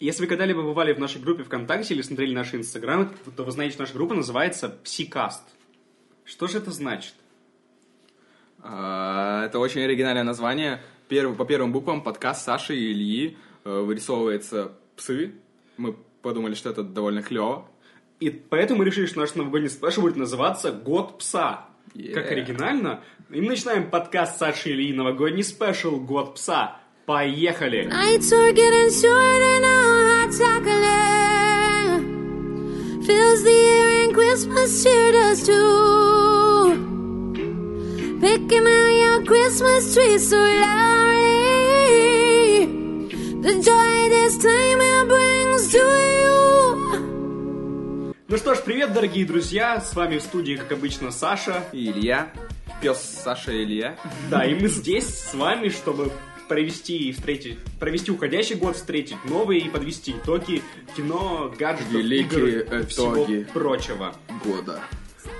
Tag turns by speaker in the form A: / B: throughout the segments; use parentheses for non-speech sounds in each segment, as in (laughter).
A: Если вы когда-либо бывали в нашей группе ВКонтакте или смотрели наши инстаграмы, то вы знаете, что наша группа называется Псикаст. Что же это значит?
B: А, Это очень оригинальное название. Перв- по первым буквам подкаст Саши и Ильи э, вырисовывается псы. Мы подумали, что это довольно клево.
A: И поэтому мы решили, что наш новогодний спешл будет называться «Год пса».
B: Yeah.
A: Как оригинально. И мы начинаем подкаст Саши Ильи «Новогодний спешл. Год пса». Поехали!
C: Nights are getting shorter, no hot chocolate. Fills the air and Christmas cheer does too. Picking out your Christmas tree so loudly. The joy this time it brings to you.
A: Ну что ж, привет, дорогие друзья! С вами в студии, как обычно, Саша.
B: И Илья. Пес Саша и Илья.
A: Да, и мы здесь с вами, чтобы провести и встретить, провести уходящий год, встретить новые и подвести итоги кино, гаджетов,
B: Великие
A: игр и всего
B: итоги.
A: прочего.
B: Года.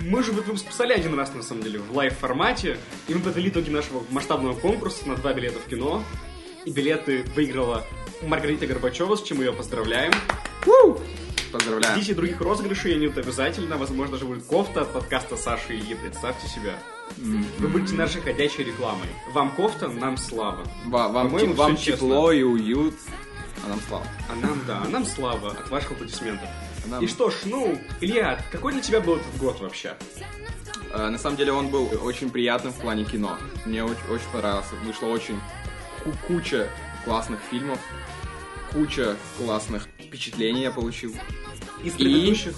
A: Мы же этот выпуск писали один раз, на самом деле, в лайв-формате, и мы подвели итоги нашего масштабного конкурса на два билета в кино, и билеты выиграла Маргарита Горбачева, с чем мы ее поздравляем.
B: Поздравляем.
A: Ждите других розыгрышей, они тут обязательно, возможно, даже будет кофта от подкаста Саши и Ильи, представьте себя. Вы будете нашей ходячей рекламой. Вам кофта, нам слава.
B: Ва- вам
A: По-моему,
B: те- вам
A: всё
B: тепло и уют. А нам слава.
A: А нам, да, а нам слава от ваших аплодисментов.
B: А нам-
A: И что ж, ну, Илья, какой для тебя был этот год вообще?
B: Э, На самом деле он был очень приятным в плане кино. Мне оч- очень, понравился. Вышло очень ку- куча классных фильмов, куча классных впечатлений я получил.
A: Из предыдущих.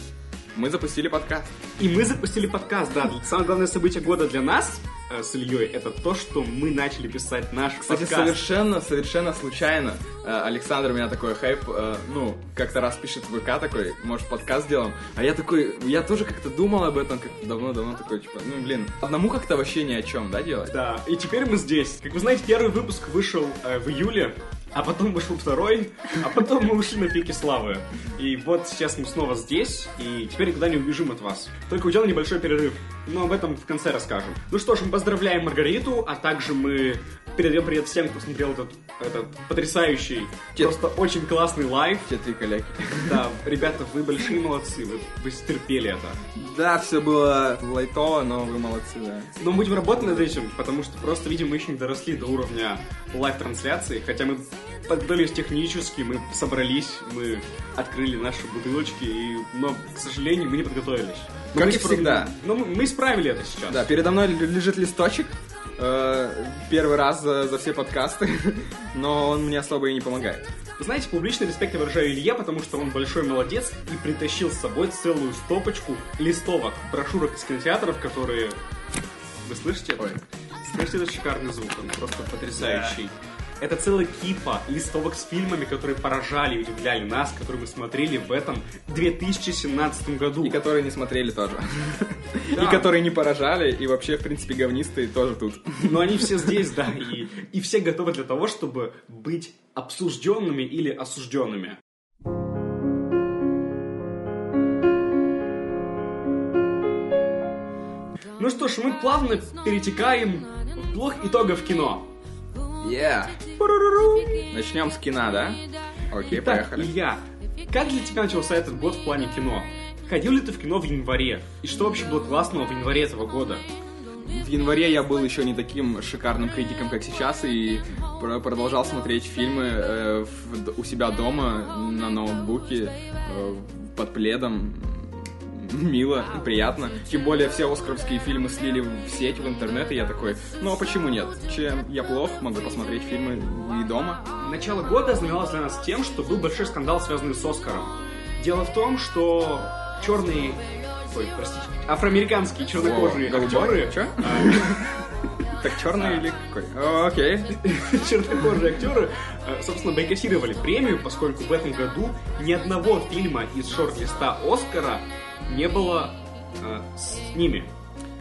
B: Мы запустили подкаст.
A: И мы запустили подкаст, да. Самое главное событие года для нас э, с Ильей это то, что мы начали писать наш
B: Кстати,
A: подкаст.
B: совершенно, совершенно случайно э, Александр у меня такой хайп, э, ну, как-то раз пишет в ВК такой, может, подкаст сделаем. А я такой, я тоже как-то думал об этом как-то давно-давно такой, типа, ну, блин, одному как-то вообще ни о чем, да, делать?
A: Да, и теперь мы здесь. Как вы знаете, первый выпуск вышел э, в июле, а потом вышел второй, а потом мы ушли на пике славы. И вот сейчас мы снова здесь, и теперь никуда не убежим от вас. Только уйдем на небольшой перерыв, но об этом в конце расскажем. Ну что ж, мы поздравляем Маргариту, а также мы передаем привет всем, кто смотрел этот, этот потрясающий,
B: Те-
A: просто очень классный лайв.
B: Те три коллеги.
A: Да, ребята, вы большие молодцы, вы, вы стерпели это.
B: Да, все было лайтово, но вы молодцы, да.
A: (laughs) Но мы будем работать над этим, потому что просто, видимо, мы еще не доросли до уровня лайв-трансляции, хотя мы подготовились технически, мы собрались, мы открыли наши бутылочки, и... но, к сожалению, мы не подготовились. Но
B: Как
A: мы
B: и всегда.
A: Но мы, мы исправили это сейчас.
B: Да, передо мной л- лежит листочек. э, Первый раз за, за все подкасты, (laughs) но он мне особо и не помогает.
A: Вы знаете, публичный респект я выражаю Илье, потому что он большой молодец и притащил с собой целую стопочку листовок, брошюрок из кинотеатров, которые... Вы слышите? это?
B: Ой.
A: Слышите этот шикарный звук? Он просто потрясающий. Это целая кипа листовок с фильмами, которые поражали и удивляли нас, которые мы смотрели в этом 2017 году.
B: И которые не смотрели тоже. (laughs)
A: Да.
B: И которые не поражали, и вообще, в принципе, говнистые тоже тут.
A: Но они все здесь, да, и, и все готовы для того, чтобы быть обсужденными или осужденными. Ну что ж, мы плавно перетекаем в блок итогов кино.
B: Начнем с кино, да? Окей,
A: Итак,
B: поехали.
A: Илья, как для тебя начался этот год в плане кино? Ходил ли ты в кино в январе? И что вообще было классного в январе этого года?
B: В январе я был еще не таким шикарным критиком, как сейчас, и про- продолжал смотреть фильмы э, в д- у себя дома на ноутбуке э, под пледом. Мило и приятно. Тем более все оскаровские фильмы слили в сеть, в интернет, и я такой, ну а почему нет? Чем я плох, могу посмотреть фильмы и дома.
A: Начало года знаменовалось для нас тем, что был большой скандал, связанный с Оскаром. Дело в том, что черные... Ой, простите. Афроамериканские чернокожие
B: О, голубой.
A: актеры... а,
B: Чё? Так черный или какой? О, Окей.
A: (laughs) чернокожие актеры, э, собственно, бойкотировали премию, поскольку в этом году ни одного фильма из шорт-листа Оскара не было э, с ними.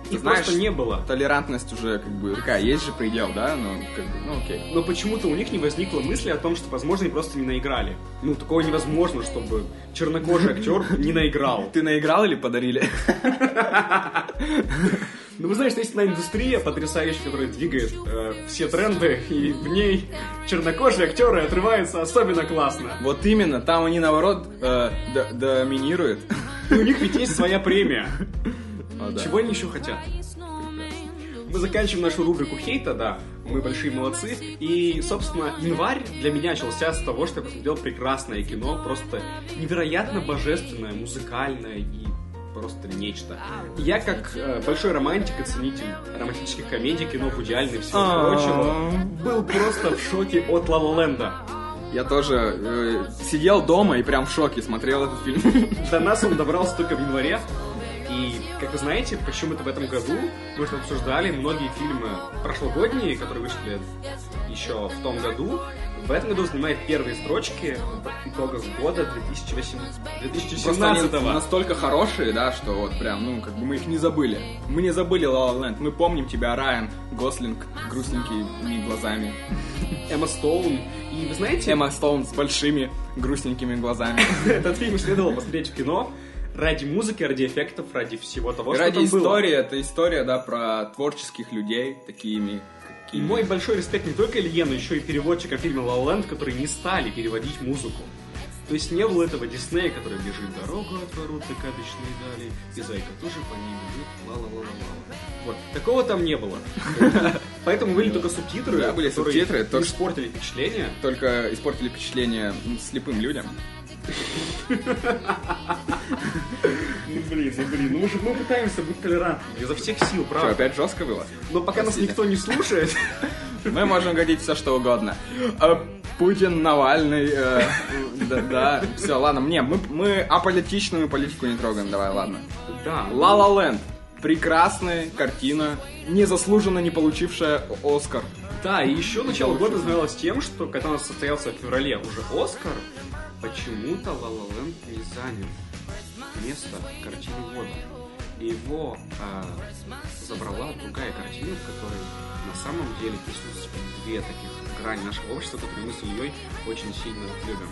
B: Ты
A: Их
B: знаешь,
A: просто не было.
B: Толерантность уже как бы такая, есть же предел, да? Ну, как бы, ну окей.
A: Но почему-то у них не возникло мысли о том, что, возможно, они просто не наиграли. Ну, такого невозможно, чтобы (laughs) чернокожий актер не наиграл.
B: Ты наиграл или подарили?
A: Ну, вы знаете, что есть индустрия потрясающая, которая двигает э, все тренды, и в ней чернокожие актеры отрываются особенно классно.
B: (laughs) Вот именно, там они наоборот э, до- доминируют.
A: И у них ведь есть своя премия.
B: А, да.
A: Чего они еще хотят? Мы заканчиваем нашу рубрику хейта, да. Мы большие молодцы. И, собственно, январь для меня начался с того, что я посмотрел прекрасное кино, просто невероятно божественное, музыкальное и просто нечто. И Я, как э, большой романтик и ценитель романтических комедий, кино идеальный и всего
B: А-а-а.
A: прочего, был просто в шоке от ла Ленда.
B: Я тоже э, сидел дома и прям в шоке смотрел этот фильм. (laughs)
A: До нас он добрался только в январе. И, как вы знаете, почему это в этом году, мы же обсуждали многие фильмы прошлогодние, которые вышли еще в том году. В этом году занимает первые строчки в итогах года 2008
B: Просто они
A: 2017
B: настолько хорошие, да, что вот прям, ну, как бы мы их не забыли. Мы не забыли La La Land. Мы помним тебя, Райан Гослинг, грустненькими глазами.
A: Эмма Стоун. И вы знаете,
B: Эмма Стоун с большими грустненькими глазами.
A: (laughs) этот фильм следовало посмотреть в кино ради музыки, ради эффектов, ради всего того, что
B: Ради
A: там было.
B: истории, это история, да, про творческих людей, такими,
A: И
B: какими...
A: мой большой респект не только Ильену, еще и переводчикам фильма La La Land, которые не стали переводить музыку. То есть не было этого Диснея, который бежит дорогу от ворот до кадочной дали, и зайка тоже по ней бежит, ла ла ла ла ла Вот, такого там не было. (laughs) Поэтому были только субтитры,
B: Да, были
A: которые
B: субтитры, то,
A: не
B: что-
A: испортили впечатление.
B: Только испортили впечатление м, слепым людям.
A: Ну блин, ну блин, ну мы же мы пытаемся быть толерантными изо всех сил,
B: Что,
A: правда.
B: опять жестко было?
A: Но пока нас
B: Простите.
A: никто не
B: (laughs)
A: слушает,
B: Мы можем говорить все, что угодно. Э, Путин, Навальный, э, (laughs) да, да, все, ладно, мне, мы, мы аполитичную политику не трогаем, давай, ладно.
A: да,
B: ла ла Ленд. Прекрасная картина, незаслуженно не получившая О- Оскар.
A: Да, и еще начало года знавалось тем, что когда у нас состоялся в феврале уже Оскар, почему-то La La Land не занял место картины года. И его а, забрала другая картина, в которой на самом деле присутствуют две таких грани нашего общества, которые мы с Ильей очень сильно любим.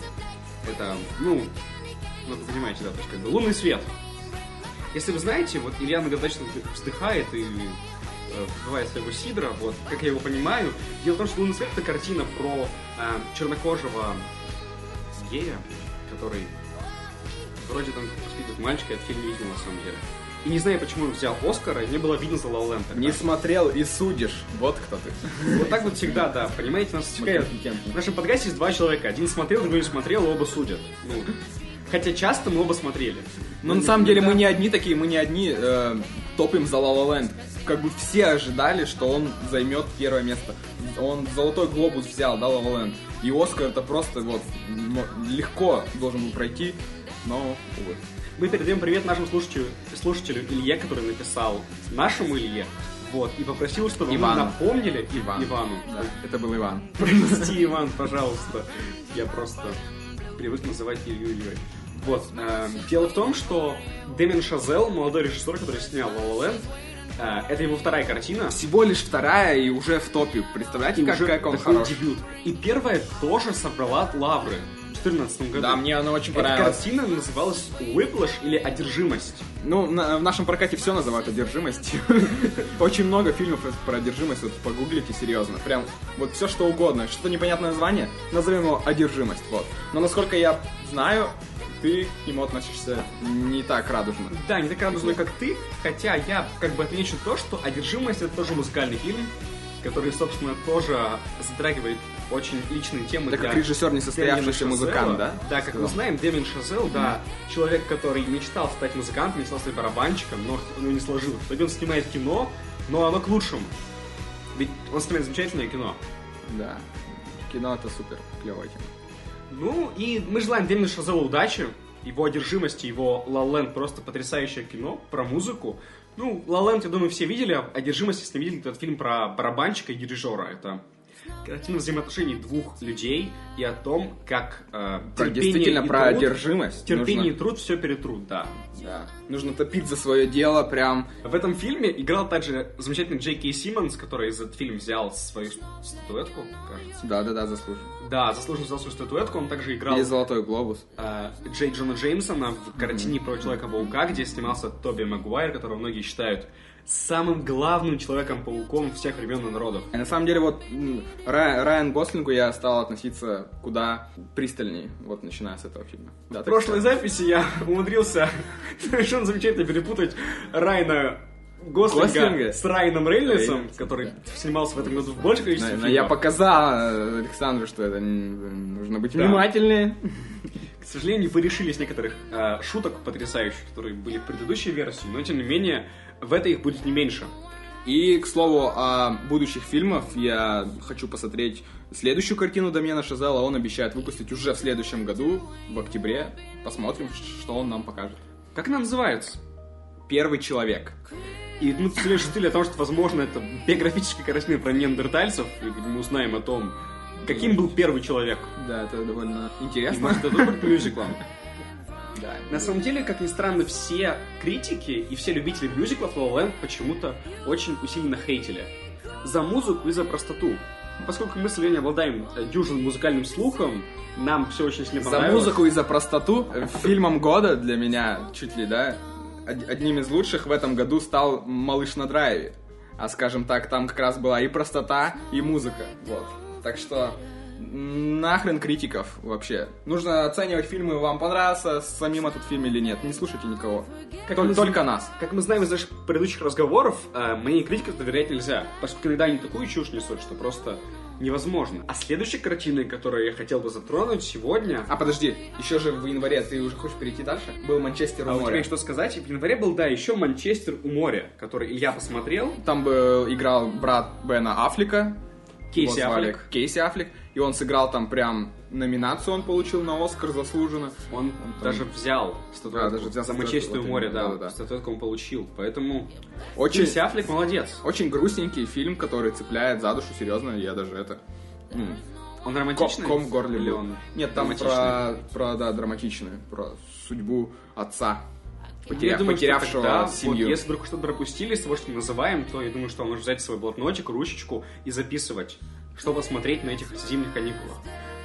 A: Это, ну, ну, вы понимаете, да, то есть как бы лунный свет. Если вы знаете, вот Илья многозначно вздыхает и э, бывает своего Сидра, вот, как я его понимаю, дело в том, что «Лунный свет» — это картина про э, чернокожего гея, который вроде там воспитывает мальчика, это фильм не видел на самом деле. И не знаю, почему он взял Оскара, не было видно за Ла
B: Не смотрел и судишь, вот кто ты.
A: Вот так вот всегда, да, понимаете, нас всегда... В нашем подкасте есть два человека, один смотрел, другой не смотрел, и оба судят. Ну, хотя часто мы оба смотрели.
B: Но Ну, на самом деле мы не одни такие, мы не одни э, топим за La La Land. Как бы все ожидали, что он займет первое место. Он золотой глобус взял, да, La La Land. И Оскар это просто вот м- легко должен был пройти, но увы.
A: Мы передаем привет нашему слушателю, слушателю Илье, который написал нашему Илье. Вот, и попросил, чтобы
B: Ивану.
A: мы напомнили И-
B: Иван.
A: Ивану.
B: Да, это был Иван.
A: Прости, Иван, пожалуйста. Я просто привык называть Илью Ильей. Вот. эм, дело в том, что Дэмин Шазел, молодой режиссер, который снял «Ла Ла Ленд», э, это его вторая картина.
B: Всего лишь вторая и уже в топе. Представляете,
A: И
B: как,
A: уже
B: как он
A: такой
B: хорош.
A: дебют. И первая тоже собрала лавры в 2014 году.
B: Да, мне она очень
A: Эта
B: понравилась.
A: картина называлась «Whiplash» или «Одержимость».
B: Ну, на- в нашем прокате все называют одержимость. (laughs) Очень много фильмов про одержимость, вот погуглите серьезно. Прям вот все что угодно, что-то непонятное название, назовем его одержимость, вот. Но насколько я знаю, ты к нему относишься не так радужно.
A: Да, не так радужно, как ты, хотя я как бы отмечу то, что «Одержимость» — это тоже музыкальный фильм, который, собственно, тоже затрагивает очень личные темы
B: Да
A: для
B: как режиссер несостоявшийся
A: Дэмина Шазела.
B: музыкант, да?
A: Да, как мы
B: Сказал.
A: знаем, Дэмин Шазел, да, человек, который мечтал стать музыкантом, мечтал стать барабанщиком, но у него не сложилось. В итоге он снимает кино, но оно к лучшему. Ведь он снимает замечательное кино.
B: Да. Кино это супер, клевое кино.
A: Ну, и мы желаем Дэмину Шазелу удачи, его одержимости, его La La Land просто потрясающее кино про музыку. Ну, La La Land, я думаю, все видели, а одержимость, если не видели, то это фильм про барабанщика и дирижера. Это картина взаимоотношений двух людей и о том, как э,
B: Про-
A: терпение
B: действительно
A: и
B: про
A: труд-
B: одержимость.
A: Терпение и
B: нужно,
A: труд все перетрут, да.
B: да. нужно топить за свое дело, прям
A: В этом фильме играл также замечательный Джей Кей Симмонс, который за этот фильм взял свою статуэтку, кажется.
B: да-да-да, заслуженно.
A: Да, заслуженно взял свою статуэтку, он также играл...
B: Или Золотой глобус.
A: э, Джей Джона Джеймсона в картине про Человека-паука, где снимался Тоби Магуайр, которого многие считают самым главным Человеком-пауком всех времен и народов.
B: И на самом деле, вот м, Ра- Райан Гослингу я стал относиться куда пристальней, вот начиная с этого фильма. Да,
A: В
B: так
A: прошлой
B: что-
A: записи я (laughs) умудрился совершенно замечательно перепутать Райна Гослинга,
B: Гослинга?
A: с Райаном Рейнольдсом,
B: Рейнольдс,
A: который снимался в этом году в большем количестве
B: Но- но
A: фильмов.
B: я показал э, Александру, что это м, нужно быть
A: Да.
B: внимательнее.
A: К сожалению, вы решили с некоторых э, шуток потрясающих, которые были в предыдущей версии, но тем не менее, в этой их будет не меньше.
B: И, к слову, о будущих фильмах я хочу посмотреть следующую картину Дамьена Шазела. Он обещает выпустить уже в следующем году, в октябре. Посмотрим, ш- что он нам покажет.
A: Как она называется?
B: Первый человек.
A: И ну, мы тут сегодня шутили о том, что, возможно, это биографическая картина про неандертальцев, и мы узнаем о том, каким был первый человек.
B: Да, это довольно
A: И,
B: интересно.
A: может, это будет мюзиклом.
B: Да.
A: (laughs) На самом деле, как ни странно, все критики и все любители мюзиклов La La Land почему-то очень усиленно хейтили. За музыку и за простоту. Поскольку мы, с Леней, обладаем э, дюжин музыкальным слухом, нам все очень сильно
B: За
A: понравилось.
B: музыку и за простоту э, фильмом года для меня чуть ли, да, од- одним из лучших в этом году стал «Малыш на драйве». А скажем так, там как раз была и простота, и музыка. Вот. Так что м, нахрен критиков вообще. Нужно оценивать фильмы, вам понравился самим этот фильм или нет. Не слушайте никого.
A: Как
B: Толь-
A: мы-
B: Только нас.
A: Как мы знаем из наших предыдущих разговоров, э, мне критиков доверять нельзя, поскольку иногда они такую чушь несут, что просто невозможно. А следующей картиной, которую я хотел бы затронуть сегодня...
B: А подожди, еще же в январе ты уже хочешь перейти дальше? Был Манчестер
A: А
B: у
A: у тебя
B: моря.
A: есть что сказать? И В январе был, да, еще «Манчестер у моря», который я посмотрел.
B: Там бы играл брат Бена Аффлека.
A: Кейси
B: Его звали
A: Аффлек.
B: Кейси Аффлек. И он сыграл там прям номинацию он получил на Оскар заслуженно.
A: Он
B: там-
A: даже взял статуэтку.
B: Да, даже взял
A: за
B: статуэтку,
A: «Манчестер у
B: вот
A: моря»,
B: именно,
A: да,
B: да-да-да.
A: статуэтку он получил. Поэтому
B: Очень,
A: Кейси Аффлек молодец.
B: очень грустненький фильм, который цепляет за душу, серьезно, я даже это... м,
A: Он
B: Ком,
A: романтичный?
B: ком в горле
A: Или
B: был.
A: он
B: Нет, там
A: драматичный?
B: про, про, да, драматичную, про судьбу отца, потеря-
A: Я думаю, что
B: потерявшего
A: тогда,
B: семью.
A: Вот, если вдруг что-то пропустили из того, что мы называем, то я думаю, что он может взять свой блокнотик, ручечку и записывать, что посмотреть на этих зимних каникулах.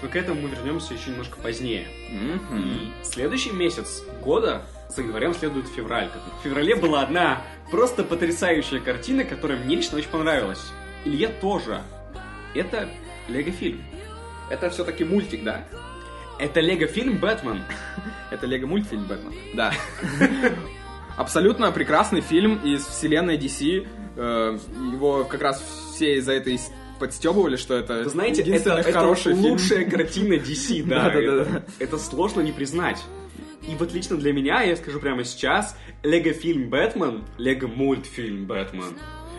A: Но к этому мы вернемся еще немножко позднее.
B: Мгм.
A: И следующий месяц года за январем следует февраль. В феврале была одна просто потрясающая картина, которая мне лично очень понравилась. Илье тоже. Это Лего-фильм.
B: Это все-таки мультик, да?
A: Это Лего-фильм (laughs) «Бэтмен».
B: Это Лего мультфильм Бэтмен. Да. (laughs) Абсолютно прекрасный фильм из вселенной DC. Э, Его как раз все из-за этой с- подстебывали, что это
A: Вы знаете, это,
B: единственный
A: это
B: хороший фильм.
A: лучшая картина
B: (laughs)
A: DC, да.
B: Да-да-да-да.
A: это- Это сложно не признать. И вот лично для меня, я скажу прямо сейчас, Лего-фильм «Бэтмен», Лего-мультфильм «Бэтмен»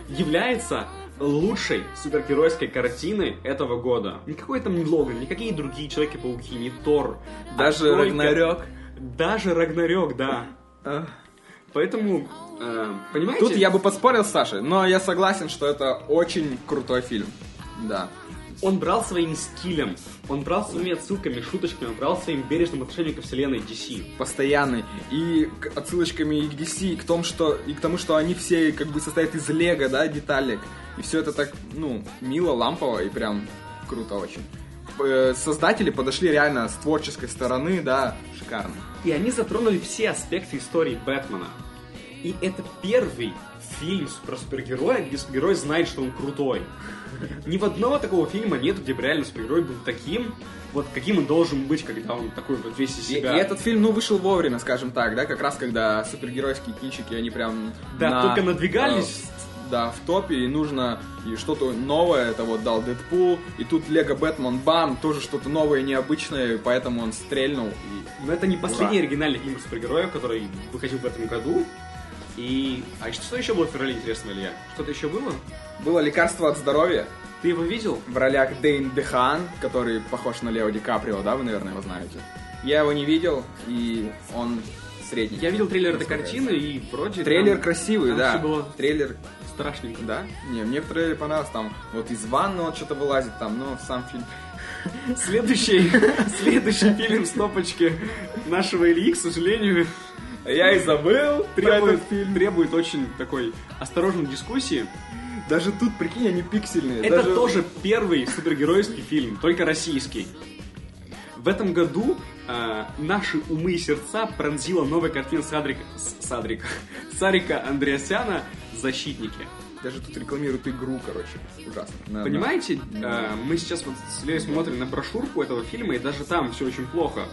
A: является лучшей супергеройской картины этого года. Никакой там не Логан, никакие другие Человеки-пауки, не Тор. а
B: Даже
A: только-
B: Рагнарёк.
A: Даже Рагнарёк, да.
B: Э,
A: Поэтому, э, понимаете...
B: Тут я бы поспорил с Сашей, но я согласен, что это очень крутой фильм. Да.
A: Он брал своим стилем, он брал своими отсылками, шуточками, он брал своим бережным отношением ко вселенной DC.
B: постоянный и к отсылочками и к DC, и к тому, что и к тому, что они все как бы состоят из лего, да, деталек. И все это так, ну, мило, лампово и прям круто очень. Э, Создатели подошли реально с творческой стороны, да, шикарно.
A: И они затронули все аспекты истории Бэтмена. И это первый фильм про супергероя, где супергерой знает, что он крутой. Ни в одного такого фильма нет, где бы реально супергерой был таким, вот каким он должен быть, когда он такой вот весь из
B: И, и
A: себя.
B: этот фильм, ну, вышел вовремя, скажем так, да, как раз когда супергеройские кинчики, они прям...
A: Да, только надвигались.
B: э, да, в топе, и нужно и что-то новое, это вот дал Дэдпул, и тут Лего Бэтмен Бам, тоже что-то новое, необычное, и поэтому он стрельнул, и
A: Но это не последний
B: Ура.
A: оригинальный фильм про супергероя, который выходил в этом году. И... А что еще было в феврале, интересно, Илья? Что-то еще было?
B: Было лекарство от здоровья
A: Ты его видел?
B: в ролях Дэйн Дехан, который похож на Лео Ди Каприо, да, вы, наверное, его знаете. Я его не видел, и он средний.
A: Я видел трейлер этой
B: Насколько я
A: картины и вроде...
B: знаю. Трейлер
A: там-
B: красивый,
A: там
B: да.
A: всё было
B: Трейлер,
A: страшненько.
B: да? Не, мне в трейлере понравилось, там вот из ванны он что-то вылазит, там, но сам фильм...
A: Следующий, следующий фильм с кнопочки нашего Ильи, к сожалению,
B: Я и забыл
A: требует, требует очень такой осторожной дискуссии.
B: Даже тут, прикинь, они пиксельные.
A: Это
B: даже-
A: тоже первый супергеройский фильм, только российский. В этом году э, наши умы и сердца пронзила новая картина Садрика, с- Садрика, Сарика Андреасяна защитники.
B: Даже тут рекламируют игру, короче. Ужасно. На- на-
A: Понимаете, э, мы сейчас вот с Ильей смотрим на брошюрку этого фильма, и даже там все очень плохо.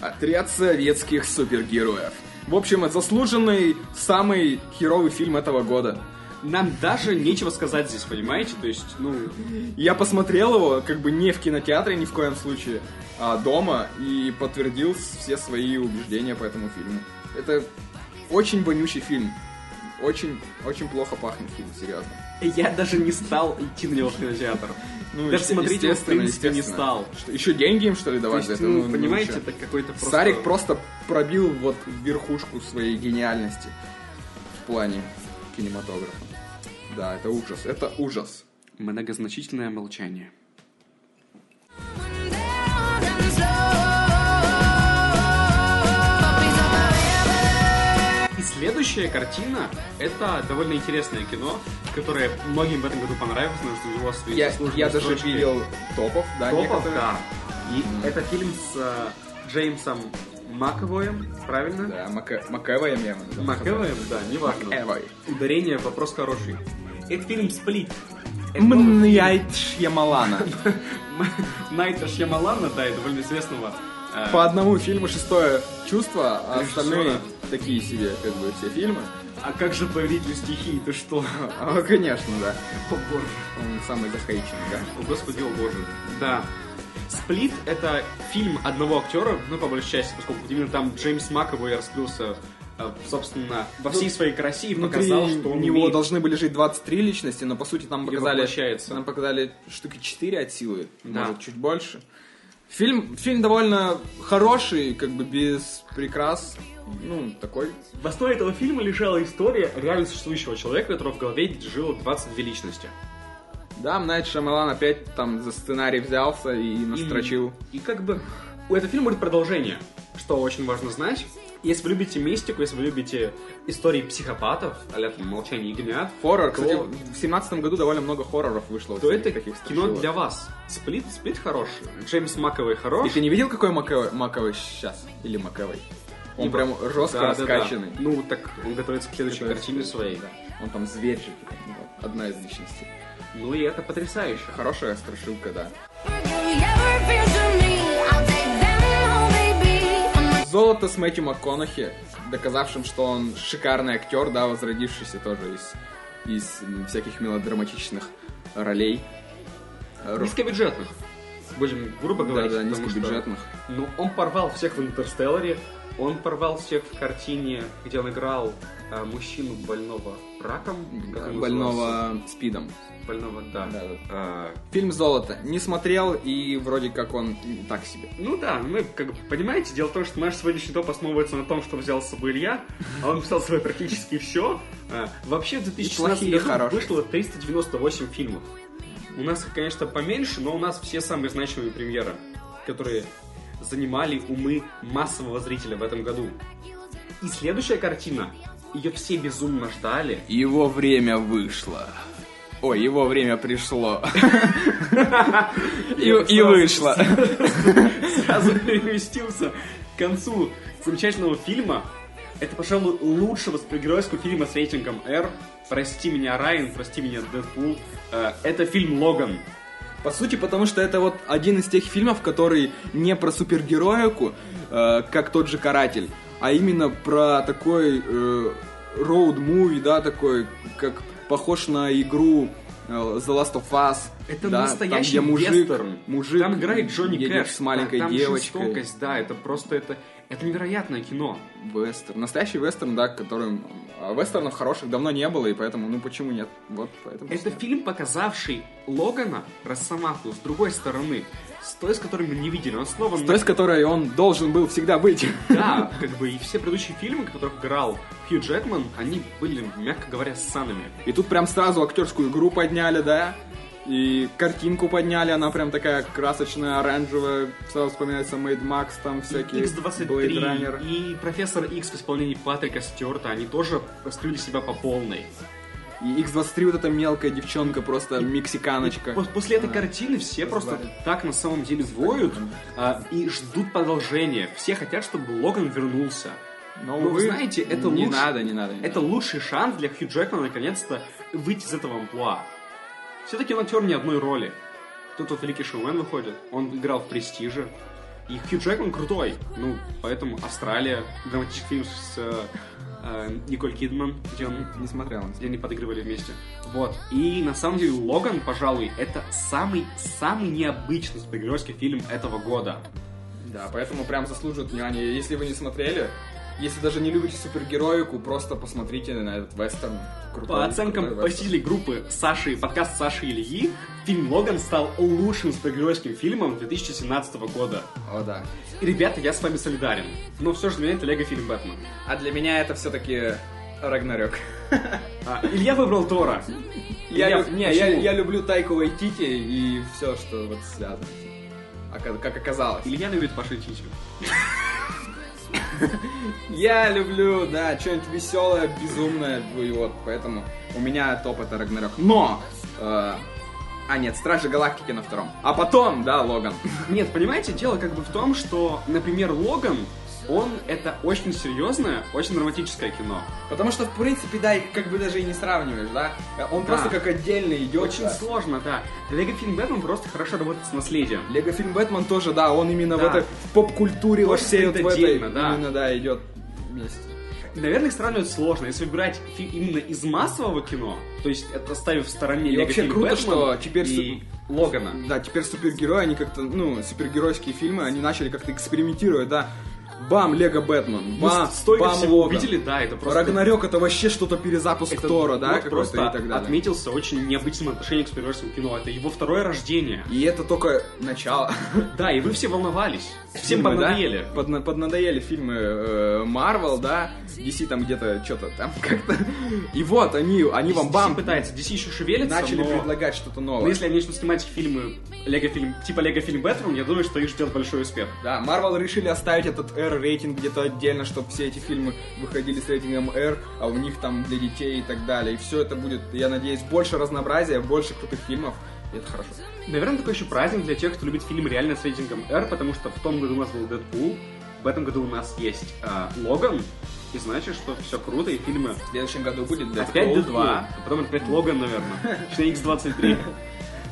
B: Отряд советских супергероев. В общем, это заслуженный самый херовый фильм этого года.
A: Нам даже нечего сказать здесь, понимаете? То есть, ну,
B: Я посмотрел его, как бы не в кинотеатре ни в коем случае, а дома, и подтвердил с- все свои убеждения по этому фильму. Это очень вонючий фильм. Очень, очень плохо пахнет фильм, серьезно.
A: я даже не стал идти на него в кинотеатр.
B: Ну,
A: даже
B: есте-
A: смотреть его, в
B: естественно,
A: принципе, не
B: естественно.
A: стал.
B: Что, еще деньги им, что ли,
A: То есть,
B: давать за это?
A: ну,
B: Ну, ну,
A: понимаете,
B: чё.
A: это какой-то просто...
B: Сарик просто пробил вот верхушку своей гениальности в плане кинематографа. Да, это ужас, это ужас.
A: Многозначительное молчание. И следующая картина — это довольно интересное кино, которое многим в этом году понравилось, потому что взяло свои
B: Я,
A: заслуженные
B: я даже
A: строчки.
B: видел топов, да,
A: Топов,
B: некоторых.
A: да. И это фильм с э, Джеймсом Маковоем, правильно?
B: Да, Маке- Макэвоем я его называю.
A: Маковоем, да, неважно.
B: Макэвой.
A: Ударение, вопрос хороший. Это фильм «Сплит». Это новый
B: Мняйт Шьямалана.
A: (laughs) Найта Шьямалана, да, и довольно известного. э,
B: (laughs) По одному фильму шестое чувство, а остальные
A: Режиссера.
B: такие себе, как бы, все фильмы. (laughs)
A: А как же повелитель стихии, ты что? О
B: А, конечно, да.
A: боже.
B: Он самый захейченный, да.
A: О господи, о боже. Да. Сплит — это фильм одного актера, ну, по большей части, поскольку именно там Джеймс Макэвой раскрылся, э, собственно, во всей своей красе и
B: Ну, Внутри
A: показал, что он
B: него
A: умеет.
B: должны были жить 23 личности, но по сути нам
A: И
B: показали,
A: воплощается.
B: нам показали штуки 4 от силы,
A: Да.
B: может чуть больше. Фильм, фильм довольно хороший, как бы без прикрас, ну такой.
A: В основе этого фильма лежала история реально существующего человека, у которого в голове жило 22 личности.
B: Да, Найт Шамалан опять там за сценарий взялся и настрочил.
A: И как бы у этого фильма будет продолжение, что очень важно знать. Если вы любите мистику, если вы любите истории психопатов, а там «Молчание ягнят»,
B: Хоррор,
A: то-
B: кстати, в семнадцатом году довольно много хорроров вышло. вот
A: то
B: всяких
A: это кино
B: страшилок.
A: для вас. Сплит, сплит хороший, Джеймс Маковый
B: И
A: хорош.
B: ты не видел, какой Маковой, сейчас? Или Маковой? Он
A: Ибо-
B: прям жестко
A: Да, да, да.
B: раскачанный.
A: Типа, Ну, так он готовится к следующей
B: Готовится
A: картине
B: к
A: своей.
B: Он там зверь же, вот, одна из личностей.
A: Ну и это потрясающе.
B: Хорошая страшилка, да. Золото с Мэтью МакКонахи, доказавшим, что он шикарный актер, да, возродившийся тоже из, из м, всяких мелодраматичных ролей. Э, ру-
A: Низкобюджетных. Будем грубо
B: Да,
A: говорить.
B: да,
A: потому что-
B: низкобюджетных.
A: Ну, он порвал всех в «Интерстелларе», он порвал всех в картине, где он играл э, мужчину больного раком. как он назывался?
B: Больного спидом.
A: Больного, да.
B: Да, да.
A: А,
B: Фильм «Золото». Не смотрел, и вроде как он м, так себе.
A: ну да, мы как бы, понимаете, дело в том, что наш сегодняшний топ основывается на том, что взял с собой Илья, а он взял с собой практически все. вообще в 2016
B: плохие, и
A: году
B: хорошие.
A: вышло 398 фильмов. У нас их, конечно, поменьше, но у нас все самые значимые премьеры, которые занимали умы массового зрителя в этом году. И следующая картина, ее все безумно ждали.
B: Его время вышло. Ой, его время пришло. И, и вышло.
A: Сразу (laughs) переместился к концу замечательного фильма. Это, пожалуй, лучшего супергеройского фильма с рейтингом R. Прости меня, Райан, прости меня, Дэдпул. Э, Это фильм «Логан».
B: По сути, потому что это вот один из тех фильмов, который не про супергероику, э, как тот же «Каратель», а именно про такой роуд-муви, да, такой, как похож на игру э, The Last of Us.
A: Это
B: да,
A: настоящий
B: там, где мужик,
A: вестерн.
B: мужик
A: Там играет Джонни
B: едет
A: Кэш.
B: с маленькой
A: там
B: девочкой.
A: жестокость, да, это просто, это, это невероятное кино.
B: Вестерн. Настоящий вестерн, да, которым... а Вестернов хороших давно не было, и поэтому, ну почему нет? Вот поэтому...
A: Это
B: снят.
A: фильм, показавший Логана, Росомаху, с другой стороны, с той, с которой мы не видели. Он снова
B: То есть, которой он должен был всегда быть.
A: Да, как бы и все предыдущие фильмы, в которых играл Хью Джекман, они были, мягко говоря, ссаными.
B: И тут прям сразу актерскую игру подняли, да? И картинку подняли, она прям такая красочная, оранжевая. Сразу вспоминается Мэйд Макс, там всякие... Blade
A: X-23
B: Runner.
A: и Профессор X в исполнении Патрика Стюарта, они тоже раскрыли себя по полной.
B: И X-23 вот эта мелкая девчонка, просто мексиканочка.
A: Пос- После этой картины все просто так на самом деле воют а, и ждут продолжения. Все хотят, чтобы Логан вернулся.
B: Но,
A: Но вы
B: увы,
A: знаете, это
B: не
A: лучше-
B: надо, не надо. не
A: Это лучший шанс для Хью Джекмана наконец-то выйти из этого амплуа. Все-таки он актер ни одной роли. Тут вот Великий Шоумен выходит, он играл в «Престиже». И Хью Джекман крутой. Ну, поэтому «Австралия», драматический фильм с э, э, Николь Кидман, где, он-
B: надо. Не смотрел он.
A: где они подыгрывали вместе. Вот. И на самом деле «Логан», пожалуй, это самый-самый необычный супергеройский фильм этого года.
B: Да, поэтому прям заслуживает внимания. Если вы не смотрели, если даже не любите супергероику, просто посмотрите на этот вестерн. Крутой,
A: По оценкам
B: крутой вестерн.
A: посетителей группы Саши, подкаст Саши Ильи, фильм «Логан» стал лучшим супергеройским фильмом 2017 года.
B: О, да.
A: И, Ребята, я с вами солидарен. Но все же для меня это лего-фильм Бэтмен.
B: А для меня это все-таки Рагнарёк.
A: А, Илья выбрал Тора.
B: Я,
A: Илья,
B: лю- не, я,
A: почему?
B: я люблю Тайку Вайтити и все, что вот связано. с ним. А как, как оказалось.
A: Илья любит Пашу Чичу.
B: Я люблю, да, что-нибудь веселое, безумное, ну и вот, поэтому у меня топ это Рагнарёк. Но! э, а нет, Стражи Галактики на втором. А потом, да, Логан.
A: Нет, понимаете, дело как бы в том, что, например, «Логан», он это очень серьезное, очень драматическое кино.
B: Потому что, в принципе, да, их как бы даже и не сравниваешь, да? Э, Он
A: Да.
B: просто как отдельно идет.
A: Очень сложно, да. Лего-фильм Бэтмен просто хорошо работает с наследием.
B: Лего фильм Бэтмен тоже, да, он именно в
A: Да.
B: этой в поп-культуре во
A: Тоже
B: всей вот
A: стоит
B: в этой,
A: отдельно, да.
B: именно, да, идет вместе.
A: Наверное, их сравнивать сложно. Если выбирать фи- именно из массового кино, то есть это оставив в стороне
B: И
A: Лего
B: вообще
A: фильм
B: круто,
A: «Бэтмен»
B: что теперь
A: и
B: су-
A: Логана.
B: Да, теперь супергерои, они как-то, ну, супергеройские фильмы, они начали как-то экспериментировать, да. Бам, Лего Бэтмен,
A: Мы
B: бам,
A: Ну, столько
B: бам,
A: всего
B: Логан.
A: увидели, да, это просто...
B: Рагнарёк это вообще что-то перезапуск
A: это
B: Тора, да,
A: год
B: какой-то
A: просто
B: и так далее.
A: отметился очень необычным отношением к супергеройскому кино. Это его второе
B: (laughs)
A: рождение.
B: И это только начало.
A: Да, и вы все волновались. Всем
B: Фильмы, да?
A: понадоели.
B: Подна- поднадоели фильмы э, Marvel, да, DC там где-то что-то там (laughs) как-то. И вот они, они вам
A: DC
B: бам,
A: пытается, DC еще шевелится,
B: начали
A: но...
B: предлагать что-то
A: но
B: новое.
A: если они начнут снимать фильмы, Лего фильм, типа Лего фильм Бэтмен, я думаю, что их ждет большой успех.
B: Да, Marvel решили оставить этот R-рейтинг где-то отдельно, чтобы все эти фильмы выходили с рейтингом R, а у них там для детей и так далее. И все это будет, я надеюсь, больше разнообразия, больше крутых фильмов. И это хорошо.
A: Наверное, такой еще праздник для тех, кто любит фильм реально с рейтингом R, потому что в том году у нас был Дэдпул, в этом году у нас есть э, Логан, и значит, что все круто, и фильмы
B: В следующем году будет Deadpool
A: опять Дэдпул,
B: 2.
A: а потом опять Логан, наверное, точнее X23.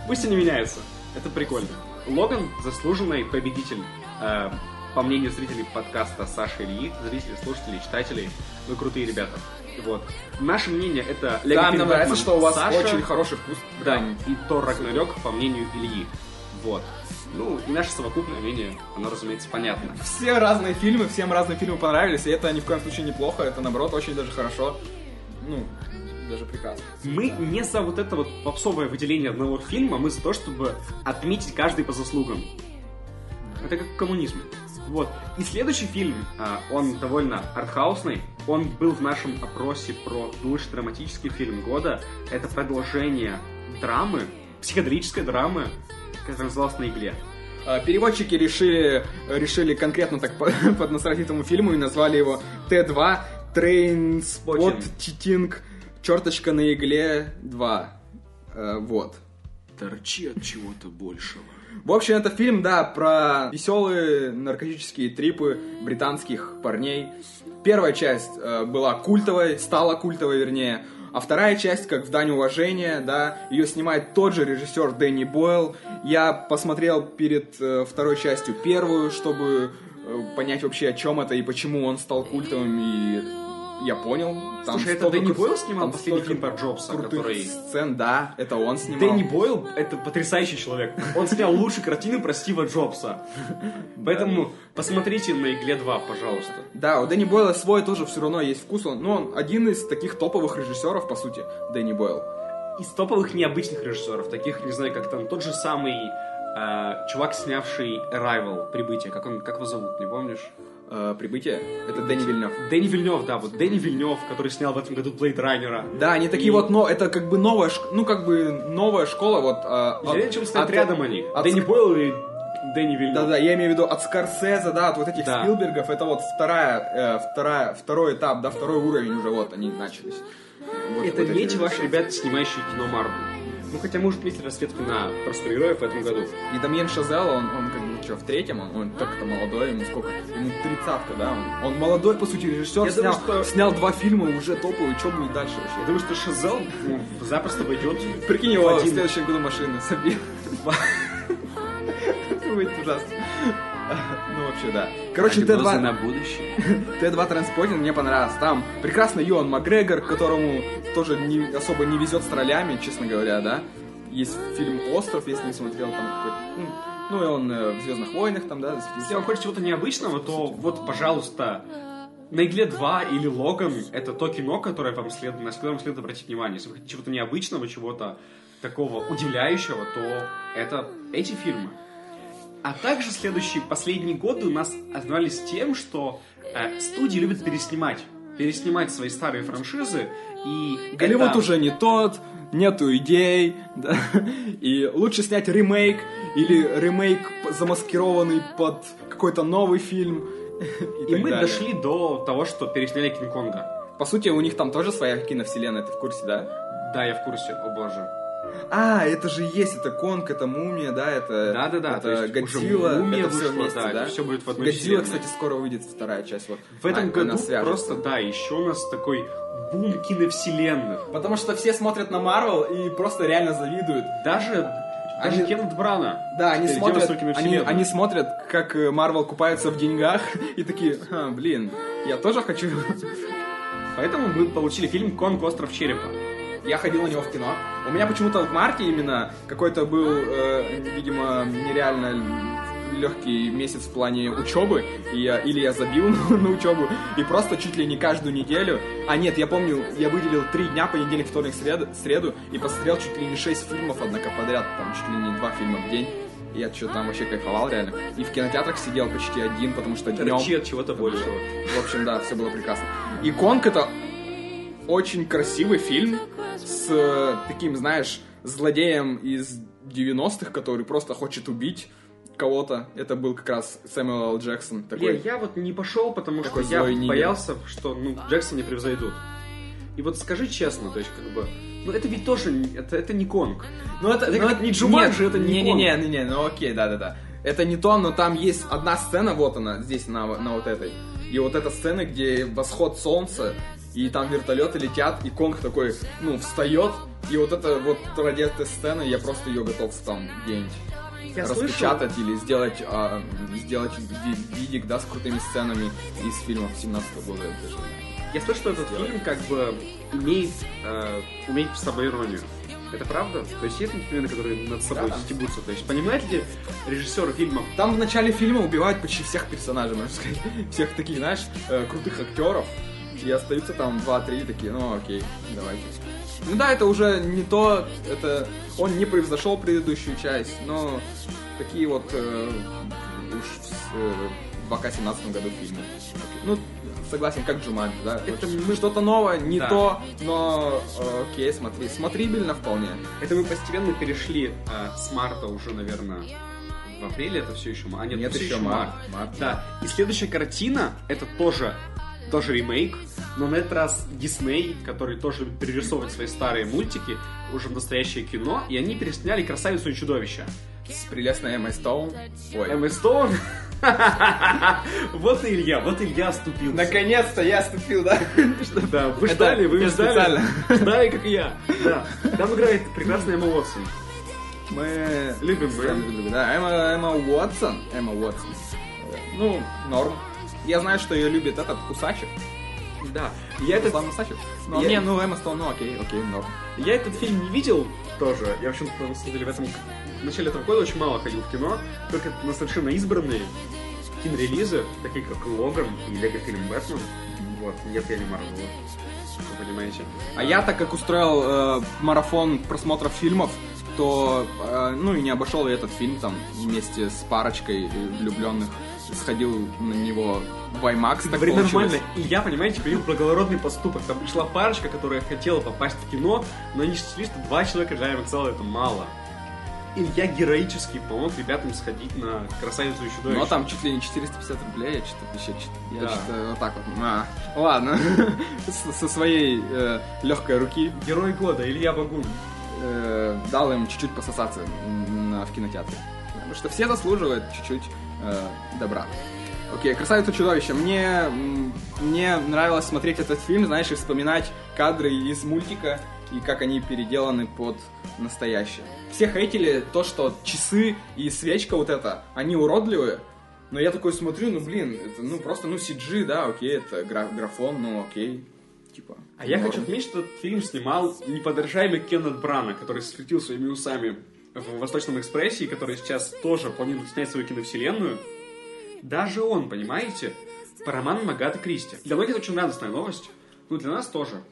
A: Пусть они меняются, это прикольно. Логан — заслуженный победитель, э, по мнению зрителей подкаста Саши Ильи, зрителей, слушателей, читателей, вы крутые ребята. Вот. Наше мнение — это Лего
B: Да, мне
A: Фильм
B: нравится,
A: Бэтмен,
B: что у вас
A: Саша,
B: очень хороший вкус.
A: да, и Тор Рагнарёк, по мнению Ильи. Вот. Ну, и наше совокупное мнение, оно, разумеется, понятно.
B: Все разные фильмы, всем разные фильмы понравились, и это ни в коем случае неплохо, это наоборот очень даже хорошо. Ну, даже прекрасно.
A: Мы не за вот это вот попсовое выделение одного фильма, мы за то, чтобы отметить каждый по заслугам. Это как в коммунизме. Вот. И следующий фильм, а, он довольно артхаусный. Он был в нашем опросе про лучший драматический фильм года. Это продолжение драмы, психоделической драмы, которая называлась «На игле».
B: А, Переводчики решили, решили конкретно так по- (laughs) поднасрать этому фильму и назвали его Т2 Трейнспот Читинг Черточка на игле 2. Э, Вот.
A: Торчи от чего-то большего.
B: В общем, это фильм, да, про веселые наркотические трипы британских парней. Первая часть э, была культовой, стала культовой, вернее. А вторая часть, как в дань уважения, да, ее снимает тот же режиссер Дэнни Бойл. Я посмотрел перед э, второй частью первую, чтобы э, понять вообще, о чем это и почему он стал культовым, и я понял. Там
A: Слушай, это
B: столько
A: Дэнни
B: кру-
A: Бойл снимал
B: там
A: последний фильм
B: столько
A: про Джобса,
B: крутых
A: который-
B: сцен, да, это он снимал.
A: Дэнни Бойл — это потрясающий человек. Он снял лучшие картины про Стива (laughs) Джобса. Поэтому посмотрите на «Игле 2», пожалуйста.
B: Да, у Дэнни Бойла свой тоже все равно есть вкус, он, но он один из таких топовых режиссеров, по сути, Дэнни Бойл.
A: Из топовых необычных режиссеров, таких, не знаю, как там тот же самый э, чувак, снявший «Arrival», «Прибытие», как, он, как его зовут, не помнишь?
B: Э, «Прибытие» — это Дэнни Вильнев.
A: Дэнни Вильнев, да, вот Дэнни Вильнев, который снял в этом году «Блейд Раннера».
B: Да, они такие
A: И-
B: вот, но это как бы новая, шк- ну как бы новая школа вот. э, от-
A: Интересно, чем стоят
B: от-
A: рядом они.
B: от
A: Дэнни
B: Ск-
A: Бойл и Дэнни Вильнев.
B: Да-да, я имею в виду от Скорсезе, да, от вот этих
A: Да.
B: Спилбергов, это вот вторая, э, вторая, второй этап, да, второй уровень уже вот они начались. Вот-
A: Это
B: вот эти
A: не те
B: режиссеры.
A: ваши ребята, снимающие кино Марвел. Ну, хотя мы уже третий раз ветки на просто героев в этом году.
B: И Дамьен Шазел, он, он как бы что, в третьем, он, он только-то молодой, ему сколько? Ему тридцатка, да? Он, он молодой, по сути, режиссер,
A: Я
B: снял,
A: думаю, что-
B: снял два фильма, уже топовый, что будет дальше
A: Я
B: вообще?
A: думаю, что Шизел ну, запросто войдет.
B: Прикинь, его в
A: один.
B: следующем году машину собьет. Это (laughs) будет ужасно. Ну, вообще, да. Короче,
D: Прогнозы
B: Т2...
D: А на будущее.
B: Т2 Транспотинг мне понравился. Там прекрасно Юан Макгрегор, которому тоже не- особо не везет с ролями, честно говоря, да. Есть фильм «Остров», если не смотрел, там какой-то... ну, Ну, и он э, в «Звездных войнах» там, да,
A: Если
B: засветился.
A: вам хочется чего-то необычного, то вот, пожалуйста, на игле 2 или Логан — это то кино, которое вам следует, на которое вам следует обратить внимание. Если вы хотите чего-то необычного, чего-то такого удивляющего, то это эти фильмы. А также следующие, последние годы у нас остановились тем, что э, студии любят переснимать. Переснимать свои старые франшизы. И
B: Голливуд
A: это-
B: уже не тот, нету идей, (laughs) да. и лучше снять ремейк или ремейк п- замаскированный под какой-то новый фильм.
A: И
B: (laughs) так
A: мы
B: далее.
A: дошли до того, что пересняли Кинг-Конга.
B: По сути, у них там тоже своя киновселенная, ты в курсе, да?
A: Да, я в курсе, о боже.
B: А, это же есть, это Конг, это Мумия, да, это...
A: Да, да, да.
B: Это Годзилла, это все вместе, да?
A: Все будет в одной
B: Годзилла,
A: вселенной.
B: кстати, скоро выйдет вторая часть. Вот.
A: в этом
B: Она-
A: году
B: она свяжется.
A: просто, да, еще у нас такой бум киновселенных.
B: Потому что все смотрят на Марвел и просто реально завидуют.
A: Даже, даже
B: Они-
A: Кеннет Брана.
B: Да, они
A: Перейдем
B: смотрят,
A: на киновселенную.
B: они, они смотрят, как э, Марвел купается в деньгах, (laughs) и такие, «Ха, блин, я тоже хочу.
A: Поэтому мы получили фильм «Конг. Остров черепа».
B: Я ходил на него в кино. У меня почему-то в марте именно какой-то был, э, видимо, нереально легкий месяц в плане учебы, и я, или я забил (laughs) на учебу, и просто чуть ли не каждую неделю, а нет, я помню, я выделил три дня, понедельник, вторник, среду, среду и посмотрел чуть ли не шесть фильмов, однако, подряд, там, чуть ли не два фильма в день. И Я что там вообще кайфовал реально. И в кинотеатрах сидел почти один, потому что днем...
A: Рычи от чего-то большего.
B: В общем, да, все было прекрасно. И Конг это очень красивый фильм с э, таким, знаешь, злодеем из 90-х, который просто хочет убить кого-то. Это был как раз Сэмюэл Л. Джексон. Такой.
A: Лен, я вот не пошел, потому
B: Такой
A: что я
B: злой нигер.
A: боялся, что ну, Джексон не превзойдут. И вот скажи честно, то есть как бы... Ну это ведь тоже, не- это, это не Конг.
B: Ну это,
A: Это
B: ну,
A: как не Джуманджи, это не
B: не, не, не, не, не, ну окей, да, да, да. Это не то, но там есть одна сцена, вот она, здесь на, на вот этой. И вот эта сцена, где восход солнца, и там вертолеты летят, и Конг такой, ну, встает. И вот это вот ради этой сцены я просто ее готов там где-нибудь
A: Я слышал,
B: распечатать или сделать, а, сделать ви- видик, да, с крутыми сценами из фильмов 17 года. Это же-
A: Я слышал, что этот
B: Сделай.
A: фильм как бы имеет, э, умеет с собой иронию. Это правда? То есть есть фильмы, которые над собой
B: Да.
A: стебутся? То есть понимает ли режиссер фильма?
B: Там в начале фильма убивают почти всех персонажей, можно сказать. (laughs) Всех таких, знаешь, э, крутых актеров. И остаются там два-три такие, ну окей, давайте. Ну да, это уже не то, это он не превзошел предыдущую часть, но такие вот э, уж в, э, в АК-17 году фильмы. Ну, согласен, как Джуманджи, да?
A: Это
B: Вот
A: мы-
B: Что-то новое, не
A: Да.
B: то, но э, окей, смотри, смотрибельно вполне.
A: Это мы постепенно перешли э, с марта уже, наверное, в апреле это все еще... ма- А нет,
B: Нет,
A: это всё
B: еще март. март.
A: Да. И следующая картина, это тоже, тоже ремейк, но на этот раз Дисней, который тоже любит перерисовывать свои старые мультики, уже в настоящее кино, и они пересняли «Красавицу и чудовище».
B: С прелестной Эммой Стоун. Ой.
A: Эмма Стоун? (laughs) Вот и Илья, вот Илья оступился.
B: Наконец-то я ступил, да?
A: Да, вы
B: Это-
A: ждали, вы
B: это
A: ждали.
B: специально.
A: Ждали, как и я. Да. Там играет прекрасная Эмма Уотсон.
B: (laughs) Мы
A: Любим мы.
B: постоянно друг друга. Да, Эмма, Эмма Уотсон. Эмма Уотсон. Ну, норм. Я знаю, что ее любит этот Кусачев.
A: Да. Я этот,
B: Руслан Кусачев.
A: Ну,
B: Я-
A: не,
B: ну Эмма Стоун, ну окей, окей, норм.
A: я этот фильм не видел тоже. Я, в общем-то, на самом деле, в этом... В начале этого года очень мало ходил в кино, только на совершенно избранные кинорелизы, такие как Логан и Лего фильм Бэтмен. Вот, нет, я не Марвел. Вы понимаете?
B: А я, так как устроил э, марафон просмотров фильмов, то, э, ну и не обошел и этот фильм там вместе с парочкой влюбленных. Сходил на него в IMAX, так
A: Говорит
B: получилось.
A: нормально. И я, понимаете, принял благородный поступок. Там пришла парочка, которая хотела попасть в кино, но они считали, что два человека для зала это мало. И я героически помог ребятам сходить на красавицу и чудовище.
B: Но Ну, а там чуть ли не 450 рублей, я что-то еще чё- я
A: Да.
B: чё-то вот так вот. а, (laughs) ладно. С- Со своей легкой руки.
A: Герой года, Илья Багун.
B: э, дал им чуть-чуть пососаться на- в кинотеатре. Потому что все заслуживают чуть-чуть э, добра. Окей, «Красавица и чудовище». Мне, м, мне нравилось смотреть этот фильм, знаешь, и вспоминать кадры из мультика и как они переделаны под настоящее. Все хейтили то, что часы и свечка вот эта, они уродливые, но я такой смотрю, ну блин, это ну просто, ну CG, да, окей, это гра- графон, ну окей, типа.
A: А я
B: норм.
A: хочу отметить, что этот фильм снимал неподражаемый Кеннет Брана, который светил своими усами в «Восточном экспрессе», и который сейчас тоже планирует снять свою киновселенную. Даже он, понимаете, по роману Магата Кристи. Для многих это очень радостная новость, ну для нас тоже.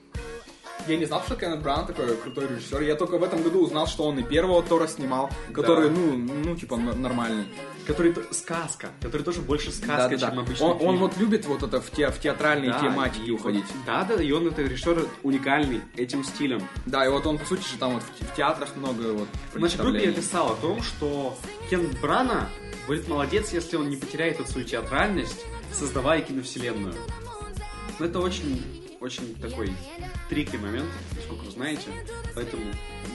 B: Я не знал, что Кеннет Бран такой крутой режиссер. Я только в этом году узнал, что он и первого Тора снимал, который,
A: Да.
B: ну, ну, типа, н- нормальный.
A: Который то- сказка, который тоже больше сказка,
B: Да-да-да.
A: чем обычный
B: Он, он
A: фильм.
B: вот любит вот это в, те, в театральные тематики уходить.
A: Да, да, и он это режиссер уникальный этим стилем.
B: Да, и вот он, по сути же, там вот в, те- в театрах много вот
A: В нашей группе я
B: представлений.
A: писал о том, что Кен Брана будет молодец, если он не потеряет эту свою театральность, создавая киновселенную. Но это очень, очень такой трикий момент, насколько вы знаете. Поэтому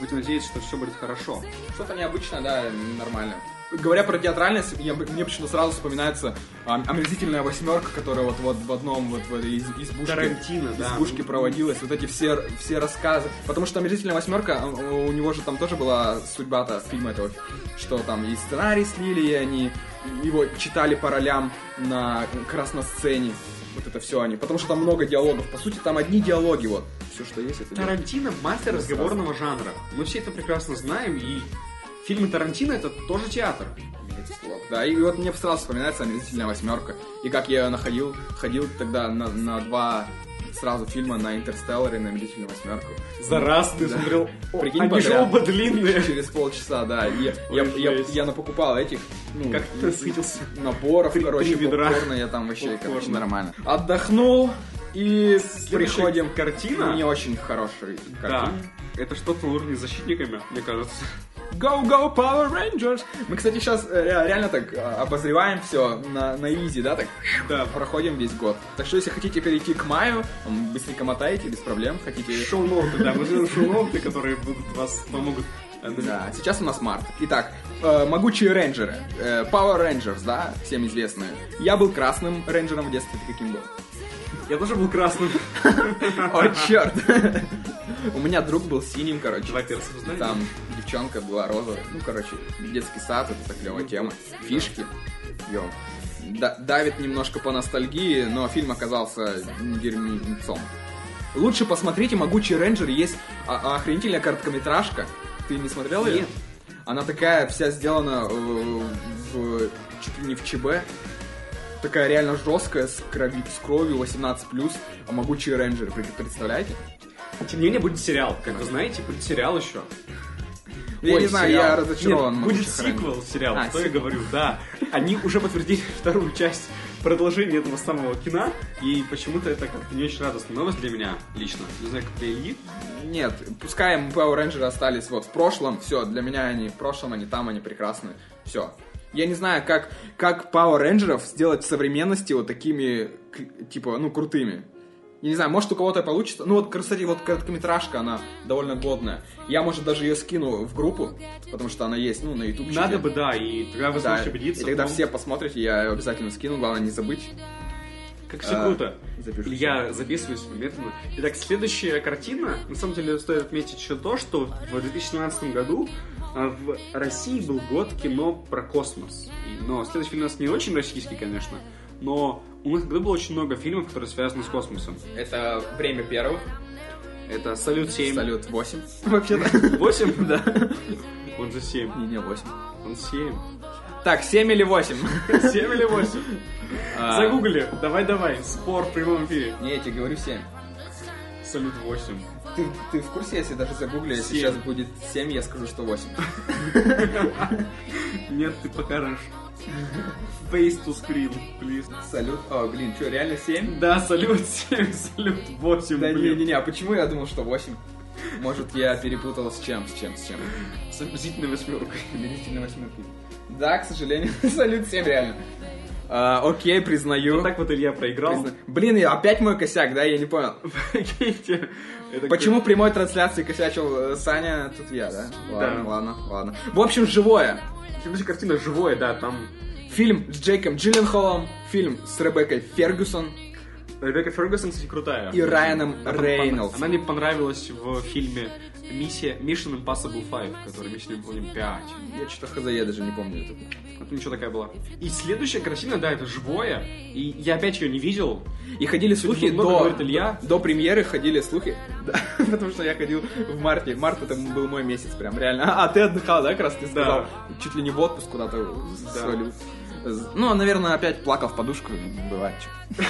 A: будем надеяться, что все будет хорошо.
B: Что-то необычное, да, нормально. Говоря про театральность, я- мне почему-то сразу вспоминается а, омерзительная восьмерка, которая вот, вот в одном вот в этой из- избушке,
A: Тарантино, да.
B: избушке проводилась, вот эти все, все рассказы. Потому что омерзительная восьмерка, а, у него же там тоже была судьба-то фильма этого, что там и сценарий слили, и они его читали по ролям на красносцене. Вот это все они. Потому что там много диалогов. По сути, там одни диалоги вот. Все, что есть, это диалоги.
A: Тарантино мастер разговорного жанра. Мы все это прекрасно знаем, и фильмы Тарантино это тоже театр.
B: Вот, Да, и вот мне сразу вспоминается «Омерзительная восьмерка». И как я находил, ходил тогда на, на два сразу фильма на «Интерстеллар» и на «Омерзительную восьмерку».
A: За раз ты смотрел. О,
B: Прикинь,
A: Они же
B: подряд.
A: оба длинные.
B: Через полчаса, да. и Я, я,
A: Ой,
B: я,
A: жесть.
B: я напокупал этих ну,
A: (laughs)
B: (laughs)
A: Как ты насытился.
B: наборов,
A: Три-
B: короче,
A: три ведра.
B: попкорна, я там вообще, короче,
A: Попкорна.
B: нормально. Отдохнул и
A: Следующая
B: приходим к
A: картина.
B: не очень хорошей
A: Да.
B: картине.
A: Это что-то на уровне с защитниками, мне кажется.
B: Go, go, Power Rangers! Мы, кстати, сейчас реально так э, обозреваем все на, на изи, да, так
A: Да,
B: проходим весь год. Так что, если хотите перейти к маю, м, быстренько мотаете, без проблем. Хотите...
A: Шоу-ноуты, да, мы сделаем шоу-ноуты, которые будут вас помогут. э, навиг-
B: Да, а сейчас у нас март. Итак, э, могучие рейнджеры. Э, Power Rangers, да, всем известные. Я был красным рейнджером в детстве,
A: (laughs)
B: ты каким был?
A: Я тоже был красным.
B: О, черт! (laughs) У меня друг был синим, короче.
A: Два перца, вы знаете?
B: Там девчонка была розовая. Ну, короче, детский сад, это так клевая тема. Фишки. Йо. Да- давит немножко по ностальгии, но фильм оказался дерьмецом. Лучше посмотрите «Могучий рейнджер». Есть о- охренительная короткометражка. Ты не смотрел ее?
A: Нет.
B: Она такая вся сделана э, в, чуть ли не в ЧБ. Такая реально жесткая, с, крови, с кровью 18+, а «Могучие рейнджеры». Пред- Представляете?
A: Тем не менее, будет сериал. Как вы знаете, будет сериал еще.
B: я
A: Ой,
B: не знаю,
A: сериал.
B: я разочарован.
A: Нет,
B: «Могучих
A: будет
B: рейнджерах».
A: сиквел сериал,
B: А,
A: что я
B: сиквел.
A: говорю, да. Они уже подтвердили (laughs) вторую часть продолжения этого самого кино, и почему-то это как-то не очень радостная новость для меня лично. Не знаю, как для Ильи.
B: Нет, пускай Power Rangers остались вот в прошлом, все, для меня они в прошлом, они там, они прекрасны, все. Я не знаю, как, как Power Rangers сделать в современности вот такими, к- типа, ну, крутыми. Я не знаю, может у кого-то получится. Ну вот, кстати, вот короткометражка, она довольно годная. Я, может, даже ее скину в группу, потому что она есть, ну, на YouTube.
A: Надо бы, да, и тогда вы
B: да,
A: сможете убедиться.
B: и тогда
A: в том,
B: все посмотрите, я её обязательно скину, главное не забыть.
A: Как все
B: А,
A: круто.
B: запишу.
A: Я записываюсь медленно. Итак, следующая картина. На самом деле стоит отметить еще то, что в 2017 году а, в России был год кино про космос. И- Но следующий фильм у нас не очень российский, конечно, но у нас тогда было очень много фильмов, которые связаны с космосом.
B: Это время первых.
A: Это «Салют 7»,
B: Салют 8. Вообще-то.
A: 8», (laughs) да. Он же 7.
B: (laughs) Не, не 8.
A: Он (laughs) 7.
B: Так, 7 или (laughs) 8?
A: 7 или 8? А. Загугли. Давай-давай. Спор в прямом эфире.
B: Не, я тебе говорю 7.
A: «Салют 8».
B: Ты, ты в курсе, если даже загугли, если
A: Семь.
B: сейчас будет 7, я скажу, что (laughs) 8.
A: Нет, ты покажешь. Face to screen, please.
B: Салют. О, блин, что, реально 7?
A: Да, салют 7, салют 8,
B: Да
A: блин.
B: не-не-не, а почему я думал, что 8? Может, я перепутал с чем, с чем, с чем?
A: С омерзительной восьмеркой.
B: (laughs) Приблизительно восьмерки. Да, к сожалению, салют 7 реально. А, окей, признаю.
A: Вот так вот Илья проиграл.
B: Призна- Блин, и опять мой косяк, да, я не понял.
A: Прикиньте. Это
B: Почему в прямой трансляции косячил э, Саня, тут я, да? Ладно,
A: Да.
B: ладно, ладно. В общем, живое.
A: какая- Следующая картина живое, да, там
B: Фильм с Джейком Джилленхолом, фильм с Ребеккой Фергюсон
A: Ребекка Фергюсон, кстати, крутая.
B: и Райаном
A: Она пон-
B: Рейнольдсом.
A: Она мне понравилась в фильме Миссия Mission Impossible 5, который Mission Impossible 5.
B: Я что-то хз, я даже не помню это.
A: Вот ничего такая была. И следующая картина, да, это живое. И я опять ее не видел.
B: И ходили слухи
A: много
B: до,
A: говорит Илья.
B: до премьеры, ходили слухи, (laughs) Да, потому что я ходил в марте. Март это был мой месяц прям, реально. А ты отдыхал, да, как раз ты сказал? Чуть ли не в отпуск куда-то
A: Да.
B: свалил. Ну, наверное, опять плакал в подушку, бывает
A: (laughs)
B: чё.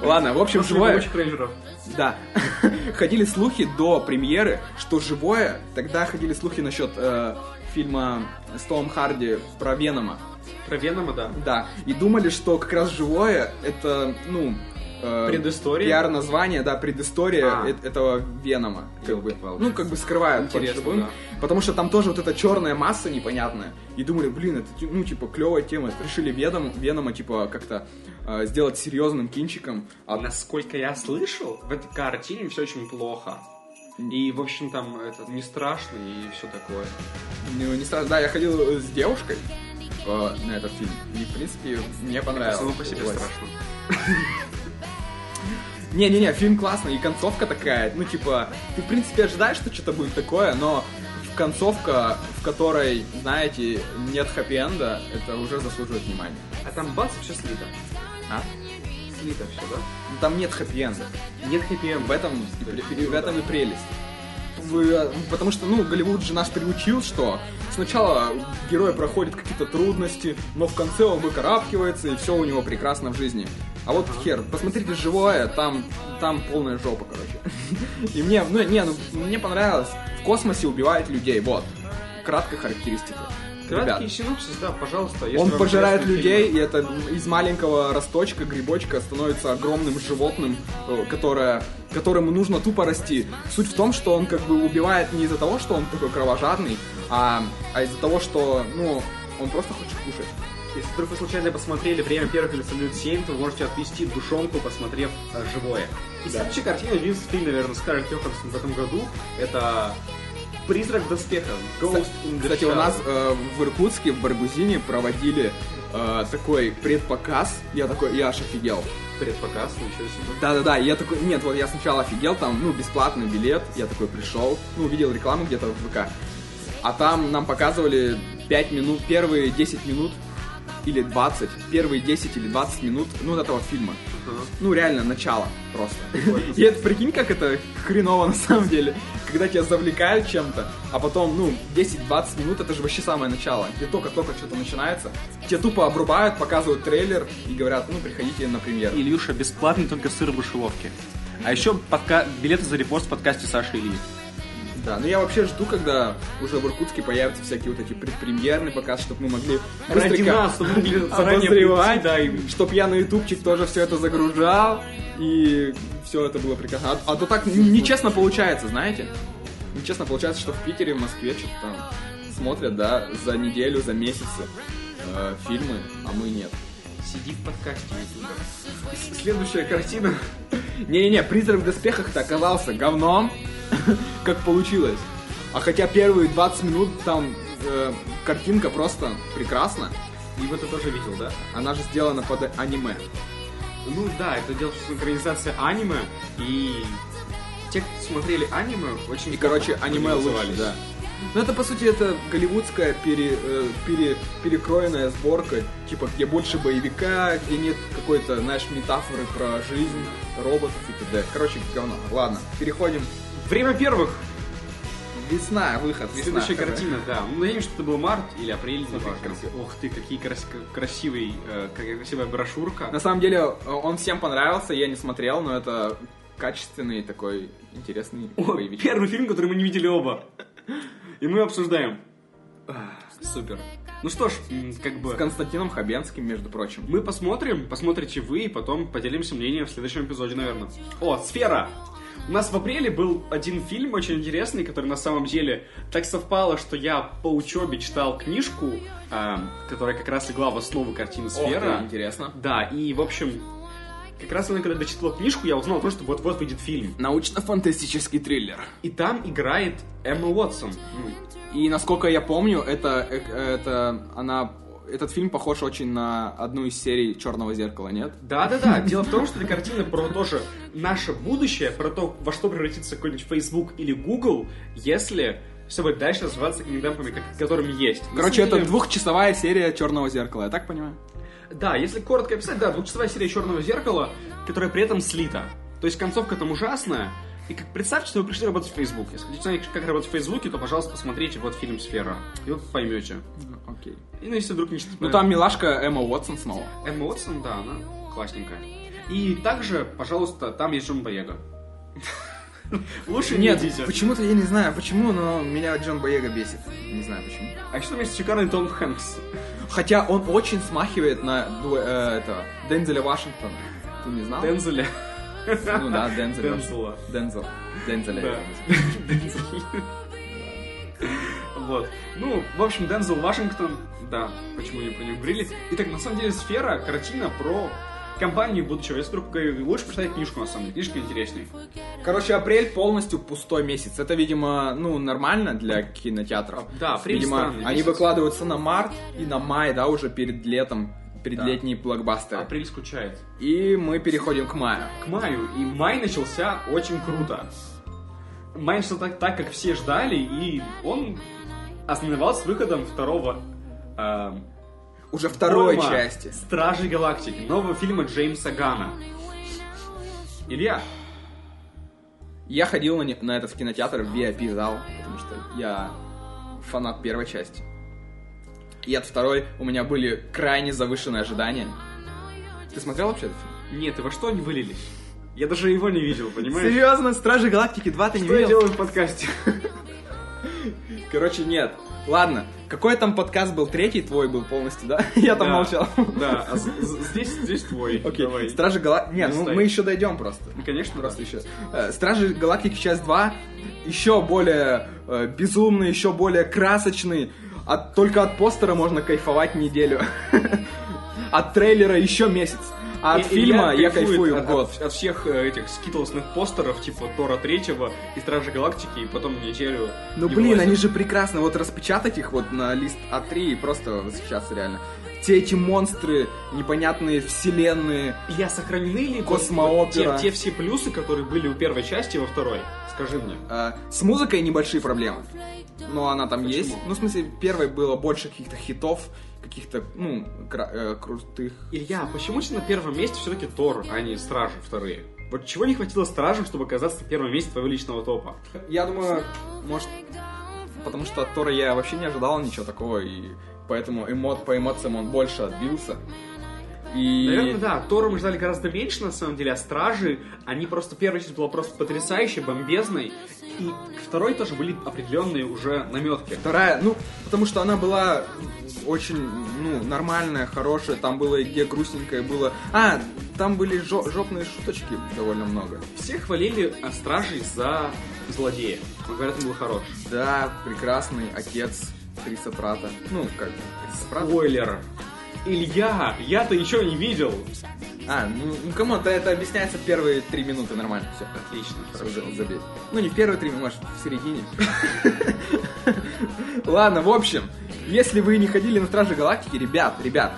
B: Ладно, в общем,
A: После
B: живое...
A: «Могучих рейнджеров».
B: Да. (laughs) Ходили слухи до премьеры, что живое. Тогда ходили слухи насчет э, фильма с Томом Харди про Венома.
A: Про Венома, да.
B: Да. И думали, что как раз живое это, ну... э,
A: Предыстория?
B: Пиар-название, да, предыстория
A: А.
B: э- этого Венома. Как бы,
A: Ёлки-палки.
B: ну, как бы скрывают под
A: Интересно,
B: живым.
A: да.
B: Потому что там тоже вот эта черная масса непонятная. И думали, блин, это, ти- ну, типа, клевая тема. Решили Веном, Венома, типа, как-то э, сделать серьезным кинчиком.
A: А
B: А
A: насколько я слышал, в этой картине все очень плохо. И, в общем, там это не страшно и все такое.
B: Ну, не страшно. Да, я ходил э, с девушкой э, на этот фильм. И, в принципе, мне понравилось.
A: Само по себе
B: Вот.
A: страшно.
B: Не-не-не, фильм классный, и концовка такая. Ну, типа, ты, в принципе, ожидаешь, что что-то будет такое, но в концовка, в которой, знаете, нет хэппи-энда, это уже заслуживает внимания.
A: А там бац, все слито.
B: А?
A: Слито все, да?
B: Ну, Там нет хэппи-энда.
A: Нет хэппи
B: В этом, и пре- и в
A: Ну, да.
B: этом и прелесть. В- потому что, ну, Голливуд же нас приучил, что сначала герой проходит какие-то трудности, но в конце он выкарабкивается, и все у него прекрасно в жизни. А вот хер, посмотрите живое, там, там полная жопа, короче. (laughs) И мне, ну, не, ну, мне понравилось. В космосе убивает людей, вот. Краткая характеристика.
A: Краткий
B: Ребят,
A: синопсис, да, пожалуйста. если
B: он
A: вам
B: пожирает
A: интересны
B: людей,
A: фильмы.
B: и это из маленького росточка, грибочка становится огромным животным, э, которое, которому нужно тупо расти. Суть в том, что он как бы убивает не из-за того, что он такой кровожадный, а, а из-за того, что, ну, он просто хочет кушать.
A: Если вдруг вы случайно посмотрели «Время первых» или «Салют 7», то вы можете отвести душонку, посмотрев э, «Живое». И следующая картина единственный фильм, наверное, Скарлетт Йоханссон в этом году. Это «Призрак в доспехах». Ghost in the
B: Кстати, у
A: Shell.
B: нас э, в Иркутске, в Баргузине проводили э, такой предпоказ. Я такой, я аж офигел.
A: Предпоказ, ну, ничего себе.
B: Да-да-да, я такой, нет, вот я сначала офигел, там, ну, бесплатный билет, я такой пришел, ну, увидел рекламу где-то в ВК, а там нам показывали 5 минут, первые 10 минут или 20, первые 10 или 20 минут, ну, вот этого фильма.
A: Ага.
B: Ну, реально, начало просто. И это, прикинь, как это хреново на самом деле, когда тебя завлекают чем-то, а потом, ну, 10-20 минут, это же вообще самое начало, где только-только что-то начинается, тебя тупо обрубают, показывают трейлер и говорят, ну, приходите на премьеру.
A: Ильюша, бесплатный только сыр в мышеловке. А еще подка... билеты за репост в подкасте Саши Ильи.
B: Да, ну я вообще жду, когда уже в Иркутске появятся всякие вот эти предпремьерные показ, чтобы мы могли
A: Ради
B: быстренько
A: нас, чтобы мы
B: (laughs)
A: могли заранее
B: обозревать,
A: прийти, да, и-
B: чтоб я на ютубчик тоже все это загружал, и все это было прекрасно. А, а то так н- нечестно получается, знаете? Нечестно получается, что в Питере, в Москве что-то там смотрят, да, за неделю, за месяцы э, фильмы, а мы нет.
A: Сиди в подкасте Ютуба.
B: И с- Следующая картина. Не-не-не, призрак в доспехах-то оказался говном. (laughs) Как получилось. А хотя первые 20 минут там э, картинка просто прекрасна.
A: Его ты тоже видел, да?
B: Она же сделана под аниме.
A: Ну да, это дело, что экранизация аниме, и те, кто смотрели аниме, очень...
B: И, короче,
A: плохо
B: аниме лучше,
A: назывались.
B: да. Ну это, по сути, это голливудская пере, э, пере- перекроенная сборка, типа, где больше боевика, где нет какой-то, знаешь, метафоры про жизнь, роботов и т.д. Короче, говно. Ладно, переходим.
A: Время первых!
B: Весна, выход, весна.
A: Следующая
B: хз.
A: картина, да. Ну, надеемся, что это был март или апрель,
B: Смотри,
A: неважно.
B: как красиво.
A: Ох ты, какие крас- красивый, э, какая красивая брошюрка.
B: На самом деле, э, он всем понравился, я не смотрел, но это качественный такой интересный
A: О,
B: боевик.
A: первый фильм, который мы не видели оба. И мы обсуждаем. Супер. Ну что ж, м, как бы...
B: С Константином Хабенским, между прочим.
A: Мы посмотрим, посмотрите вы, и потом поделимся мнением в следующем эпизоде, наверное. О, сфера!
E: У нас в апреле был один фильм очень интересный, который на самом деле так совпало, что я по учебе читал книжку, эм, которая как раз легла в основу картины
B: Сфера.
E: «Сфера».
B: Интересно.
E: Да, и, в общем, как раз именно когда дочитал книжку, я узнал то, что вот-вот выйдет фильм.
B: Научно-фантастический триллер.
E: И там играет Эмма Уотсон. Ну,
B: И насколько я помню, это, э, это она, этот фильм похож очень на одну из серий Черного зеркала, нет?
E: Да-да-да, дело в том, что эта картина про тоже наше будущее, про то, во что превратится какой-нибудь Facebook или Google, если все будет дальше развиваться теми темпами, как- которыми есть. На
B: Короче,
E: самом
B: это
E: деле-
B: двухчасовая серия Черного зеркала, я так понимаю?
E: Да, если коротко описать, да, двухчасовая серия черного зеркала, которая при этом слита. То есть концовка там ужасная. И как представьте, что вы пришли работать в Facebook. Если хотите знать, как работать в Фейсбуке, то, пожалуйста, посмотрите вот фильм Сфера. И вы поймете.
B: Окей.
E: И ну, если вдруг не читаете-
B: Ну там милашка Эмма Уотсон снова.
E: Эмма Уотсон, да, она классненькая. И также, пожалуйста, там есть Джон Боега. Лучше не
B: Нет,
E: идите.
B: почему-то я не знаю почему, но меня Джон Боега бесит. Не знаю почему.
E: А еще там есть шикарный Том Хэнкс.
B: Хотя он очень смахивает на дуэ- э, этого, Дензеля Вашингтона. Ты не знал?
E: Дензеля.
B: Ну да, Дензель.
E: Дензела.
B: Дензел. Дензеля.
E: Да. Дензел. Вот. Ну, в общем, Дензел Вашингтон, да, почему не про него говорили. Итак, на самом деле, сфера, картина про компанию будущего. Если вдруг говорю, лучше почитать книжку, на самом деле. Книжка интереснее.
B: Короче, апрель полностью пустой месяц. Это, видимо, ну, нормально для кинотеатров.
E: А, Да, апрель
B: Видимо,
E: странный
B: они
E: месяц.
B: выкладываются на март и на май, да, уже перед летом, перед
E: Да.
B: летние блокбастеры.
E: Апрель А, скучает.
B: И мы переходим к маю.
E: к маю, и май начался очень круто. Май начался так, так как все ждали, и он остановился с выходом второго э,
B: Уже второй
E: тома
B: части.
E: Стражи Галактики, нового фильма Джеймса Гана. Илья,
B: Я ходил на, не- на этот кинотеатр в VIP-зал, потому что я фанат первой части. И от второй у меня были крайне завышенные ожидания. Ты смотрел вообще этот фильм?
E: нет, и во что они вылились? Я даже его не видел, понимаешь?
B: Серьезно, Стражи Галактики 2 ты не
E: Что я
B: видел?
E: делаю в подкасте?
B: Короче, нет. Ладно, какой там подкаст был? Третий твой был полностью, да? (laughs) Я там
E: Да.
B: молчал.
E: Да, а з- з- здесь, здесь твой.
B: Окей,
E: Давай.
B: Стражи Галактики... Нет,
E: Не
B: ну,
E: стоит.
B: мы еще дойдем просто.
E: Ну, Конечно, раз.
B: Просто еще. Э, Стражи Галактики часть 2 еще более э, безумный, еще более красочный. От, только от постера можно кайфовать неделю. (laughs) От трейлера еще месяц. А от
E: И-
B: фильма
E: Илья
B: я
E: кайфует
B: кайфую
E: от,
B: год.
E: От, от всех э, этих скитлсных постеров, типа Тора Третьего и Стражи Галактики, и потом неделю...
B: Ну
E: не
B: блин,
E: вылазит.
B: они же прекрасны. Вот распечатать их вот на лист А3 и просто восхищаться реально. Все эти монстры, непонятные вселенные.
E: Я сохранены ли...
B: Космоопера.
E: Те, те все плюсы, которые были у первой части и во второй? Скажи мне.
B: Э, С музыкой небольшие проблемы. Но она там
E: Почему?
B: есть. Ну, в смысле, первой было больше каких-то хитов, каких-то, ну, кра- э, крутых.
E: Илья, а почему же на первом месте все-таки Тор, а не Стражи вторые? Вот чего не хватило Стражам, чтобы оказаться на первом месте твоего личного топа?
B: Я думаю, может, потому что от Тора я вообще не ожидал ничего такого, и поэтому эмо- по эмоциям он больше отбился. И...
E: Наверное, да. Тора мы ждали гораздо меньше, на самом деле, а Стражи, они просто... Первая часть была просто потрясающей, бомбезной, и к второй тоже были определенные уже наметки.
B: Вторая, ну, потому что она была очень, ну, нормальная, хорошая, там было и где грустненькое было. А, там были жо- жопные шуточки довольно много.
E: Все хвалили э, Стражей за злодея. Говорят, он был хорош.
B: Да, прекрасный отец Криса Прата. Ну, как бы, Криса Прата.
E: Спойлер. Илья, я-то еще не видел.
B: А, ну, ну кому да, это объясняется в первые три минуты нормально. Все,
E: Отлично, хорошо.
B: хорошо, забей. Ну, не в первые три, может, в середине. (laughs) Ладно, в общем, если вы не ходили на Стражи Галактики, ребят, ребят,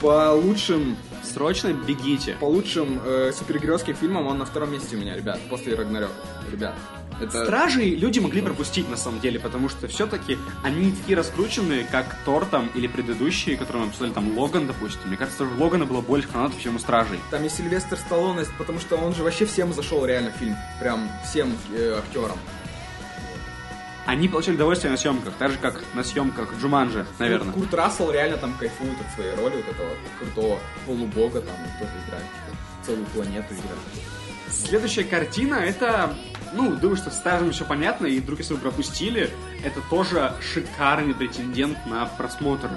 B: по лучшим
E: Срочно бегите.
B: по лучшим э, супергеройским фильмам он на втором месте у меня, ребят, после Рагнарёка. Ребят, это...
E: Стражей люди могли пропустить на самом деле, потому что все-таки они не такие раскрученные, как Тор там или предыдущие, которые мы обсуждали, там Логан, допустим. Мне кажется, у Логана было больше фанатов, чем у Стражей.
B: Там и Сильвестр Сталлоне, потому что он же вообще всем зашел реально фильм, прям всем э, актерам.
E: Они получали удовольствие на съемках, так же как на съемках Джуманджи, наверное.
B: Курт Рассел реально там кайфует от своей роли вот этого крутого полубога там, и тоже играет, типа, целую планету играет.
E: Следующая картина это, ну, думаю, что стажем все понятно, и вдруг если вы пропустили, это тоже шикарный претендент на просмотр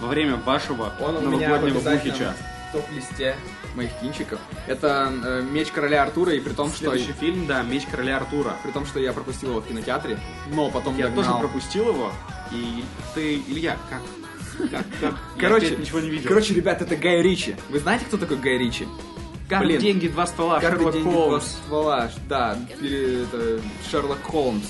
E: во время вашего
B: Он у меня в
E: новогоднего
B: обязательном
E: бухича.
B: топ-листе моих кинчиков. Это э, «Меч короля Артура», и при том, что...
E: Следующий фильм, да, «Меч короля Артура».
B: При том, что я пропустил его в кинотеатре, но потом
E: Я тоже
B: догнал.
E: пропустил его, и ты, Илья, как? Как? как?
B: Короче,
E: я опять ничего не видел.
B: Короче, ребят, это Гай Ричи. Вы знаете, кто такой Гай Ричи? Как
E: Блин, деньги, два ствола,
B: Карты,
E: А Шерлок
B: деньги, два
E: Холмс.
B: ствола, да, или это Шерлок Холмс.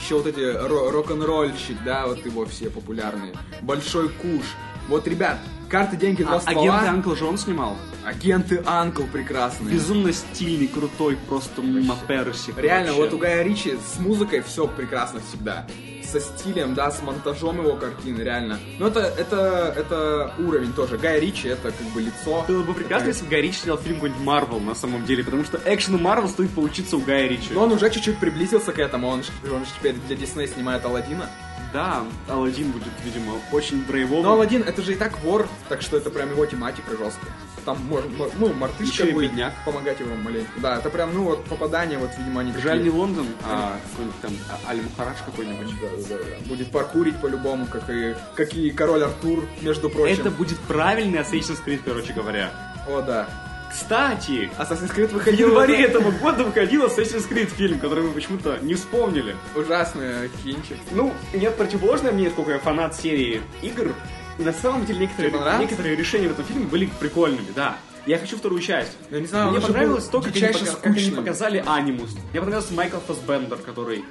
B: Еще вот эти ро- рок-н-ролльщик, да, вот его все популярные. Большой куш. Вот, ребят, карты, деньги, два
E: А-
B: ствола.
E: Агенты Анкл Джон снимал?
B: Агенты Анкл прекрасные.
E: Безумно стильный, крутой, просто маперсик.
B: Реально,
E: вообще.
B: вот у Гая Ричи с музыкой все прекрасно всегда. Со стилем, да, с монтажом его картины, реально. Но это, это, это уровень тоже. Гай Ричи это как бы лицо.
E: Было бы прекрасно,
B: которое-
E: если бы Гай Ричи снял фильм какой-нибудь Марвел на самом деле, потому что экшену Марвел стоит поучиться у Гая Ричи.
B: Но он уже чуть-чуть приблизился к этому. Он, ж- он ж теперь для Дисней снимает Алладина.
E: Да, Алладин будет, видимо, очень драйвовым.
B: Но Алладин Ну, это же и так вор, так что это прям его тематика жесткая. Там может, мо- ну, мартышка
E: Еще и
B: будет
E: бедняк.
B: помогать ему маленько. Да, это прям, ну вот попадание, вот, видимо, они
E: Жаль не
B: такие.
E: Лондон, а какой-нибудь там а- Аль Мухарадж какой-нибудь.
B: Да, да, да. Будет паркурить по-любому, как и, как и король Артур, между прочим.
E: Это будет правильный Assassin's Creed, короче говоря.
B: О, да.
E: Кстати,
B: Assassin's Creed
E: в
B: выходил...
E: январе этого года выходил Assassin's Creed фильм, который мы почему-то не вспомнили.
B: Ужасный кинчик.
E: Ну, нет противоположное мне, сколько я фанат серии игр. И на самом деле некоторые,
B: Тебе понравилось?
E: некоторые решения в этом фильме были прикольными, да. Я хочу вторую часть.
B: Ну, Я не знаю,
E: Мне
B: он же
E: понравилось
B: был
E: то, как они,
B: дичайше
E: пока- как они
B: скучным.
E: показали Анимус. Мне понравился Майкл Фасбендер, который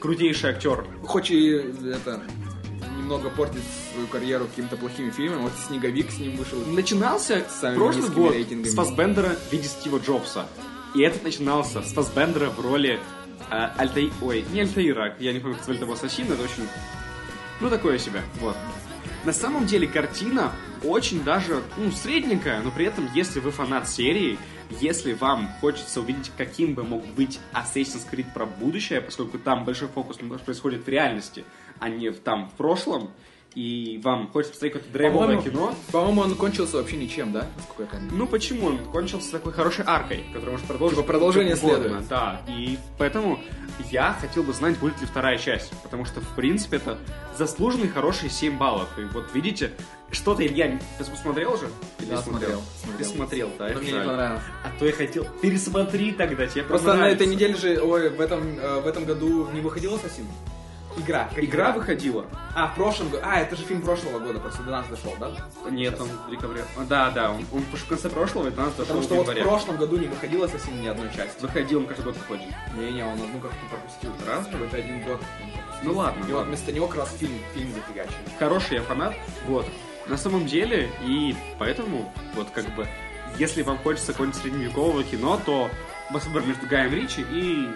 E: крутейший актер.
B: Хоть и это немного портит свою карьеру какими-то плохими фильмами. Вот «Снеговик» с ним вышел.
E: Начинался
B: Самыми
E: прошлый
B: низкими
E: год
B: рейтингами.
E: с Фасбендера в виде Стива Джобса. И этот начинался с Фасбендера в роли э, Альтай... Ой, не Альтаира, я не помню, как звали того ассасина, это очень... Ну, такое себе, вот. На самом деле картина очень даже, ну, средненькая, но при этом, если вы фанат серии, если вам хочется увидеть, каким бы мог быть Assassin's Creed про будущее, поскольку там большой фокус ну, происходит в реальности, а не в- там в прошлом, и вам хочется посмотреть какое-то драйвовое
B: По-моему,
E: кино,
B: По-моему, он кончился вообще ничем, да? Насколько я помню.
E: ну почему он кончился такой хорошей аркой, которая может продолжить.
B: Типа, продолжение
E: как угодно,
B: следует.
E: Да, и поэтому я хотел бы знать, будет ли вторая часть, потому что, в принципе, это заслуженный хороший 7 баллов. И вот видите, что-то, Илья, ты посмотрел же? Или
B: Да,
E: не
B: смотрел.
E: Ты смотрел, да,
B: Но мне не
E: жаль.
B: понравилось.
E: А то я хотел, пересмотри тогда, тебе
B: Просто на этой
E: понравится.
B: неделе же, ой, в этом, э, в этом году не выходил «Ассасин»? Игра. как
E: Игра выходила?
B: А, в прошлом году. А, это же фильм прошлого года, просто до нас дошел, да?
E: Нет, он в декабре. Да, да, он, он в конце прошлого, и до нас дошел
B: Потому
E: в
B: что вот в
E: январе.
B: прошлом году не выходило совсем ни одной части.
E: Выходил, он каждый год выходит.
B: Не-не, он одну как-то пропустил. Раз, какой-то один год. он пропустил.
E: Ну ладно,
B: И вот
E: ладно.
B: вместо него как раз фильм, фильм зафигачили.
E: хороший я фанат, вот, на самом деле, и поэтому, вот, как бы, если вам хочется какого-нибудь средневекового кино, то вас выбор между Гаем Ричи и...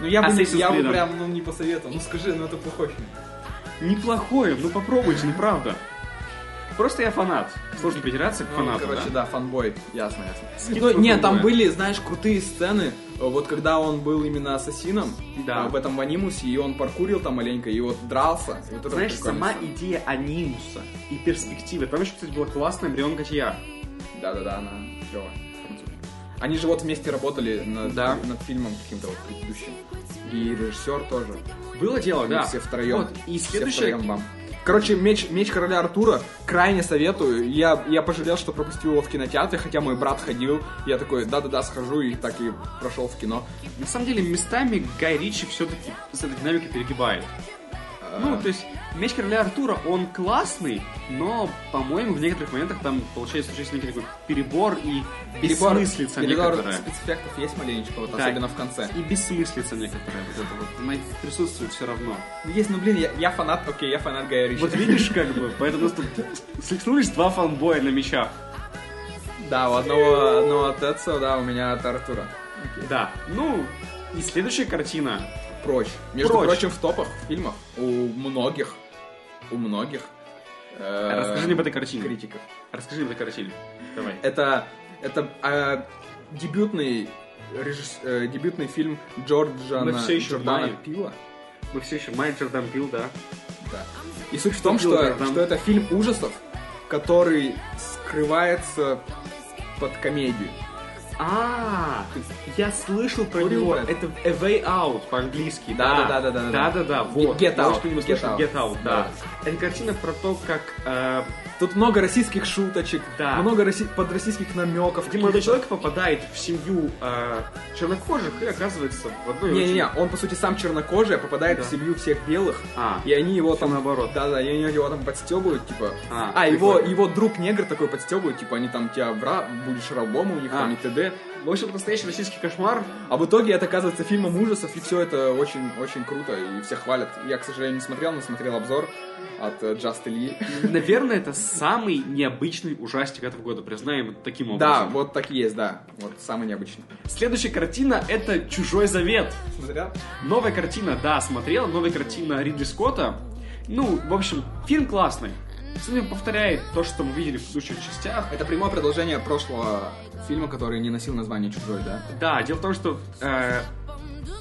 B: Ну я бы, не-
E: А Assassin's
B: я бы
E: Creed.
B: прям ну, не посоветовал. Ну скажи, ну это плохой фильм.
E: Неплохое, ну попробуйте, ну правда. Просто я фанат. Сложно придираться к
B: Ну,
E: фанату,
B: короче,
E: да.
B: да. фанбой, ясно, ясно.
E: Скидку
B: ну, нет, там
E: фанбоя.
B: были, знаешь, крутые сцены, э, вот когда он был именно ассасином,
E: Да.
B: э, в этом в анимусе, и он паркурил там маленько, и вот дрался. И вот это
E: Знаешь,
B: прикольно
E: сама
B: стало.
E: идея анимуса и перспективы. Там еще, кстати, была классная Брион Готьяр.
B: Да-да-да, она клевая. Они же вот вместе работали над,
E: Да.
B: над фильмом каким-то вот предыдущим. И режиссер тоже.
E: Было дело,
B: Они
E: да.
B: Все втроем.
E: Вот, и
B: Все
E: следующая...
B: втроем бам. Короче, меч, меч короля Артура крайне советую. Я, я пожалел, что пропустил его в кинотеатре, хотя мой брат ходил. Я такой, да-да-да, схожу и так и прошел в кино.
E: На самом деле, местами Гай Ричи все-таки с этой динамикой перегибает. Ну,
B: Э,
E: то есть, меч короля Артура, он классный, но, по-моему, в некоторых моментах там получается случается некий такой перебор и
B: перебор-
E: бессмыслица
B: перебор
E: некоторая.
B: спецэффектов есть маленечко, вот
E: Да.
B: особенно в конце.
E: И бессмыслица некоторая вот это вот. Она присутствует все равно.
B: Есть, ну блин, я, я фанат, окей, я фанат Гая Ричи.
E: (laughs) Вот видишь, как бы, поэтому у нас тут секснулись два фанбоя на мечах.
B: Да, у одного, одного от Эдса, да, у меня от Артура.
E: Да. Ну, и следующая картина.
B: Прочь. Между
E: Прочь.
B: прочим, в топах фильмов у многих, у многих э,
E: Расскажи мне об этой картине.
B: критиков.
E: Расскажи мне об этой картине. Давай.
B: Это, это э, дебютный, режисс- э, дебютный фильм Джорджана
E: Мы всё ещё в
B: Джордана
E: мае.
B: Пила.
E: Мы все еще Майджер Дампил, да?
B: Да. И суть в том,
E: Пил,
B: что,
E: Джордан.
B: что это фильм ужасов, который скрывается под комедию.
E: А, я слышал про
B: Курю,
E: него.
B: брат.
E: Это A Way Out по-английски.
B: Да, да, да, да, да, да.
E: Да, да, да. Вот.
B: Get
E: Я
B: Out,
E: очень много
B: Get
E: слышал.
B: Out.
E: Get Out, да. Это картина про то, как э,
B: Тут много российских шуточек,
E: Да.
B: много росси- подроссийских намеков.
E: один молодой человек попадает в семью э, чернокожих и оказывается в одной
B: Не-не-не,
E: очень-
B: он, по сути, сам чернокожий, а попадает
E: Да.
B: в семью всех белых,
E: А,
B: и они его
E: всё
B: там...
E: наоборот.
B: Да-да, и они его там подстебывают, типа...
E: А,
B: его,
E: прикольно.
B: его друг негр такой подстебывает, типа, они там тебя вра... будешь рабом, у них
E: А.
B: там и т.д.
E: В общем, настоящий российский кошмар.
B: А в итоге это оказывается фильмом ужасов, и все это очень-очень круто, и все хвалят. Я, к сожалению, не смотрел, но смотрел обзор от э, Just Ильи.
E: Наверное, это самый необычный ужастик этого года, признаем это таким
B: Да,
E: образом.
B: вот так и есть, да. Вот самый необычный.
E: Следующая картина — это «Чужой завет».
B: Смотрел?
E: Новая картина, да, смотрел. Новая картина Ридли Скотта. Ну, в общем, фильм классный. Фильм повторяет то, что мы видели в предыдущих частях.
B: Это прямое продолжение прошлого фильма, который не носил название «Чужой», да?
E: Да, дело в том, что э,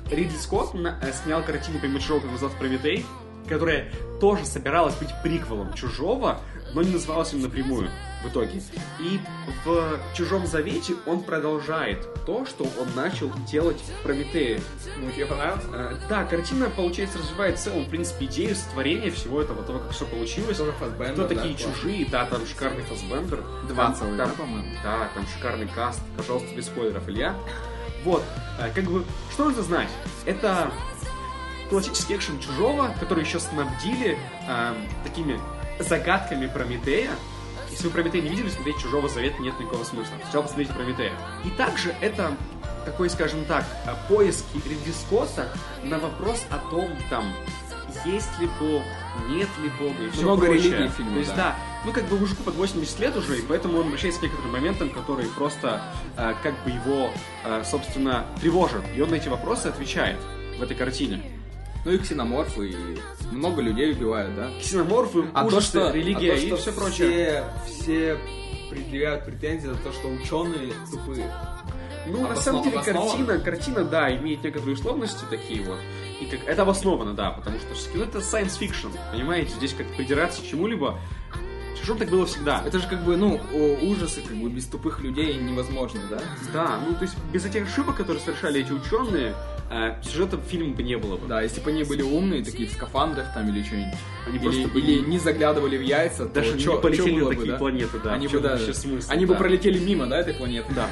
E: Ридли Скотт на- э, снял картину по шоу как назад Прометей, которая тоже собиралась быть приквелом Чужого, но не называлась им напрямую в итоге. И в Чужом Завете он продолжает то, что он начал делать в Прометее.
B: Ну, тебе понравилось?
E: Э, да, картина, получается, развивает в целом, в принципе, идею сотворения всего этого, того, как все получилось. Кто такие чужие, да, там шикарный фасбендер.
B: Ну, Два
E: Там-
B: целых,
E: там-
B: да, по-моему?
E: Да, там шикарный каст. Пожалуйста, без спойлеров, Илья. Вот, э, как бы, что нужно знать? Это классический экшен Чужого, который еще снабдили эм, такими загадками Прометея. Если вы Прометея не видели, смотреть Чужого Завета нет никакого смысла. Сначала посмотрите Прометея. И также это такой, скажем так, э, поиски Ридли Скотта на вопрос о том, там, есть ли Бог, нет ли Бога и всё
B: Много
E: прочее.
B: религий в фильме,
E: То есть,
B: да.
E: да, ну как бы мужику под 80 лет уже, и поэтому он обращается к некоторым моментам, которые просто э, как бы его, э, собственно, тревожат. И он на эти вопросы отвечает в этой картине.
B: Ну и ксеноморфы, и много людей убивают, да?
E: Ксеноморфы, ужасы,
B: а
E: религия
B: то, А что
E: и все прочее.
B: Все, все предъявляют претензии за то, что ученые тупые.
E: Ну, на
B: обоснов-
E: самом деле,
B: обосновано?
E: картина, картина, да, имеет некоторые условности такие вот. И как, это обосновано, да, потому что всё-таки, ну, это science fiction, понимаете? Здесь как-то придираться к чему-либо. Чужом так было всегда.
B: Это же как бы, ну, о- ужасы как бы без тупых людей невозможно, да?
E: Да, ну то есть без этих ошибок, которые совершали эти ученые, э, сюжета фильма бы не было бы.
B: Да, если бы они были умные, такие в скафандрах там или что-нибудь,
E: Они
B: или,
E: просто бы
B: или
E: не-
B: не заглядывали в яйца, то
E: Даже
B: чё-
E: не полетели
B: чё было
E: на
B: бы,
E: такие
B: да?
E: планеты, да.
B: Они,
E: в
B: бы,
E: чём
B: да,
E: вообще смысл,
B: они бы
E: да.
B: пролетели мимо, да, этой планеты?
E: Да.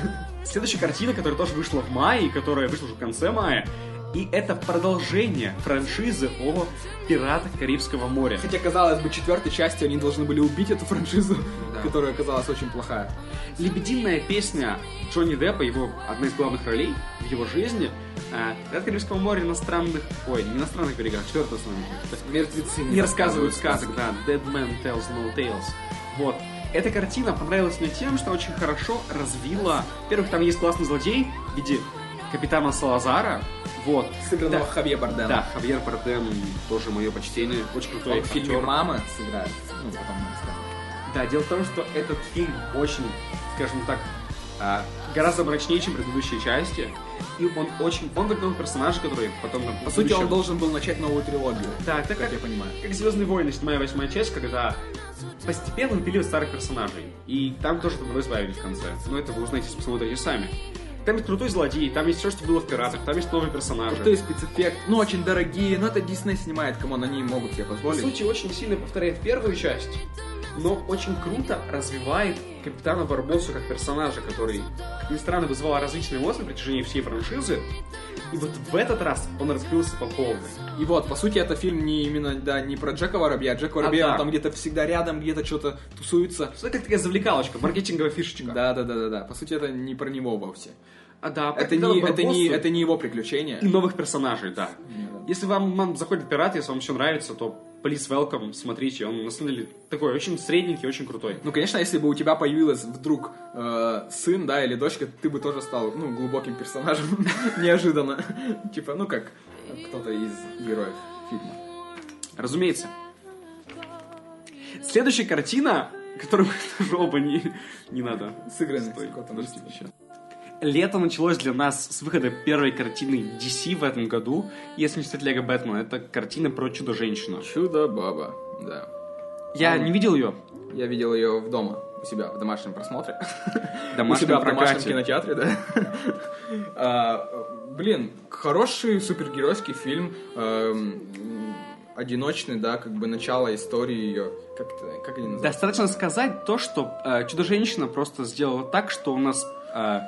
E: Следующая картина, которая тоже вышла в мае, и которая вышла уже в конце мая, и это продолжение франшизы о пиратах Карибского моря.
B: Хотя, казалось бы, четвертой части они должны были убить эту франшизу,
E: Да.
B: которая оказалась очень плохая.
E: Лебединая песня Джонни Деппа, его одна из главных ролей в его жизни, э, «Пираты Карибского моря» иностранных, ой, не иностранных берегах, четвертого основного.
B: Мертвецы
E: не рассказывают сказок, да. Dead Man Tells No Tales. Вот. Эта картина понравилась мне тем, что очень хорошо развила... Во-первых, там есть классный злодей в виде капитана Салазара. Вот.
B: Сыгранного
E: Да.
B: Хавье Бардена.
E: Да, Хавьер Бардем, тоже мое почтение. Очень крутой
B: Он в фильме
E: актер.
B: «Мама» сыграет. Ну, потом мы расскажем.
E: Да, дело в том, что этот фильм очень, скажем так, а, гораздо мрачнее, чем предыдущие части. И он очень... Он выгнал персонажа, который потом... там,
B: По
E: в
B: сути, он
E: будущем-
B: должен был начать новую трилогию.
E: Да, это
B: Как
E: как
B: я понимаю.
E: как Звездные войны, седьмая восьмая часть, когда постепенно пили старых персонажей. И там тоже того избавили в конце. Но это вы узнаете, если посмотрите сами. Там есть крутой злодей, там есть все, что было в пиратах, там есть новые персонажи.
B: Крутые спецэффект, ну, очень дорогие, но это Дисней снимает, камон, они могут себе
E: по
B: позволить.
E: сути, очень сильно повторяет первую часть, но очень круто развивает капитана Барбосу как персонажа, который, как ни странно, вызывал различные эмоции на протяжении всей франшизы. И вот в этот раз он раскрылся по полной.
B: И вот, по сути, это фильм не именно, да, не про Джека Воробья. Джек Воробей,
E: А, да.
B: он там где-то всегда рядом, где-то что-то тусуется.
E: Что это как такая завлекалочка, маркетинговая фишечка.
B: Да-да-да-да-да. По сути, это не про него вовсе.
E: А, да, про
B: Это
E: капитана
B: не, это, не,
E: Барбосу-
B: это не его приключение.
E: и новых персонажей, да.
B: Да.
E: Если вам, вам заходит пират, если вам все нравится, то please welcome, смотрите. Он на самом деле такой очень средненький, очень крутой.
B: Ну, конечно, если бы у тебя появилась вдруг э, сын, да, или дочка, ты бы тоже стал, ну, глубоким персонажем (laughs) неожиданно. Типа, ну, как кто-то из героев фильма.
E: Разумеется. Следующая картина, которую мы (laughs) тоже оба не, не надо.
B: Сыгранный
E: Стой,
B: с котом.
E: подожди,
B: Ростовым.
E: Лето началось для нас с выхода первой картины DC в этом году, если не считать Лего Бэтмена. Это картина про Чудо-женщину.
B: Чудо-баба, да.
E: Я не видел ее.
B: Я видел ее в дома. у себя в домашнем просмотре. (laughs) У
A: Домашнем
B: себя в домашнем
A: прокате.
B: кинотеатре, да. (laughs) А, Блин, хороший супергеройский фильм. эм, Одиночный, да, как бы начало истории ее. Как, это- как они называются?
E: Достаточно сказать то, что э, Чудо-женщина просто сделала так, что у нас э,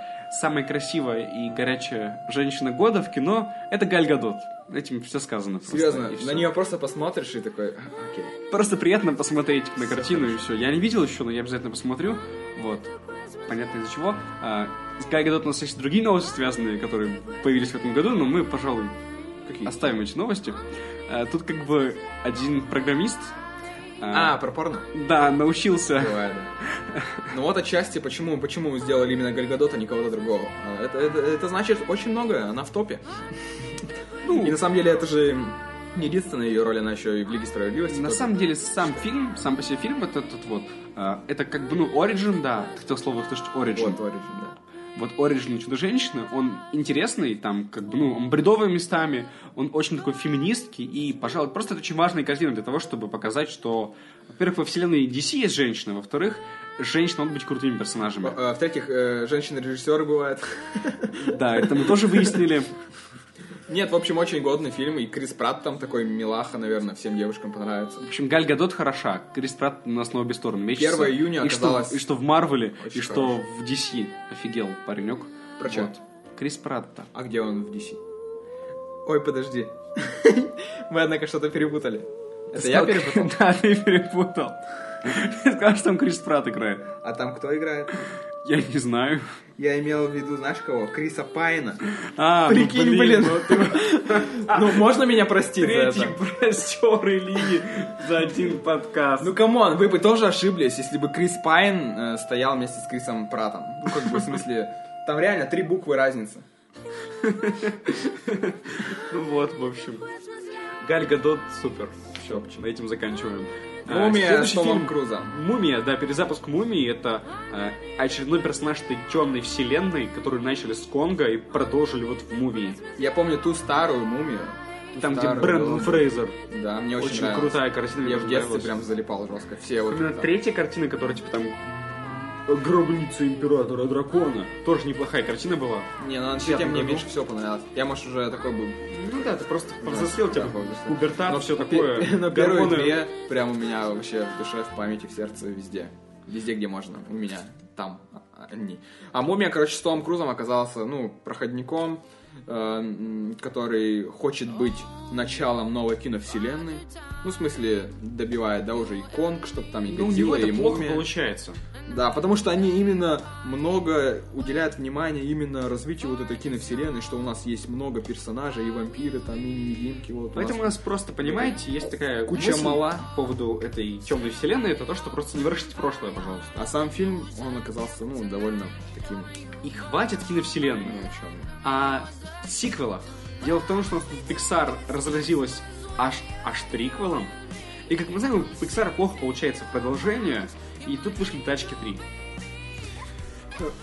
E: самая красивая и горячая женщина года в кино — это Галь Гадот. Этим все сказано. просто,
B: Серьезно,
E: и всё.
B: на нее просто посмотришь и такой, «А, окей.
E: Просто приятно посмотреть на картину и все. Я не видел еще, но я обязательно посмотрю. Вот. Понятно из-за чего. А, с Галь Гадот у нас есть другие новости связанные, которые появились в этом году, но мы, пожалуй,
B: Какие?
E: оставим эти новости. А, тут как бы один программист а,
B: А, про порно?
E: да, научился
B: Бывает, да. Ну вот отчасти, почему, почему сделали именно Гальгадот, а не кого-то другого. А, Это, это, это значит очень многое, она в топе.
E: Ну,
B: И на самом деле это же не единственная ее роль, она еще и в Лиге Справедливости.
E: На
B: тоже.
E: самом деле, сам фильм, сам по себе фильм, вот этот вот, а, это как бы, ну, Origin, да, хотел слово услышать Origin.
B: Вот, Origin, да.
E: Вот Origin и Чудо-женщина, он интересный, там, как бы, ну, он бредовый местами, он очень такой феминистский, и, пожалуй, просто это очень важная картина для того, чтобы показать, что, во-первых, во вселенной DC есть женщина, во-вторых, женщина могут быть
B: (laughs)
E: крутыми персонажами.
B: Э, В-третьих, э, женщины-режиссеры бывают. (laughs)
E: Да, это мы тоже выяснили.
B: Нет, в общем, очень годный фильм, и Крис Пратт там такой милаха, наверное, всем девушкам понравится.
E: В общем, Галь Гадот хороша, Крис Пратт у нас на обе стороны мечется.
B: 1 июня
E: и что,
B: оказалось-
E: и что в Марвеле,
B: Очень
E: и что в DC. Офигел, паренек.
B: Про чё?
E: Вот. Крис Пратта.
B: А где он в DC? Ой, подожди. (laughs) Мы, однако, что-то перепутали. Это я
E: Стал-
B: перепутал?
E: (laughs) Да, ты перепутал. Ты сказал, что там Крис Пратт играет.
B: А там кто играет?
E: Я не знаю.
B: Я имел в виду, знаешь кого? Криса Пайна.
E: А, ну,
B: Прикинь, блин.
E: вот ты
B: (laughs) Ну, можно меня простить за
E: Третий
B: это?
E: простер линии за один подкаст.
B: Ну, камон, вы бы тоже ошиблись, если бы Крис Пайн э, стоял вместе с Крисом Пратом. Ну, как бы, в смысле, там реально три буквы разница.
E: Ну вот, в общем. Галь Гадот супер. Все, на этим заканчиваем. А,
B: Мумия с
E: следующий
B: Томом
E: фильм-
B: Крузом.
E: Мумия, да, перезапуск Мумии это э, очередной персонаж этой темной вселенной, которую начали с Конга и продолжили вот в Мумии.
B: Я помню ту старую мумию. ту
E: Там, где
B: старую
E: Брэндон
B: белую.
E: Фрейзер.
B: Да, мне очень,
E: Очень
B: нравилось.
E: крутая картина, мне
B: Я в
E: очень
B: детстве
E: нравилась.
B: прям залипал жестко. Все вот
E: Именно
B: там.
E: третья картина, которая типа там Гробница императора дракона. Тоже неплохая картина была.
B: Не, ну вообще
E: Пятом
B: мне
E: году.
B: меньше всего понравилось. Я, может, уже такой был.
E: Ну да, ты просто
B: повзрослел,
E: повзрослел, тебя
B: да, повзрослел.
E: пубертат, все такое.
B: (laughs) Пе- Но первые
E: гормоны.
B: две прям у меня вообще в душе, в памяти, в сердце, везде. Везде, где можно. У меня. Там. а- Они. А Мумия, короче, с Томом Крузом оказался, ну, проходником, э, м, который хочет быть началом новой киновселенной. Ну, в смысле, добивает, да, уже и Конг, чтобы там и
E: Ну, у него
B: Годзилла, и
E: это плохо
B: Мумия.
E: получается.
B: Да, потому что они именно много уделяют внимания именно развитию вот этой киновселенной, что у нас есть много персонажей, и вампиры, там, и невидимки, вот. у
E: Поэтому у
B: нас-
E: нас просто, понимаете, есть такая
B: Куча
E: мысль
B: мала.
E: по поводу этой темной вселенной, это то, что просто не ворошите прошлое, пожалуйста.
B: А сам фильм, он оказался, ну, довольно таким...
E: И хватит киновселенной.
B: ну, о чём.
E: А сиквела. Дело в том, что у нас тут Pixar разразилась аж, аж триквелом. И как мы знаем, у Pixar плохо получается продолжение, и тут вышли «Тачки 3».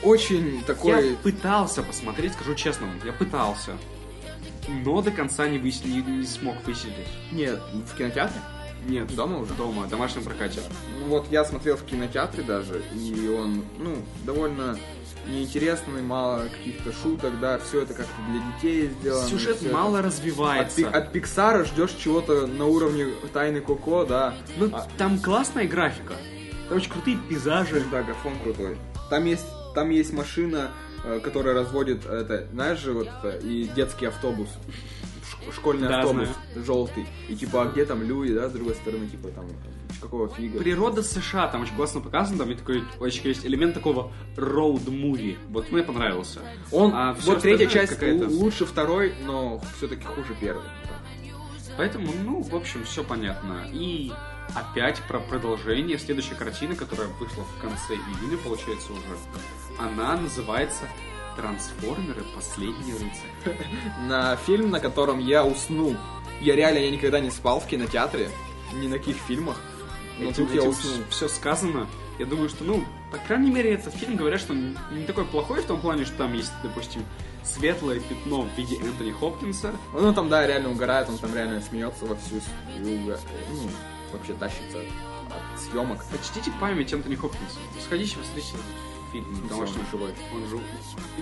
B: Очень такой...
E: Я пытался посмотреть, скажу честно, вам, я пытался. Но до конца не, выяс- не, не смог высидеть.
B: Нет, в кинотеатре?
E: Нет,
B: Дома уже?
E: дома, в домашнем прокате.
B: Ну, Вот я смотрел в кинотеатре даже, и он, ну, довольно неинтересный, мало каких-то шуток, да, все это как-то для детей сделано.
E: Сюжет
B: всё это-
E: мало
B: От,
E: развивается.
B: Пи- от Пиксара ждешь чего-то на уровне Тайны Коко, да.
E: Ну,
B: А-
E: там классная графика. Там очень крутые пейзажи.
B: да, графон крутой. Там есть, там есть машина, э, которая разводит это, знаешь же, вот это, и детский автобус. Ш- Школьный
E: Да,
B: автобус желтый. И типа, а где там Люи, да, с другой стороны, типа там какого фига.
E: Природа США там очень классно показана, там есть такой очень есть элемент такого road movie. Вот мне понравился.
B: Он,
E: А всё
B: вот третья
E: остальное
B: часть
E: какая-то-
B: л- лучше второй, но все-таки хуже первой.
E: Поэтому, ну, в общем, все понятно. И опять про продолжение. Следующая картина, которая вышла в конце июня, получается уже, она называется «Трансформеры. Последний рыцарь».
B: на фильм, на котором я уснул. Я реально, я никогда не спал в кинотеатре, ни на каких фильмах. Но Ну, тут я уснул.
E: все сказано. Я думаю, что, ну, по крайней мере, этот фильм, говорят, что он не такой плохой в том плане, что там есть, допустим, светлое пятно в виде Энтони Хопкинса,
B: Ну там, да, реально угорает, он там реально смеется вовсю. и уга- Ну, вообще тащится от съемок.
E: Почтите память Энтони Хопкинса. Сходите, посмотрите фильм.
B: Потому что он живой.
E: он жив.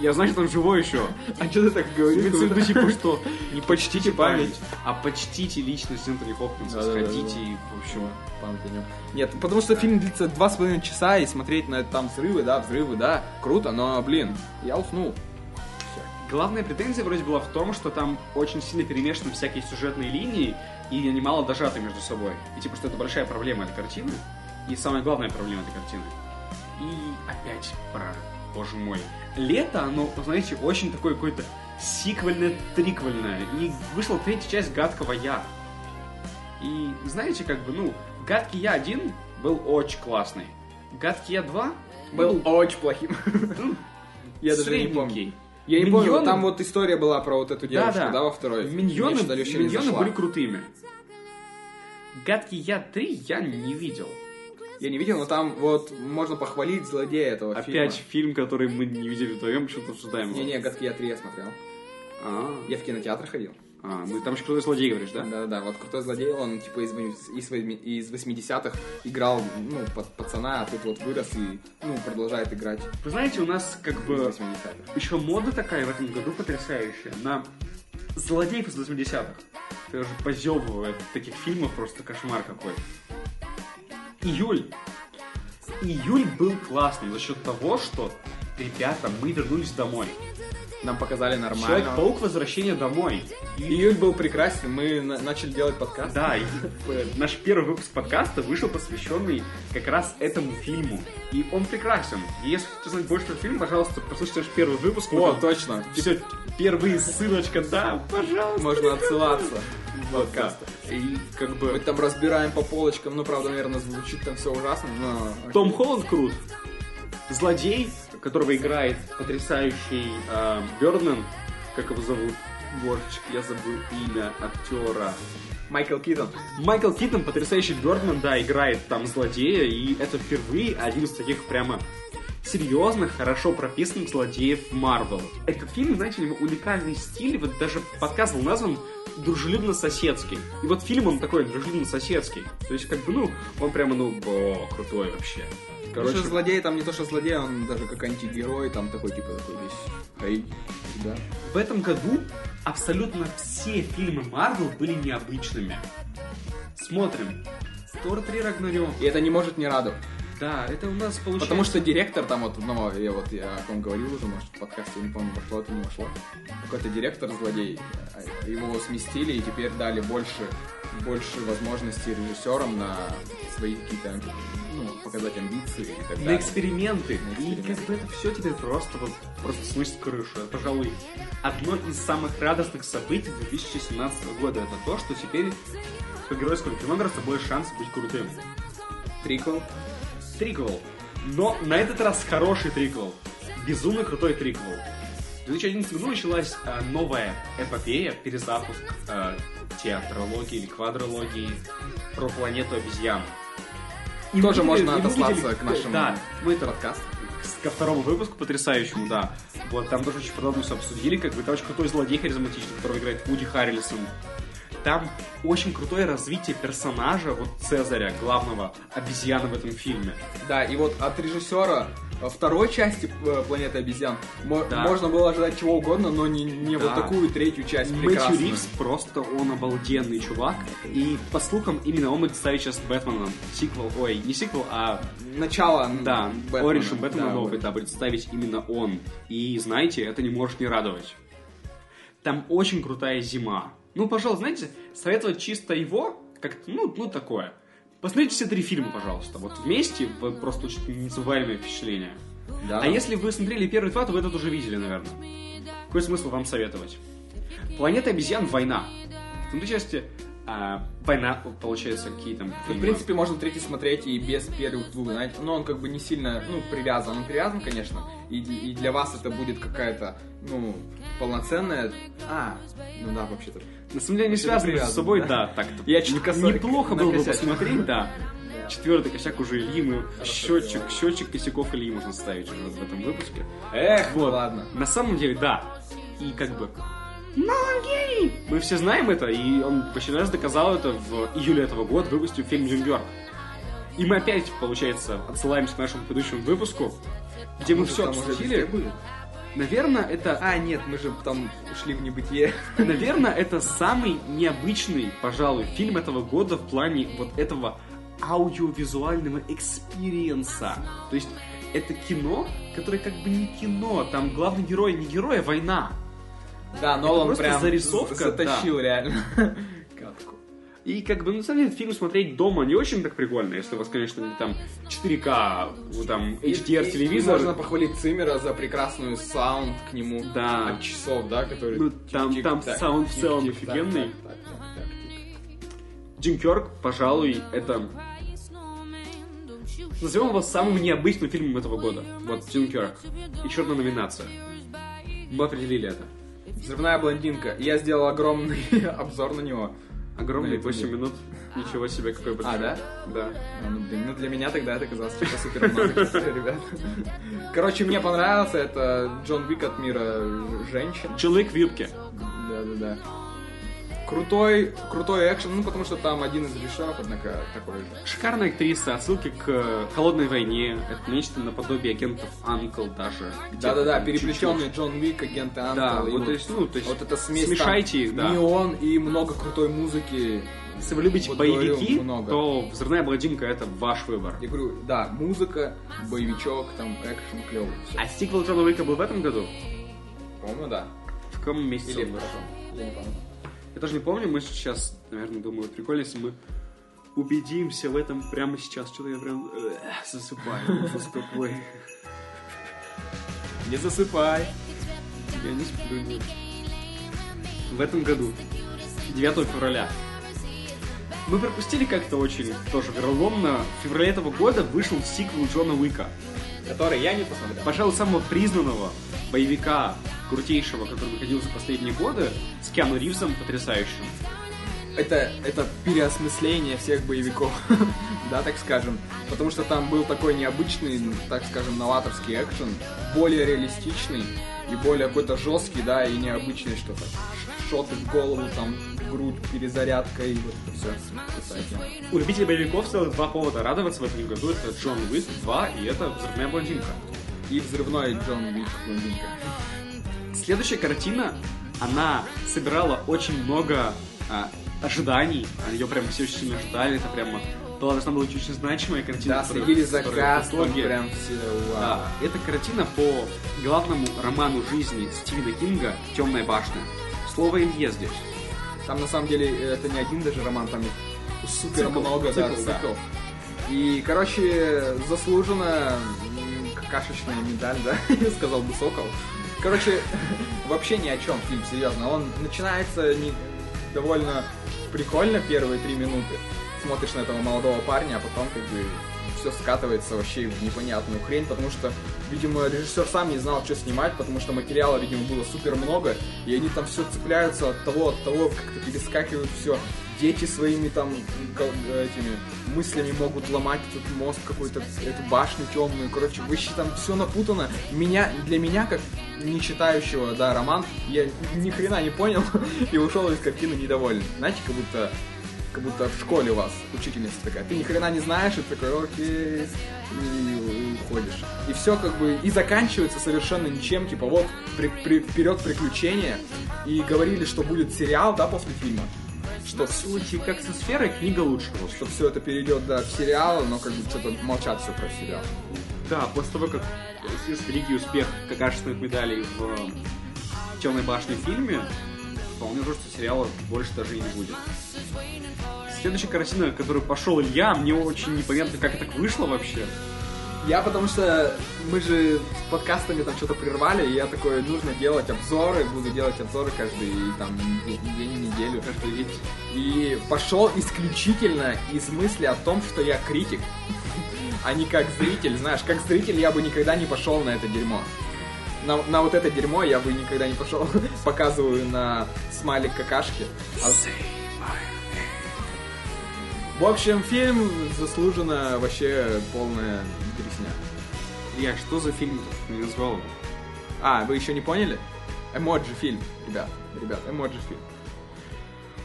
E: Я знаю, что он живой еще.
B: А что ты так
E: Имеется в виду,
B: (laughs)
E: типа, что
B: Не почтите память.
E: а почтите личность Энтони Хопкинса.
B: Да-да-да-да.
E: Сходите и, в общем...
B: Память о нем. Нет, потому что фильм длится два с половиной часа, и смотреть на это там взрывы, да, взрывы, да, круто, но, блин, я уснул.
E: Главная претензия вроде была в том, что там очень сильно перемешаны всякие сюжетные линии, и они мало дожаты между собой. И типа, что это большая проблема этой картины, и самая главная проблема этой картины. И опять про, боже мой. Лето, оно, знаете, очень такое какое-то сиквельное, триквельное. И вышла третья часть «Гадкого я». И знаете, как бы, ну, «Гадкий я один» был очень классный. «Гадкий я 2» был
B: очень плохим. (laughs) Я даже не помню.
E: средненький.
B: Я не помню,
E: Миньоны-
B: там вот история была про вот эту девушку,
E: Да-да.
B: да, во второй.
E: Миньоны,
B: Мне что-то Алёша не
E: миньоны
B: зашла.
E: были крутыми. Гадкий я 3 я не видел.
B: Я не видел, но там вот можно похвалить злодея этого
E: Опять
B: фильма.
E: фильм, который мы не видели вдвоем, что-то обсуждаем. его.
B: Не-не, «Гадкий я 3» я смотрел.
E: А,
B: Я в кинотеатр ходил.
E: а, ну там еще крутой злодей, говоришь, да?
B: Да-да-да, вот крутой злодей, он типа из, вось- из, восьми- из 80-х играл, ну, па- пацана, а тут вот вырос и, ну, продолжает играть
E: Вы знаете, у нас как
B: из
E: бы
B: 80-х.
E: еще мода такая в этом году потрясающая на злодеев из 80-х. Это уже позевывает таких фильмов, просто кошмар какой. Июль. Июль был классным за счет того, что, ребята, мы вернулись домой.
B: Нам показали нормально.
E: Человек-паук возвращение домой.
B: Июль был прекрасен, мы на- начали делать подкаст.
E: Да, и, э, наш первый выпуск подкаста вышел посвященный как раз этому фильму. И он прекрасен. И если хотите узнать больше про фильм, пожалуйста, послушайте наш первый выпуск.
B: О, точно.
E: Все, первые ссылочка, да, пожалуйста.
B: Можно отсылаться.
E: Вот, да.
B: подкаста.
E: И как
B: Мы
E: бы...
B: там разбираем по полочкам, ну, правда, наверное, звучит там все ужасно, но...
E: Том Холланд крут. Злодей, которого играет потрясающий э, Бёрдман, как его зовут? Борчик, я забыл имя актера.
B: Майкл Китон.
E: Майкл Киттон, потрясающий Бёрдман, да, играет там злодея, и это впервые один из таких прямо серьезных, хорошо прописанных злодеев Марвел. Этот фильм, знаете, у него уникальный стиль, вот даже подкаст был назван дружелюбно-соседский. И вот фильм он такой дружелюбно-соседский. То есть, как бы, ну, он прямо, ну, о, крутой вообще.
B: Короче,
E: Короче,
B: злодей там не то, что злодей, он даже как антигерой, там такой, типа, такой весь... Эй, да.
E: в этом году абсолютно все фильмы Марвел были необычными. Смотрим. Тор 3 Рагнарёк.
B: И это не может не радовать.
E: Да, это у нас получается...
B: Потому что директор там вот одного, я вот я о ком говорил уже, может, в подкасте, я не помню, вошло это не вошло. Какой-то директор злодей, э, его сместили и теперь дали больше, больше возможностей режиссерам на свои какие-то, ну, показать амбиции и так
E: на
B: далее.
E: эксперименты.
B: На
E: И
B: эксперименты.
E: как бы это все теперь просто вот просто сносит крышу. Это, пожалуй, одно из самых радостных событий 2017 года. Это то, что теперь у геройского кино гораздо больше шансов быть крутым.
B: Триквел.
E: Триквел. Но на этот раз хороший триквел. Безумно крутой триквел. В 2011 году началась э, новая эпопея, перезапуск э, театрологии или квадрологии про планету обезьян. И мы
B: Тоже
E: видели-
B: можно
E: и мы
B: отослаться
E: видели-
B: к нашему
E: да, мы это
B: подкасту.
E: к- ко второму выпуску потрясающему, да. Вот, там тоже очень подробно все обсудили, как бы там очень крутой злодей харизматичный, которого играет Вуди Харрельсон. Там очень крутое развитие персонажа, вот Цезаря, главного обезьяна в этом фильме.
B: Да, и вот от режиссера э, второй части э, «Планеты обезьян» мо-
E: Да.
B: можно было ожидать чего угодно, но не, не
E: Да.
B: вот такую третью часть
E: Мэтью
B: прекрасную.
E: Ривз просто он обалденный чувак. И по слухам, именно он будет ставить сейчас Бэтменом. Сиквел, ой, не сиквел, а
B: Начало м,
E: да,
B: Бэтмена.
E: Оришем Бэтмена
B: Да,
E: новый,
B: вот.
E: да, будет ставить именно он. И знаете, это не может не радовать. Там очень крутая зима. Ну, пожалуйста, знаете, советовать чисто его, как ну, ну такое. Посмотрите все три фильма, пожалуйста. Вот вместе вы просто очень незабываемое впечатление.
B: Да.
E: А если вы смотрели первые два, то вы этот уже видели, наверное. Какой смысл вам советовать? Планета обезьян война. В той части а, война, получается, какие там.
B: Ну, в
E: фильмы?
B: принципе, можно третий смотреть и без первых двух, знаете, но он как бы не сильно, ну, привязан. Он привязан, конечно, и, и для вас это будет какая-то, ну, полноценная... А, ну да, вообще-то.
E: На самом деле они
B: Это
E: связаны между
B: привязано,
E: собой,
B: да.
E: да, так-то.
B: Я чуть
E: Не-
B: косой
E: Неплохо было бы
B: накосячил.
E: посмотреть, да.
B: Да.
E: Четвертый косяк уже Ильи, мы счетчик,
B: сделали.
E: счетчик косяков Ильи можно ставить уже в этом выпуске.
B: Эх,
E: Вот.
B: ладно.
E: На самом деле, да. И как бы... Но он гений! Мы все знаем это, и он почти раз доказал это в июле этого года, выпустив фильм «Дюнкерк». И мы опять, получается, отсылаемся к нашему предыдущему выпуску, где мы
A: Может,
E: все
A: там уже
E: обсудили.
A: везде были?
E: Наверное, это...
A: А, нет, мы же там ушли в небытие.
E: Наверное, это самый необычный, пожалуй, фильм этого года в плане вот этого аудиовизуального экспириенса. То есть это кино, которое как бы не кино, там главный герой не герой, а война.
B: Да, Нолан
E: просто
B: прям
E: зарисовка,
B: за- затащил реально. Катку.
E: И как бы, ну, на самом деле, фильм смотреть дома не очень так прикольно, если у вас, конечно, не там 4К, ну, там, HDR
B: И- и
E: телевизор.
B: Можно похвалить Циммера за прекрасную саунд к нему.
E: Да.
B: От часов, да, который...
E: Ну, там-
B: тик-тик,
E: там
B: так,
E: саунд в
B: тик-тик,
E: целом
B: так,
E: офигенный.
B: так, так, так, тик.
E: Джим Кёрк, пожалуй, это... Назовем его самым необычным фильмом этого года. Вот, Джим Кёрк. Еще одна номинация. Мы определили это.
B: Взрывная блондинка. Я сделал огромный (laughs) обзор на него.
E: Огромные
B: На этом
E: 8
B: нет.
E: минут. Ничего себе, какой большой.
B: А, да?
E: Да.
B: А, Ну, блин, ну для меня тогда это казалось что-то супер
E: (laughs)
B: много, ребят. Короче, мне понравился это Джон Вик от мира женщин.
E: Человек в юбке.
B: Да-да-да. Крутой, крутой экшен, ну потому что там один из режиссеров, однако, такой же.
E: Шикарная актриса, отсылки к э, «Холодной войне». Это нечто наподобие агентов «Анкл» даже. где
B: Да-да-да,
E: там чуть-чуть.
B: переплетенный Джон Вик, агент Анкл.
E: Да,
B: и
E: вот, то есть, ну, то есть,
B: вот эта смесь
E: смешайте их,
B: там,
E: да.
B: неон и много крутой музыки.
E: Если вы любите
B: Вот
E: боевики,
B: говорю, много.
E: то «Взрывная блондинка» — это ваш выбор.
B: Я говорю, да, музыка, боевичок, там экшен клевый. Все.
E: А сиквел Джона Уика был в этом году?
B: По-моему, да.
E: В каком месяце
B: Или
E: он вышел?
B: хорошо. Я не помню.
E: Я даже не помню, мы сейчас, наверное, думаю, прикольно, если мы убедимся в этом прямо сейчас. Что-то я прям э, засыпаю. Ужас какой.
B: Не засыпай.
E: Я не сплю. нет. В этом году, 9 февраля, мы пропустили как-то очень тоже вероломно. В феврале этого года вышел сиквел Джона Уика.
B: Который я не посмотрел.
E: Пожалуй, самого признанного боевика, крутейшего, который выходил за последние годы, с Киану Ривзом потрясающим.
B: Это, это переосмысление всех боевиков, (laughs) да, так скажем. Потому что там был такой необычный, ну, так скажем, новаторский экшен, более реалистичный и более какой-то жесткий, да, и необычный что-то. Ш- Шоты в голову, там, в грудь, перезарядка и вот это все.
E: У любителей боевиков целых два повода радоваться в этом году. Это Джон Уик 2 и это «Взрывная блондинка».
B: И взрывной Джон Вик блондинка.
E: Следующая картина, она собирала очень много а, ожиданий. Ее прям все очень сильно ждали. Это прямо была должна была быть очень значимая картина.
B: Да,
E: которая-
B: следили за
E: которая в
B: кастом,
E: итоге-
B: прям все, вау.
E: Да, это картина по главному роману жизни Стивена Кинга «Темная башня». Слово им ездишь.
B: Там на самом деле это не один даже роман, там их супер
E: Цикл,
B: много да,
E: цикл, да.
B: циклов. И, короче, заслуженно м, какашечная медаль, да, (laughs) сказал бы Сокол. Короче, (laughs) вообще ни о чем фильм, серьезно. Он начинается не- довольно прикольно первые три минуты. Смотришь на этого молодого парня, а потом как бы все скатывается вообще в непонятную хрень, потому что, видимо, режиссер сам не знал, что снимать, потому что материала, видимо, было супер много, и они там все цепляются от того, от того, как-то перескакивают все. Дети своими там гол- этими мыслями могут ломать этот мозг какой-то, эту башню темную, короче, вообще там все напутано. Меня, для меня, как не читающего, да, роман, я ни хрена не понял (laughs) и ушел из картины недоволен. Знаете, как будто как будто в школе у вас учительница такая, ты ни хрена не знаешь, и ты такой, окей, и, и уходишь. И все как бы, и заканчивается совершенно ничем, типа вот при- при- вперед приключения, и говорили, что будет сериал, да, после фильма, что,
E: В случае как со сферой, книга лучше. в общем.
B: что все это перейдет, да, в сериал, но как бы что-то молчат все про сериал.
E: Да, после того, как снился великий успех какашечных медалей в э, «Темной башне» фильме, вполне возможно, что сериала больше даже и не будет. Следующая картина, на которую пошел Илья, мне очень непонятно, как это так вышло вообще.
B: Я потому что мы же с подкастами там что-то прервали, и я такой, нужно делать обзоры, буду делать обзоры каждый там день, день, неделю.
E: Каждый день.
B: И пошел исключительно из мысли о том, что я критик, (laughs) а не как зритель. Знаешь, как зритель я бы никогда не пошел на это дерьмо. На, на вот это дерьмо я бы никогда не пошел. (laughs) Показываю на смайлик какашки. А- В общем, фильм заслуженно вообще полная дресня.
E: Илья, что за фильм ты не назвал его?
B: А, вы еще не поняли? Эмоджи фильм, ребят. Ребят, эмоджи фильм.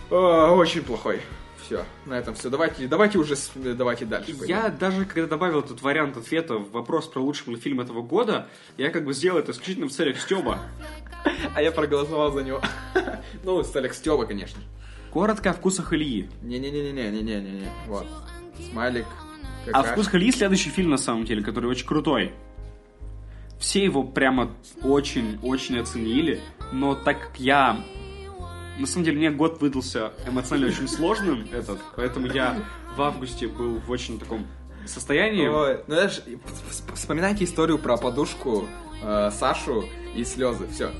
B: О, очень плохой. Все, на этом все. Давайте, давайте уже, с- давайте дальше. пойдем.
E: Я даже, когда добавил этот вариант ответа в вопрос про лучший мультфильм этого года, я как бы сделал это исключительно в целях Стёба.
B: А я проголосовал за него. (laughs) Ну, с Алекс Стёба, конечно.
E: Коротко о вкусах Ильи.
B: Не-не-не-не-не-не-не-не. Вот. Смайлик.
E: А
B: какашка.
E: «Вкус Хали» следующий фильм, на самом деле, который очень крутой. Все его прямо очень-очень оценили, но так как я... На самом деле, мне год выдался эмоционально очень сложным этот, поэтому я в августе был в очень таком состоянии.
B: Ой, ну знаешь, и вс- вс- вспоминайте историю про подушку, э, Сашу и слезы. (laughs) Все.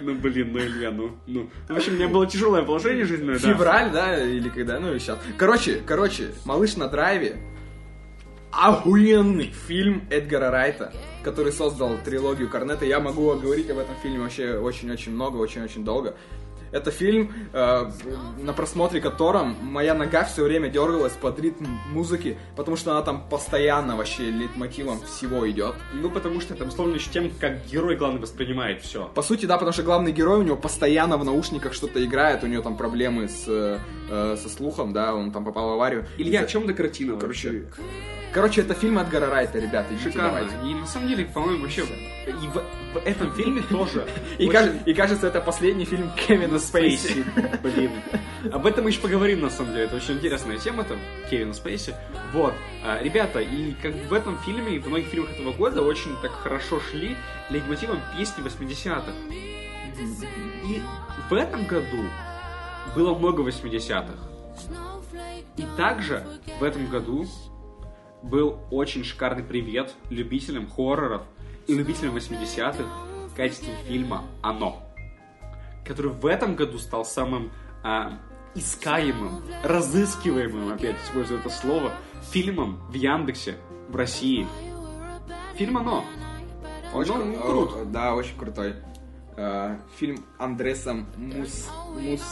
E: Ну, блин, ну, Илья, ну... ну. Ну, В общем, у меня было тяжелое положение жизненное, да.
B: Февраль, да, или когда, ну и сейчас. Короче, короче, малыш на драйве. Охуенный фильм Эдгара Райта, который создал трилогию Корнета. Я могу говорить об этом фильме вообще очень-очень много, очень-очень долго. Это фильм, э, на просмотре котором моя нога все время дергалась под ритм музыки, потому что она там постоянно вообще литмотивом всего идет.
E: Ну, потому что это условно еще тем, как герой, главный воспринимает все.
B: По сути, да, потому что главный герой у него постоянно в наушниках что-то играет, у него там проблемы с, э, э, со слухом, да, он там попал в аварию.
E: Илья,
B: Из-за-
E: о чем эта картина? вообще?
B: Короче, короче, это фильм от Гора Райта, ребята, идите,
E: шикарно.
B: давайте.
E: И на самом деле, по-моему, вообще и в, в этом фильме тоже.
B: И,
E: очень-
B: кажется, и кажется, это последний фильм Кевина Спейси.
E: Спейси, блин. Об этом мы еще поговорим, на самом деле. Это очень интересная тема, там, Кевина Спейси. Вот. А, Ребята, и как в этом фильме, и в многих фильмах этого года очень так хорошо шли лейтмотивом песни 80-х. И в этом году было много 80-х. И также в этом году был очень шикарный привет любителям хорроров и любителям 80-х в качестве фильма «Оно», который в этом году стал самым а, искаемым, разыскиваемым, опять использую это слово, фильмом в Яндексе в России. Фильм «Оно».
B: Очень
E: Ну,
B: кру-
E: крут.
B: э, Да, очень крутой. Э, Фильм Андресом Мус... Мус...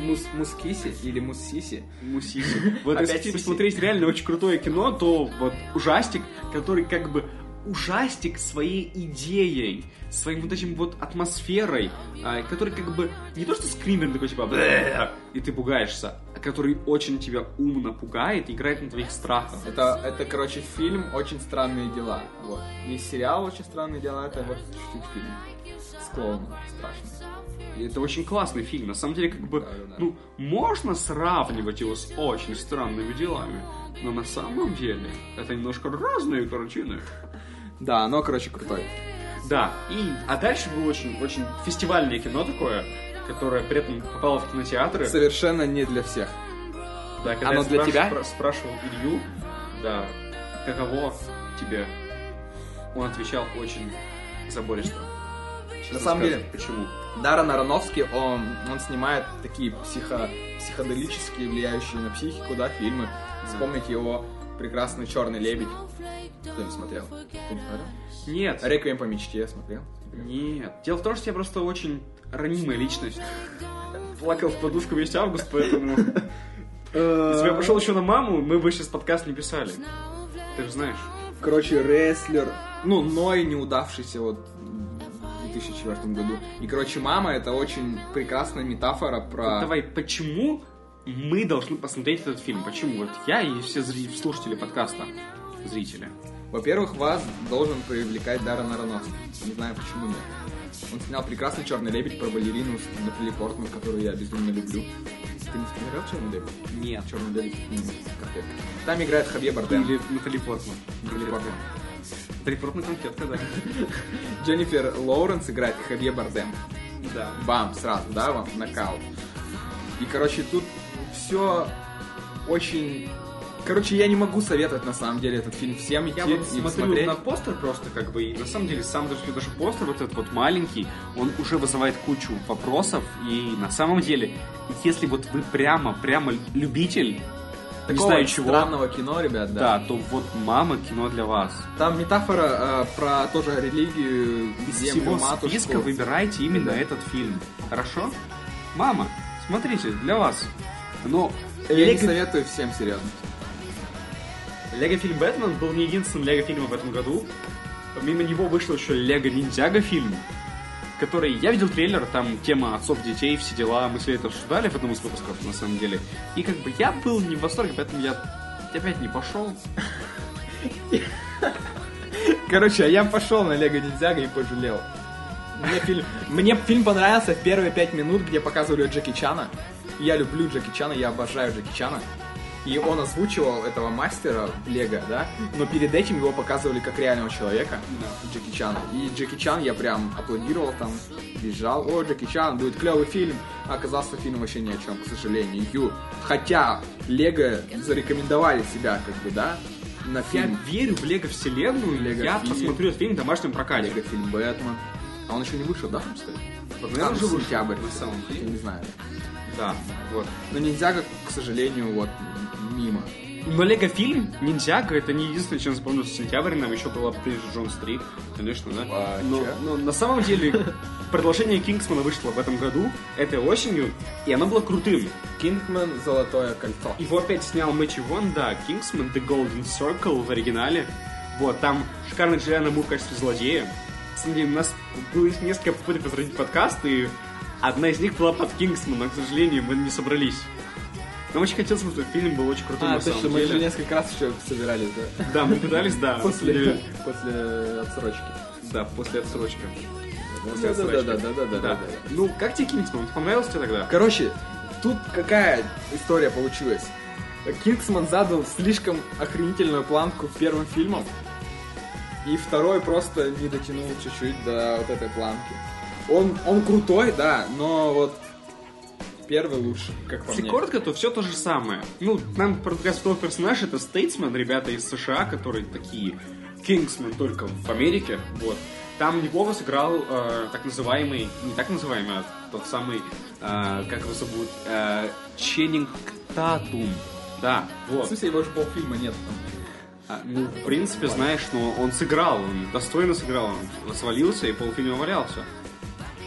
B: Мус... Мускиси или Муссиси.
E: Мусиси. Вот
B: Опять
E: если
B: Сиси.
E: хотите посмотреть реально очень крутое кино, то вот ужастик, который как бы ужастик своей идеей, своим вот этим вот атмосферой, а, который как бы не то что скример такой типа «Бэ», и ты пугаешься, а который очень тебя умно пугает и играет на твоих страхах.
B: Это, это, короче, фильм «Очень странные дела». Вот. И сериал «Очень странные дела» — это вот чуть-чуть фильм. С клоуном. Страшный.
E: И это очень классный фильм. На самом деле, как бы,
B: Да, да, да.
E: ну, можно сравнивать его с очень странными делами, но на самом деле это немножко разные картины.
B: Да, оно, короче, крутой.
E: Да, и, а дальше было очень-очень фестивальное кино такое, которое при этом попало в кинотеатры.
B: Совершенно не для всех.
E: Да, когда
B: Оно
E: я
B: для
E: спраш-
B: тебя?
E: спра- спрашивал Илью, да, каково тебе, он отвечал очень забористо. Честно
B: На самом
E: скажу,
B: деле-
E: Почему?
B: Даррен Аронофский, он, он снимает такие психо, психоделические, влияющие на психику, да, фильмы. Вспомнить его прекрасный «Черный лебедь». Кто не смотрел? Ты не смотрел?
E: Нет,
B: «Реквием по мечте» смотрел?
E: нет. Дело в том, что я просто очень
B: (laughs)
E: ранимая личность. Плакал в подушку весь август, поэтому... Если бы я
B: Э.
E: пошел еще на маму, мы бы сейчас подкаст не писали. Ты же знаешь.
B: Короче, рестлер. Ну, Ной неудавшийся вот в 2004 году. И, короче, мама это очень прекрасная метафора
E: Вот
B: про...
E: Давай, почему мы должны посмотреть этот фильм? Почему? Вот я и все зри- слушатели подкаста, зрители.
B: Во-первых, вас должен привлекать Даррен Аронофский. Не знаю, почему нет. Он снял прекрасный «Черный лебедь» про балерину с Натали Портман, которую я безумно люблю. Ты не смотрел «Черный лебедь»?
E: Нет.
B: «Черный лебедь» м, капец. Там играет Хавье Бардем.
E: Или Натали Портман.
B: Натали Портман.
E: Натали Портман конфетка, да.
B: Дженнифер Лоуренс играет Хавье Бардем.
E: Да.
B: Бам, сразу, да, вам нокаут. И, короче, тут все очень... Короче, я не могу советовать, на самом деле, этот фильм всем идти
E: Я
B: и
E: вот смотрю
B: смотреть.
E: на постер просто как бы, и на самом деле сам даже, даже постер вот этот вот маленький, он уже вызывает кучу вопросов, и на самом деле, если вот вы прямо, прямо любитель, не
B: Такого
E: знаю чего,
B: странного кино, ребят, да.
E: да, то вот «Мама» кино для вас.
B: Там метафора э, про тоже религию,
E: Из
B: землю,
E: всего
B: матушку.
E: списка выбирайте именно
B: Да.
E: этот фильм. Хорошо? Мама, смотрите, для вас. Но
B: Я не
E: Лего...
B: советую всем, серьезно.
E: фильм Бэтмен был не единственным Лего фильмом в этом году. Помимо него вышел еще Лего Ниндзяго фильм. который... Я видел трейлер, там тема отцов, детей, все дела, мы с Лей это обсуждали в одном из выпусков, на самом деле. И как бы я был не в восторге, поэтому я опять не пошел.
B: Короче, а я пошел на Лего Ниндзяго и пожалел. Мне фильм, мне фильм понравился в первые пять минут, где показывали Джеки Чана. Я люблю Джеки Чана, я обожаю Джеки Чана. И он озвучивал этого мастера Лего, да? Но перед этим его показывали как реального человека, Джеки Чана. И Джеки Чан я прям аплодировал там, визжал. О, Джеки Чан, будет клевый фильм. А оказался фильм вообще ни о чем, к сожалению. Хотя Лего зарекомендовали себя, как бы, да? На
E: (laughs) Я
B: фильм.
E: верю в Лего Вселенную,
B: Лего
E: я
B: фильм.
E: посмотрю этот фильм в домашнем прокате.
B: Лего фильм Бэтмен. А он еще не вышел, да, там, кстати?
E: Вот,
B: Там
E: наверное, уже вышел.
B: сентябрь.
E: На самом
B: Я
E: деле.
B: не знаю.
E: Да, вот.
B: Но Ниндзяго, к сожалению, вот, мимо.
E: Но Лего фильм Ниндзяго это не единственное, чем запомнился сентябрь. Нам еще была Бриджит Джонс 3, конечно, да.
B: А,
E: но,
B: чё?
E: но на самом деле продолжение Кингсмана вышло в этом году, этой осенью, и оно было крутым.
B: Кингман «Золотое кольцо».
E: Его опять снял Мэтчи Вон, да, Кингсман, The Golden Circle в оригинале. Вот, там шикарный Джулиана Мур в качестве злодея. На самом деле, у нас было несколько попыток возродить подкаст, и одна из них была под Кингсман, но, к сожалению, мы не собрались. Нам очень хотелось, чтобы фильм был очень крутым,
B: А,
E: на самом
B: точно, мы
E: деле.
B: же несколько раз еще собирались, да?
E: Да, мы пытались, да. на самом
B: После,
E: деле.
B: после отсрочки.
E: Да, после отсрочки. После отсрочки.
B: Да-да-да-да-да-да.
E: Ну, как тебе Кингсман? Понравился тебе тогда?
B: Короче, тут какая история получилась? Кингсман задал слишком охренительную планку первым фильмом, и второй просто не дотянул чуть-чуть до вот этой планки. Он, он крутой, да, но вот первый лучше, как по
E: Если
B: мне.
E: коротко, то все то же самое. Ну, нам подкаст второго персонаж это Стейтсмен, ребята из США, которые такие Кингсмен только в Америке. Вот. Там Львова сыграл э, так называемый, не так называемый, а тот самый, э, как его зовут, э, Ченнинг Татум. Да,
B: В
E: вот.
B: смысле, его же полфильма нет.
E: А, Ну, в принципе, знаешь, но он сыграл, он достойно сыграл, он свалился и полфильма валялся.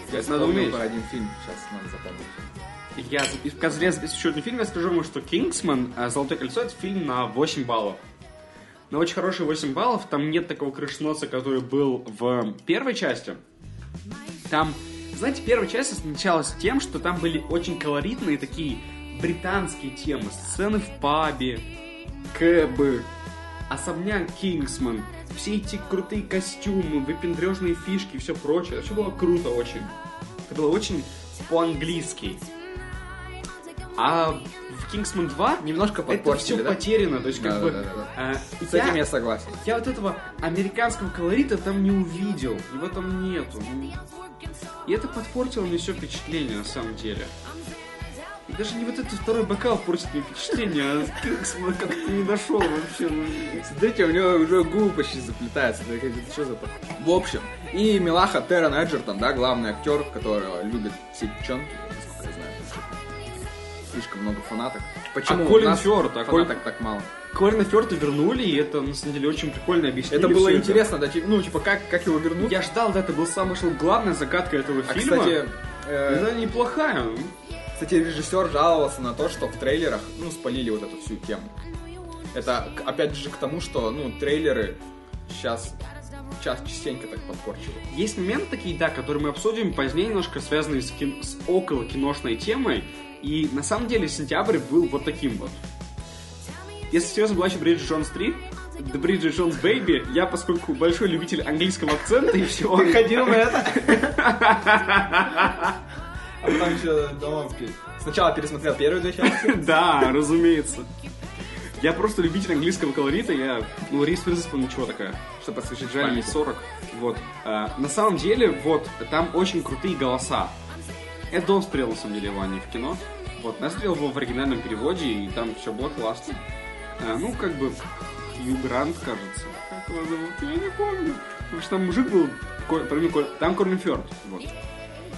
E: Это надо
B: вспомнил
E: уметь.
B: про один фильм, сейчас надо запомнить.
E: Я в конце еще один фильм, я скажу вам, что «Кингсман. э, Золотое кольцо» — это фильм на 8 баллов. На очень хорошие 8 баллов. Там нет такого крышноса, который был в первой части. Там, знаете, первая часть отличалась тем, что там были очень колоритные такие британские темы. Сцены в пабе, кэбы, особняк Кингсман, все эти крутые костюмы, выпендрежные фишки и все прочее. Это все было круто очень. Это было очень по-английски. А в Кингсман 2
B: Немножко
E: это
B: подпортили,
E: все
B: да?
E: потеряно. То есть, как бы...
B: Да-да-да-да.
E: э,
B: С
E: я-
B: этим я согласен.
E: я вот этого американского колорита там не увидел. Его там нету. Ну, И это подпортило мне все впечатление, на самом деле. И даже не вот этот второй бокал портит мне впечатление, а Кингсман как-то не дошел вообще. ну.
B: Смотрите, у него уже губы почти заплетаются. Да, это что за так? В общем, и Милаха Террен Эджертон, да, главный актер, которого любят все девчонки, насколько я знаю. Слишком много фанаток. Почему
E: А Колин
B: у нас
E: Фёрд, а
B: фанаток так мало?
E: Корина Фёрта вернули, и это на самом деле очень прикольно объяснили.
B: Это было
E: всё
B: интересно, да, типа, ну, типа, как, как его вернуть?
E: Я ждал, да, это был самая что ли, главная загадка этого
B: а,
E: фильма.
B: кстати, э,
E: Она неплохая.
B: Кстати, режиссер жаловался на то, что в трейлерах, ну, спалили вот эту всю тему. Это, к- опять же, к тому, что, ну, трейлеры сейчас, сейчас частенько так подпорчивают.
E: Есть моменты такие, да, которые мы обсудим позднее, немножко связанные с, кин- с около киношной темой. И на самом деле сентябрь был вот таким вот. Если серьезно была еще Бриджит Джонс 3, The Bridget Jones Baby, я, поскольку большой любитель английского акцента и всего...
B: Ходил на это? (laughs) А потом еще дома пи- Сначала пересмотрел первые две части.
E: (laughs) Да, разумеется. Я просто любитель английского колорита, я... Ну, Рис Уизерспун ничего такая.
B: Чтобы освежить
E: Жаль, мне
B: память.
E: 40. Вот. А, на самом деле, вот, там очень крутые голоса. Это Дом смотрел, на самом деле, его, а не в кино. Вот, я смотрел его в оригинальном переводе, и там все было классно. А, ну, как бы, Хью Грант, кажется. Как его зовут? Я не помню. Потому что там мужик был, Ко- помимо Ко- там Корни Фёрд, вот.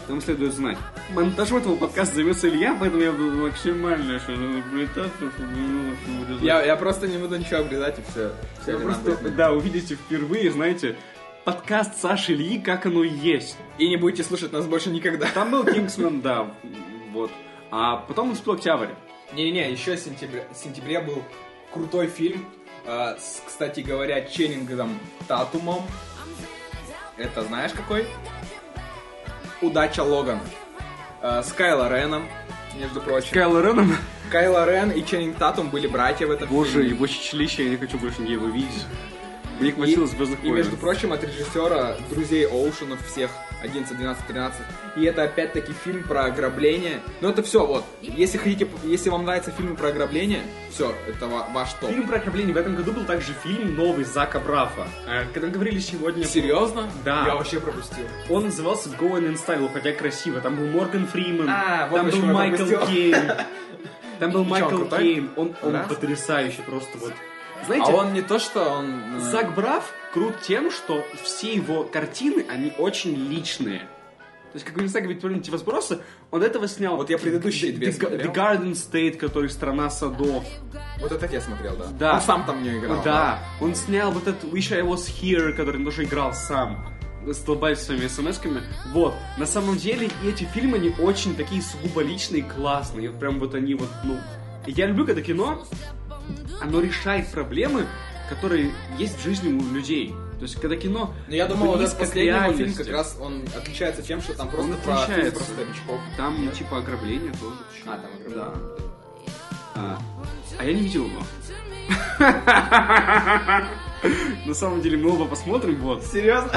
E: Там следует знать. Монтажом этого подкаста займется Илья, поэтому я буду максимально что-то наплетаться, чтобы ну, чтобы резать.
B: Я, я просто не буду ничего обрезать и все.
E: Вы просто, да, увидите впервые, знаете, подкаст Саши Ильи, как оно есть.
B: И не будете слушать нас больше никогда.
E: Там был Кингсман, да, вот. А потом наступил октябрь.
B: Не-не-не, еще в сентябре, в сентябре был крутой фильм э, с, кстати говоря, Ченнингом Татумом. Это знаешь какой? Удача Логана. Э, С Кайло Реном, между прочим.
E: Кайл Реном.
B: Кайло Рен и Ченнинг Татум были братья в этом
E: Боже,
B: фильме.
E: его чичлище, я не хочу больше его видеть. Мне хватило звездных
B: И, между прочим, от режиссера друзей Оушенов всех 11, 12, 13. И это опять-таки фильм про ограбление. Но это все, вот. Если хотите, если вам нравятся фильмы про ограбление, все, это ва- ваш топ.
E: Фильм про ограбление. В этом году был также фильм новый Зака Брафа. Э, Когда говорили сегодня...
B: Серьезно?
E: Да.
B: Я вообще пропустил.
E: Он назывался Going in Style, хотя красиво. Там был Морган Фриман,
B: А, вот
E: там был
B: почему я
E: Майкл
B: пропустил.
E: Кейн.
B: (laughs)
E: Там был
B: И чё, он
E: Майкл
B: крутой?
E: Кейн. Он, он
B: Да?
E: потрясающий просто вот. Знаете,
B: А он не то, что он... э,
E: Зак Браф крут тем, что все его картины, они очень личные. То есть, как вы не знаете, ведь помните «Возбросы», он до этого снял...
B: Вот я предыдущие
E: The-
B: две
E: The, Ga-
B: смотрел.
E: The Garden State, который «Страна садов».
B: Вот это я смотрел, да.
E: Да.
B: Он сам там не играл.
E: да, он снял вот этот «Wish I Was Here», который он тоже играл сам. Столбаясь своими смс-ками. Вот. На самом деле, и эти фильмы, они очень такие сугубо личные, классные. Прям вот они вот, ну... Я люблю, когда кино, оно решает проблемы, которые есть в жизни у людей. То есть, когда кино
B: Но Ну, я думал, вот этот
E: близко к
B: последний его фильм
E: реальности.
B: как раз он отличается тем, что там просто
E: Он
B: про, фильм
E: отличается.
B: про старичков.
E: Там, типа, ограбление тоже.
B: А, там играл.
E: Да. А, а я не
B: (laughs)
E: видел его. На самом деле мы оба посмотрим, вот.
B: Серьезно?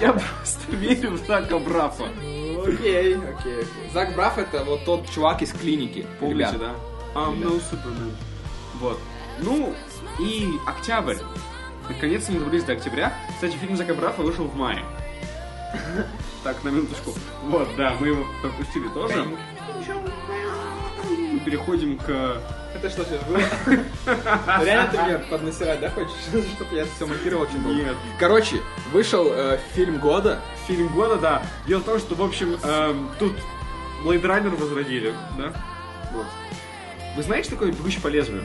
E: Я просто верю в Зака Брафа.
B: Окей, окей, окей. Зак Браф это вот тот чувак из клиники.
E: Помните,
B: ребят.
E: да? I'm no Superman. Вот. Ну, и октябрь. Наконец мы добрались до октября. Кстати, фильм Зака Брафа вышел в мае. (laughs) Так, на минуточку. Вот, да, мы его пропустили тоже. Мы переходим к...
B: Это что сейчас было? Реально ты мне поднасирать, да, хочешь? (laughs) Чтоб я все монтировал очень долго.
E: Нет.
B: Короче, вышел э, фильм года.
E: Фильм года, да. Дело в том, что, в общем, эм, тут Blade Runner возродили, да?
B: Вот.
E: Вы знаете, что такое «Бегущий по лезвию»?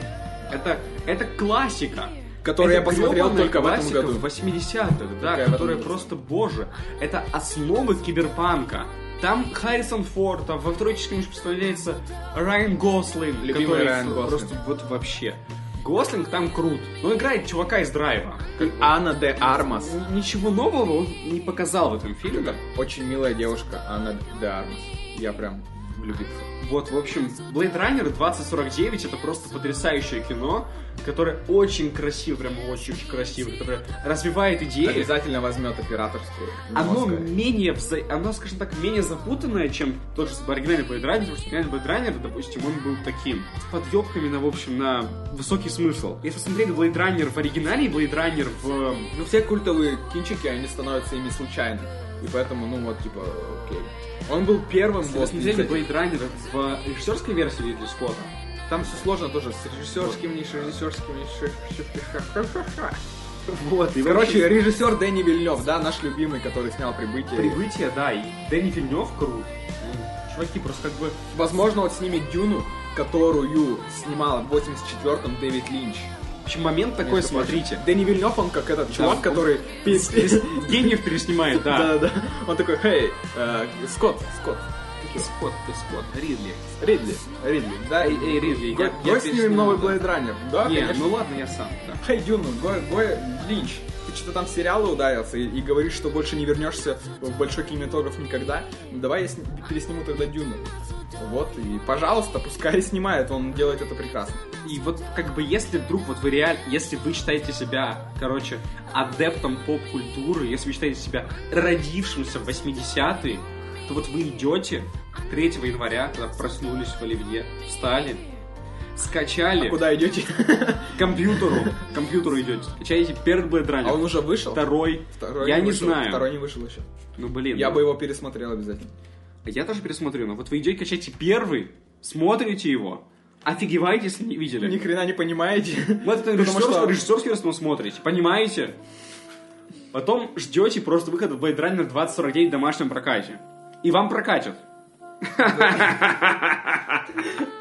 E: Это, это классика.
B: Который
E: Это
B: я посмотрел
E: грёбаная
B: только в этом
E: классика
B: году.
E: В 80-х, да,
B: Такая в этом
E: которая
B: году.
E: просто, боже, это основы киберпанка. Там Харрисон Форд, там во второй части представляется Райан Гослинг.
B: Любимый
E: который
B: Райан Гослинг.
E: Просто вот вообще. Гослинг там крут. Он играет чувака из драйва.
B: И Анна де Армас.
E: Н- Ничего нового он не показал в этом фильме.
B: Это очень милая девушка Анна де Армас. Я прям влюбился.
E: Вот, в общем, Blade Runner 2049 это просто потрясающее кино, которое очень красиво, прям очень-очень красиво, которое развивает идеи.
B: Обязательно возьмет операторскую.
E: Оно
B: Оскар.
E: менее, вза- оно, скажем так, менее запутанное, чем тот же оригинальный Blade Runner, потому что оригинальный Blade Runner, допустим, он был таким, с подъебками на, в общем, на высокий смысл. Если смотреть Blade Runner в оригинале и Blade Runner в...
B: Ну, все культовые кинчики, они становятся ими случайно. И поэтому, ну, вот, типа, окей. Он был первым,
E: Если вы
B: вот, из
E: смотрели
B: этих-
E: Blade Runner в режиссерской версии Ридли Скотта,
B: Там все сложно тоже с режиссерским, не с режиссерским, не с режиссерским.
E: вот, и
B: Короче, режиссер Дэнни Вильнев, да, наш любимый, который снял «Прибытие».
E: Прибытие, да, и Дэнни Вильнев крут. Ну, Чуваки, просто как бы...
B: Возможно, он снимет «Дюну», которую снимал в 84-м Дэвид Линч.
E: В общем, момент такой,
B: Между прочим.
E: смотрите.
B: Дэнни Вильнев, он как этот чувак,
E: он-
B: который...
E: Гениев переснимает,
B: Да,
E: да.
B: да. Он такой, эй, э, Скотт, Скотт,
E: Скотт, ты Скотт, Ридли.
B: Ридли, Ридли, да, и,
E: Эй, эй, Ридли, я-
B: Гой,
E: я
B: гой
E: пересниму,
B: снимем новый
E: да.
B: Blade Runner. Да,
E: Не,
B: конечно.
E: ну ладно, я сам. да.
B: Хей, Дюну, Гой, Гой, Линч, ты что-то там в сериалы ударился и, и говоришь, что больше не вернешься в большой кинематограф никогда. Ну, давай я сни- пересниму тогда Дюну. Вот, и пожалуйста, пускай снимает, он делает это прекрасно.
E: И вот как бы если вдруг вот вы реально, если вы считаете себя, короче, адептом поп-культуры, если вы считаете себя родившимся в 80-е, то вот вы идете 3 января, когда проснулись в Оливье, встали, скачали
B: А куда идете?
E: к компьютеру, к компьютеру идете, скачаете первый Blade Runner,
B: А он уже вышел?
E: второй,
B: Второй
E: я не
B: вышел,
E: знаю,
B: Второй не вышел еще.
E: ну блин,
B: Я
E: ну,
B: бы его пересмотрел обязательно.
E: я тоже пересмотрю, но вот вы идете, качаете первый, смотрите его, офигеваете, если не видели.
B: Ни хрена не
E: (laughs)
B: понимаете.
E: Вот это
B: Потому
E: режиссерский,
B: что-
E: режиссерский режиссер смотрите, понимаете? Потом ждете просто выхода Blade Runner 2049 в домашнем прокате. И вам прокатят.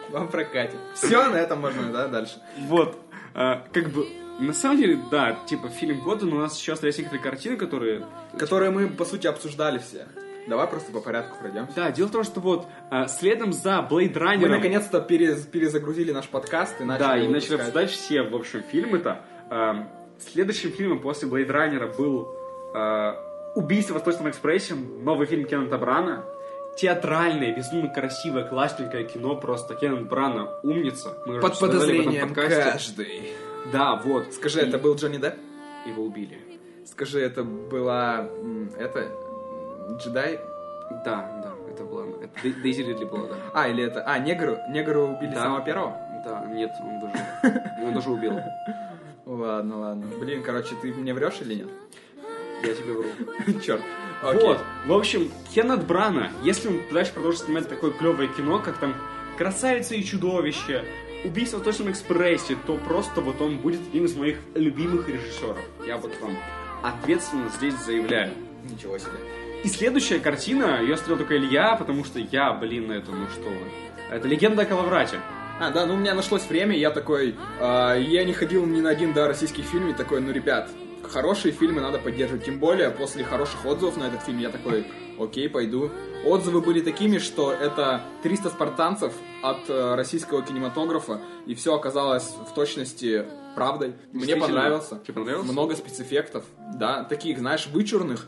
B: Вам прокатит. Все, на этом можно, да, дальше.
E: (laughs) Вот. А, как бы, на самом деле, да, типа, фильм года, но у нас еще остались некоторые картины, которые...
B: Которые мы, по сути, обсуждали все. Давай просто по порядку пройдемся.
E: Да, дело в том, что вот а, следом за Blade Runner...
B: Мы наконец-то перез- перезагрузили наш подкаст и начали
E: Да, и
B: его
E: начали
B: выпускать.
E: обсуждать все, в общем, фильмы-то. Эм, Следующим фильмом после Blade Runner был э, Убийство в Восточном экспрессе, новый фильм Кеннета Брана, театральное, безумно красивое, классненькое кино, просто Кеннет Брана умница. Мы уже
B: Под
E: сказали в этом
B: подозрением
E: подкасте.
B: каждый.
E: Да, вот.
B: Скажи,
E: И
B: это был Джонни Депп?
E: Его убили.
B: Скажи, это была... м, Это... м, Джедай?
E: Да, да, это было... Это Дей- Дейзи Ридли было, да.
B: А, или это... А, негру. Негру убили
E: Да.
B: самого первого?
E: Да, нет, он даже... (laughs) Он даже убил.
B: Ладно, ладно. Блин, короче, ты мне врешь или нет? (laughs)
E: Я тебе вру.
B: Черт.
E: Вот. В общем, Кеннет Брана, если он дальше продолжит снимать такое клевое кино, как там «Красавица и чудовище», «Убийство в Точном экспрессе», то просто вот он будет одним из моих любимых режиссеров. Я вот вам ответственно здесь заявляю.
B: Ничего себе.
E: И следующая картина, ее смотрел только Илья, потому что я, блин, это, ну что вы. Это «Легенда о Калаврате».
B: А, да, ну у меня нашлось время, я такой, а, я не ходил ни на один, да, российский фильм, и такой, ну, ребят, хорошие фильмы надо поддерживать, тем более после хороших отзывов на этот фильм я такой, окей, пойду. Отзывы были такими, что это 300 спартанцев от э, российского кинематографа, и все оказалось в точности правдой. Мне
E: Действительно?
B: понравился.
E: Тебе понравилось?
B: Много спецэффектов, да, таких, знаешь, вычурных,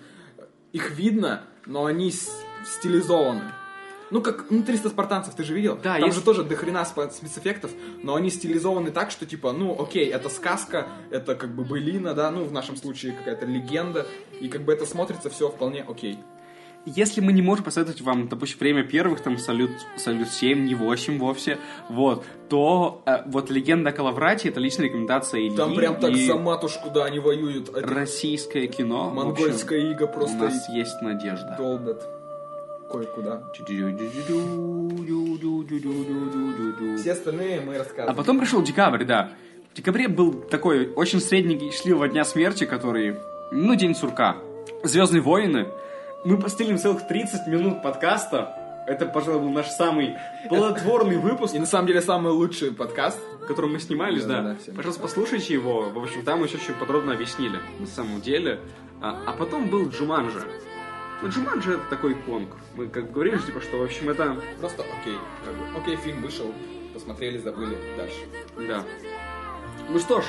B: их видно, но они с- стилизованы. Ну, как, ну, 300 спартанцев, ты же видел?
E: Да,
B: Там
E: есть-
B: же тоже дохрена спа- спецэффектов, но они стилизованы так, что типа, ну, окей, это сказка, это как бы былина, да, ну, в нашем случае какая-то легенда, и как бы это смотрится все вполне окей.
E: Если мы не можем посоветовать вам, допустим, время первых, там, салют, салют 7, не 8 вовсе, вот, то э, вот «Легенда о Калаврате» — это личная рекомендация Ильи.
B: Там прям так
E: и
B: за матушку, да, они воюют, это
E: Российское кино. в общем,
B: монгольская ига
E: У
B: просто
E: нас есть
B: и
E: надежда.
B: долбят кое-куда. Все остальные мы расскажем.
E: А потом пришел декабрь, да. В декабре был такой очень средний счастливого дня смерти, который... Ну, День сурка. Звездные войны. Мы постелим целых 30 минут подкаста. Это, пожалуй, был наш самый плодотворный выпуск,
B: И на самом деле самый лучший подкаст.
E: который мы снимались,
B: Да,
E: да.
B: да, всем
E: Пожалуйста, послушайте его. В общем, там еще очень подробно объяснили на самом деле. А, а потом был Джуманджи. Ну, Джуманджи это такой конг. Мы как говорили, типа, что, в общем, это...
B: Просто окей. Как бы, окей, фильм вышел, посмотрели, забыли, дальше.
E: Да. Ну что ж,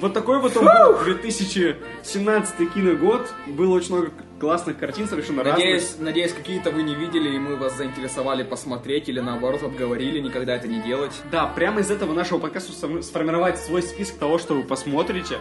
E: вот такой вот он был 2017 киногод. Было очень много классных картин совершенно разных.
B: Надеюсь, надеюсь, какие-то вы не видели, и мы вас заинтересовали посмотреть, или наоборот отговорили никогда это не делать.
E: Да, прямо из этого нашего подкаста сом- сформировать свой список того, что вы посмотрите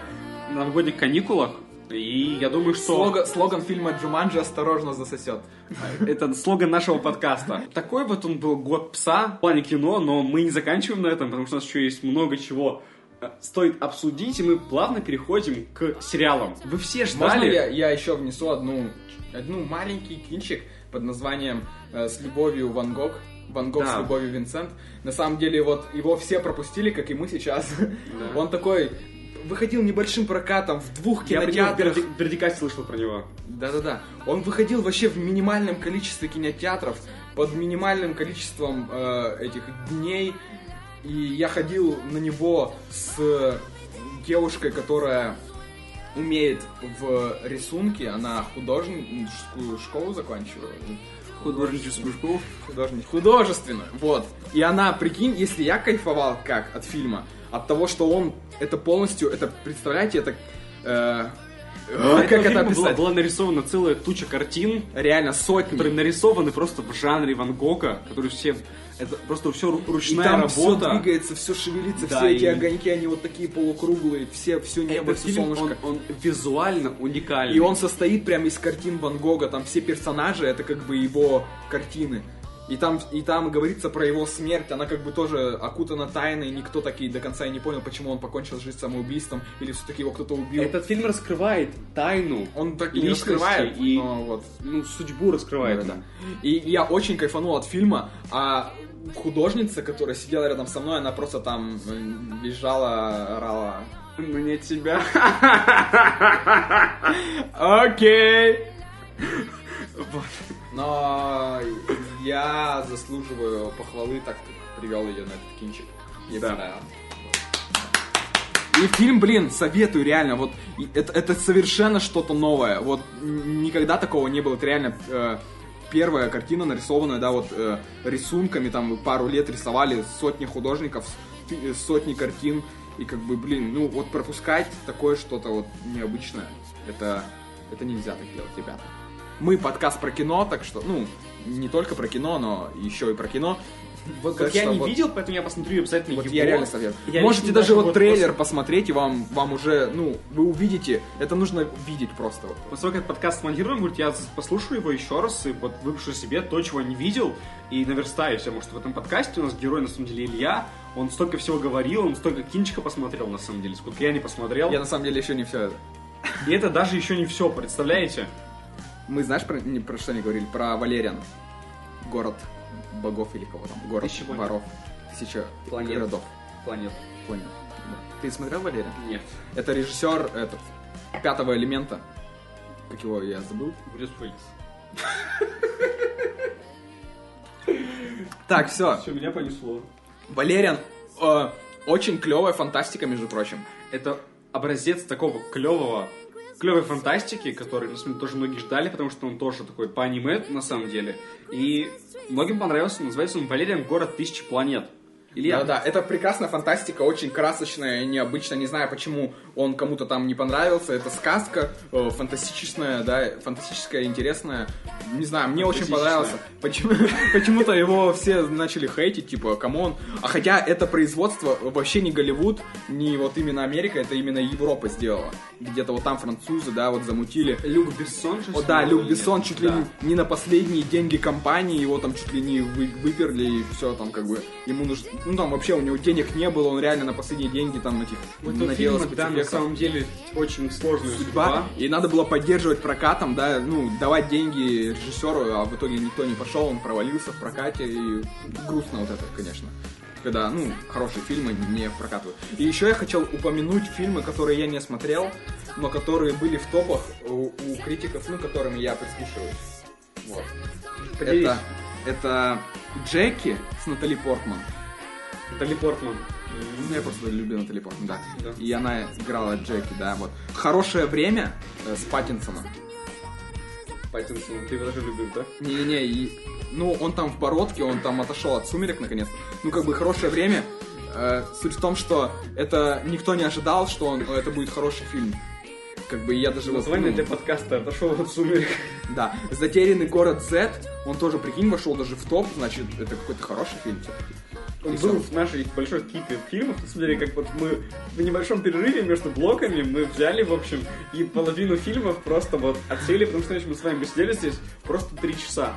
E: на новогодних каникулах. И я думаю, что
B: Слога- слоган фильма Джуманджи осторожно засосет.
E: (laughs) это слоган нашего подкаста. Такой вот он был год пса в плане кино, но мы не заканчиваем на этом, потому что у нас еще есть много чего э, стоит обсудить, и мы плавно переходим к сериалам. Вы все ждали...
B: Можно я, я еще внесу одну, одну маленький кинчик под названием э, «С любовью Ван Гог». Ван Гог с
E: Да.
B: любовью Винсент. На самом деле, вот его все пропустили, как и мы сейчас. Он такой выходил небольшим прокатом в двух
E: Я про него в
B: кинотеатрах.
E: Берди- Бердикасте слышал про него.
B: Да-да-да. Он выходил вообще в минимальном количестве кинотеатров, под минимальным количеством э, этих дней. И я ходил на него с девушкой, которая умеет в рисунке, она художническую школу заканчивала.
E: Художническую школу.
B: Художник. Художественно, вот. И она, прикинь, если я кайфовал как от фильма, от того, что он это полностью, это, представляете, это...
E: А,
B: э, э, как это
E: была,
B: описать?
E: была нарисована целая туча картин,
B: Реально сотни.
E: которые нарисованы просто в жанре Ван Гога, которые все... Это просто все
B: И
E: ручная
B: там все
E: работа.
B: двигается, все шевелится,
E: Да,
B: все эти
E: и-
B: огоньки, они вот такие полукруглые, все, все небо,
E: Этот
B: все
E: фильм,
B: солнышко.
E: он, он визуально уникальный.
B: И он состоит прямо из картин Ван Гога, там все персонажи, это как бы его картины. И там, и там говорится про его смерть, она как бы тоже окутана тайной, никто так и до конца и не понял, почему он покончил жизнь самоубийством, или все-таки его кто-то убил.
E: Этот фильм раскрывает тайну,
B: Он так и не
E: Личности
B: раскрывает,
E: и-
B: но вот.
E: ну, судьбу раскрывает.
B: Да-да-да. И я очень кайфанул от фильма, а художница, которая сидела рядом со мной, она просто там м, визжала, орала.
E: Мне тебя.
B: Окей! Но я заслуживаю похвалы, так как привел ее на этот кинчик. Мне
E: Да.
B: понравилось. И фильм, блин, советую реально. Вот и это, это совершенно что-то новое. Вот н- никогда такого не было. Это реально э, первая картина нарисованная, да, вот э, рисунками там пару лет рисовали сотни художников, с- фи- э, сотни картин и как бы, блин, ну вот пропускать такое что-то вот необычное. Это Это нельзя так делать, ребята. Мы подкаст про кино, так что, ну, не только про кино, но еще и про кино.
E: Вот
B: Так
E: как я
B: что
E: не
B: вот-
E: видел, поэтому я посмотрю обязательно
B: Вот
E: его.
B: я реально советую.
E: Я
B: Можете
E: лично
B: даже вот трейлер
E: пос-
B: посмотреть, и вам, вам уже, ну, вы увидите. Это нужно видеть просто.
E: После того, как этот подкаст смонтирован будет, я послушаю его еще раз и вот выпишу себе то, чего не видел, и наверстаю все. Может, в этом подкасте у нас герой, на самом деле, Илья. Он столько всего говорил, он столько кинчика посмотрел, на самом деле, сколько я не посмотрел.
B: Я на самом деле еще не все это.
E: И это даже еще не все, представляете?
B: Мы, знаешь, про, не, про что они говорили? Про Валериан. Город богов или кого там. Город
E: Тысяча планет.
B: воров. Тысяча
E: Планет.
B: городов.
E: Планет.
B: Планет. Да. Ты смотрел Валериан?
E: Нет.
B: Это режиссер этот, пятого элемента. Как его я забыл?
E: Брюс Уиллис.
B: Так, все.
E: Все, меня понесло.
B: Валериан э, очень клевая фантастика, между прочим.
E: Это образец такого клевого клевой фантастики, который, на самом деле, тоже многие ждали, потому что он тоже такой по аниме, на самом деле. И многим понравился, называется он «Валериан. Город тысячи планет». Илья,
B: Да, да, это прекрасная фантастика, очень красочная, необычная, не знаю, почему он кому-то там не понравился. Это сказка э, фантастическая, да, фантастическая, интересная. Не знаю, мне очень понравился. Почему, (laughs) почему-то его все начали хейтить, типа, камон. А хотя это производство вообще не Голливуд, не вот именно Америка, это именно Европа сделала. Где-то вот там французы, да, вот замутили.
E: Люк Бессон же
B: О, да,
E: снимал,
B: Люк
E: или
B: Бессон
E: нет?
B: чуть ли
E: Да.
B: не на последние деньги компании, его там чуть ли не вы- выперли, и все там как бы, ему нужно, ну там вообще у него денег не было, он реально на последние деньги там этих
E: У этого
B: наделал
E: фильма, да, на
B: спецэффектов.
E: самом деле, очень сложная судьба.
B: Судьба, и надо было поддерживать прокатом, да, ну, давать деньги режиссеру, а в итоге никто не пошел, он провалился в прокате, и грустно вот это, конечно. Когда, ну, хорошие фильмы не прокатывают. И еще я хотел упомянуть фильмы, которые я не смотрел, но которые были в топах у, у критиков, ну, которыми я прислушиваюсь. Вот.
E: Поделись.
B: Это, это Джеки с Натали Портман.
E: Натали Портман.
B: Ну, я просто люблю Натали Портман, да.
E: Да.
B: И она играла Джеки, да, вот. Хорошее время э, с Паттинсоном.
E: Паттинсон, ты его даже любишь, да?
B: Не-не-не, и- ну он там в бородке, он там отошел от сумерек наконец. Ну как бы хорошее время. Э, суть в том, что это никто не ожидал, что он, э, это будет хороший фильм. Как бы я даже вот,
E: Название
B: ну,
E: для подкаста «Отошел от сумерек».
B: да. Затерянный город Z, он тоже прикинь вошел даже в топ, значит это какой-то хороший фильм. типа. всё-таки.
E: Он
B: И
E: был
B: всё.
E: в нашей большой кипе фильмов. На самом деле, как вот мы в небольшом перерыве между блоками мы взяли, в общем, и половину фильмов просто вот отсели, потому что иначе мы с вами бы сидели здесь просто три часа.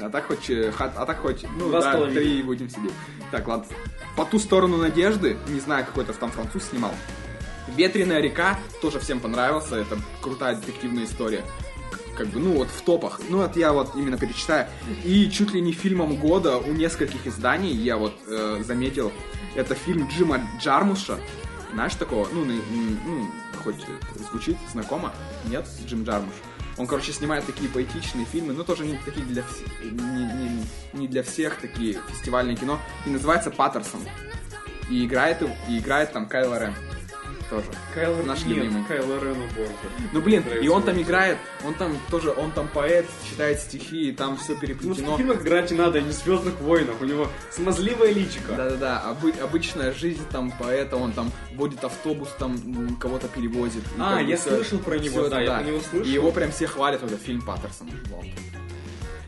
B: А так хоть, э, хат- а так хоть, ну
E: Два с
B: да,
E: половиной.
B: три будем сидеть. Так, ладно. По ту сторону надежды, не знаю, какой-то там француз снимал. Ветреная река тоже всем понравился, это крутая детективная история. К- Как бы, ну вот в топах. Ну вот я вот именно перечитаю. И чуть ли не фильмом года у нескольких изданий я вот э, заметил, это фильм Джима Джармуша. Знаешь такого? Ну, на- м, ну, хоть э, звучит знакомо. Нет, Джим Джармуш. Он, короче, снимает такие поэтичные фильмы, но тоже не такие для вс- не, не- не для всех такие фестивальное кино. И называется Паттерсон. И играет, его- и играет там Кайло Рен. Тоже.
E: Кайл
B: Наш
E: Нет,
B: любимый.
E: Кайло Рену Борга.
B: Ну блин, и
E: Нравится
B: он там
E: мне.
B: играет, он там тоже, он там поэт, читает стихи, и там все
E: Ну, в
B: переплетено.
E: таких фильмах играть не надо, а не в «Звездных войнах». У него смазливое личико.
B: Да-да-да, обы- обычная жизнь там поэта, он там водит автобус, там м, кого-то перевозит. И
E: А,
B: как бы
E: я
B: всё-
E: слышал про него,
B: всё
E: да, я про него слышал.
B: И его прям все хвалят, вот этот фильм Паттерсон. Вот.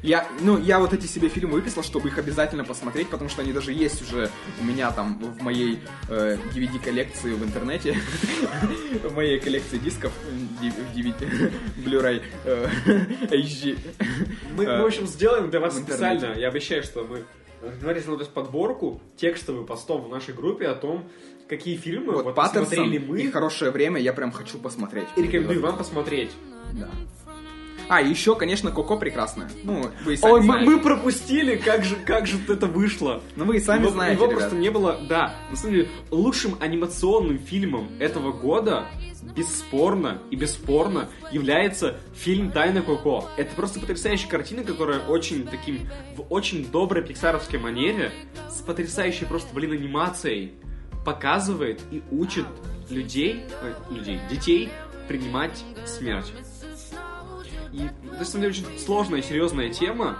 B: Я, ну, я вот эти себе фильмы выписал, чтобы их обязательно посмотреть, потому что они даже есть уже у меня там в моей э, DVD-коллекции в интернете, (laughs) в моей коллекции дисков м, ди- в DVD, (laughs) Blu-ray, э, (laughs) HD.
E: Мы,
B: Э,
E: в общем, сделаем для вас
B: в интернете.
E: специально. Я обещаю, что мы говорили у нас подборку текстовую постов в нашей группе о том, какие фильмы
B: Вот,
E: вот,
B: Паттерсон
E: смотрели мы.
B: и «Хорошее время» я прям хочу посмотреть.
E: И рекомендую вам посмотреть.
B: Да. А, еще, конечно, Коко прекрасная. Ну, вы и сами
E: Ой, мы,
B: знаете.
E: мы пропустили, как же, как же это вышло.
B: Ну, вы и сами
E: его,
B: знаете,
E: Его
B: ребят.
E: просто не было, да. На самом деле, лучшим анимационным фильмом этого года бесспорно и бесспорно является фильм «Тайна Коко». Это просто потрясающая картина, которая очень таким, в очень доброй пиксаровской манере, с потрясающей просто, блин, анимацией показывает и учит людей, э, людей, детей принимать смерть. И это, на самом деле, очень сложная и серьезная тема,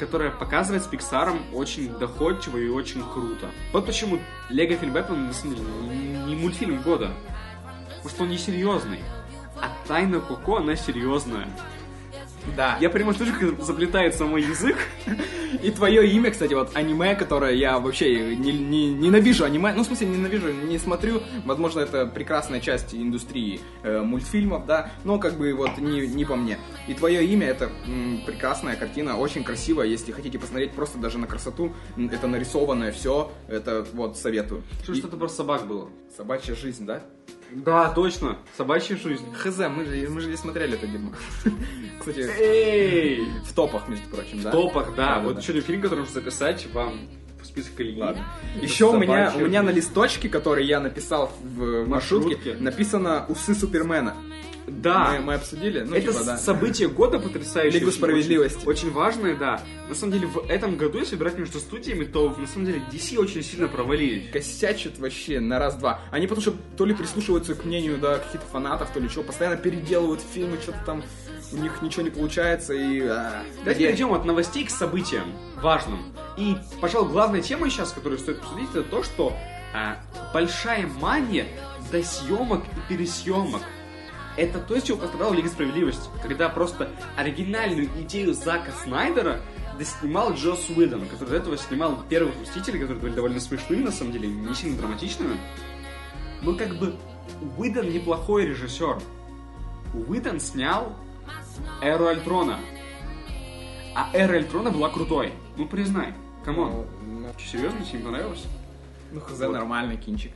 E: которая показывает с Пиксаром очень доходчиво и очень круто. Вот почему Лего фильм Бэтмен на самом деле, не мультфильм года. Потому что он не серьезный. А Тайна Коко, она серьезная.
B: Да.
E: Я прямо слышу, как заплетается мой язык.
B: И твое имя, кстати, вот аниме, которое я вообще не, не- ненавижу аниме, ну, в смысле, ненавижу, не смотрю, возможно, это прекрасная часть индустрии э, мультфильмов, да, но как бы вот не, не по мне. И твое имя, это м, прекрасная картина, очень красивая, если хотите посмотреть просто даже на красоту, м, это нарисованное все, это вот советую.
E: Что
B: И-
E: что-то про собак было.
B: Собачья жизнь, да?
E: Да, точно. Собачья жизнь.
B: Хз, мы же, мы же не смотрели это дерьмо. (laughs) Кстати,
E: Эй!
B: в топах, между прочим, да?
E: В топах, да. Вот
B: Да-да-да.
E: еще один фильм, который нужно записать вам в список Ильи.
B: Ладно. Еще у меня, у
E: Собачья
B: меня на
E: жизнь.
B: листочке, который я написал в маршрутке,
E: Маршрутке.
B: написано «Усы Супермена».
E: Да.
B: Мы, мы обсудили? Ну,
E: это
B: типа, да.
E: с- событие года потрясающее.
B: Лигу
E: очень-
B: справедливости.
E: Очень, очень важное, да. На самом деле, в этом году, если брать между студиями, то на самом деле DC очень сильно провалились.
B: Косячат вообще на раз-два. Они потому что то ли прислушиваются к мнению, да, каких-то фанатов, то ли что, постоянно переделывают фильмы, что-то там у них ничего не получается и... а,
E: Давайте
B: где-
E: перейдем от новостей к событиям важным. И, пожалуй, главная тема сейчас, которую стоит обсудить, это то, что а, большая мания до съемок и пересъемок. Это то, с чего пострадала Лига Справедливости, когда просто оригинальную идею Зака Снайдера доснимал Джос Уидон, который до этого снимал первых «Мстителей», которые были довольно смешными, на самом деле, не сильно драматичными. Но как бы Уидон неплохой режиссер. Уидон снял Эру Альтрона. А Эра Альтрона была крутой. Ну признай.
B: Ну,
E: Камон.
B: ну,
E: Чё, серьезно, тебе не понравилось?
B: ну, хз,
E: Вот.
B: нормальный кинчик.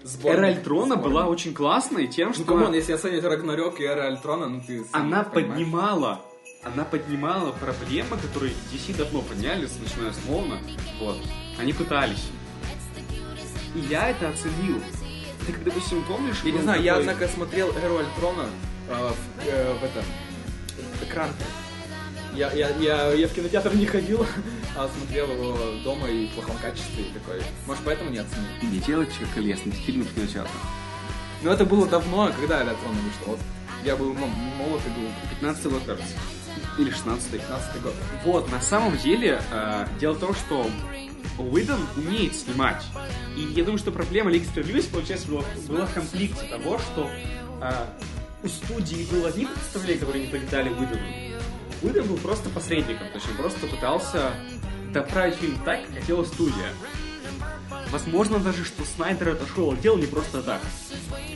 E: Эра
B: Сборник.
E: Альтрона
B: Сборник.
E: была очень классной тем,
B: Ну,
E: что
B: камон, если оценивать Рагнарёк и Эра Альтрона, ну ты... сам
E: она
B: понимаешь.
E: поднимала она поднимала проблемы, которые DC давно подняли, с- начиная с Нолана. Вот. Они пытались. И я это оценил. Ты, как, допустим, помнишь...
B: Я не
E: был
B: знаю, я,
E: такой-
B: однако, смотрел Эру Альтрона э, в, э, в этом в экран. Я, я, я, я в кинотеатр не ходил, (laughs) а смотрел его дома и в плохом качестве и такой. Может, поэтому не оценил.
E: Не делать как лесных фильмов в кинотеатрах.
B: Но это было давно, когда Эру Альтрона вышла. Вот. Я был м- молод и был
E: 15 год, кажется. Или 16
B: 15 год.
E: Вот, на самом деле, э, дело в том, что Уидон умеет снимать. И я думаю, что проблема Лиги Справедливости, получается, была, была в конфликте того, что э, у студии было одни представления, которые не полетали Уидону. Уидон был просто посредником, то есть он просто пытался доправить фильм так, как хотела студия. Возможно даже, что Снайдер отошел от дела не просто так.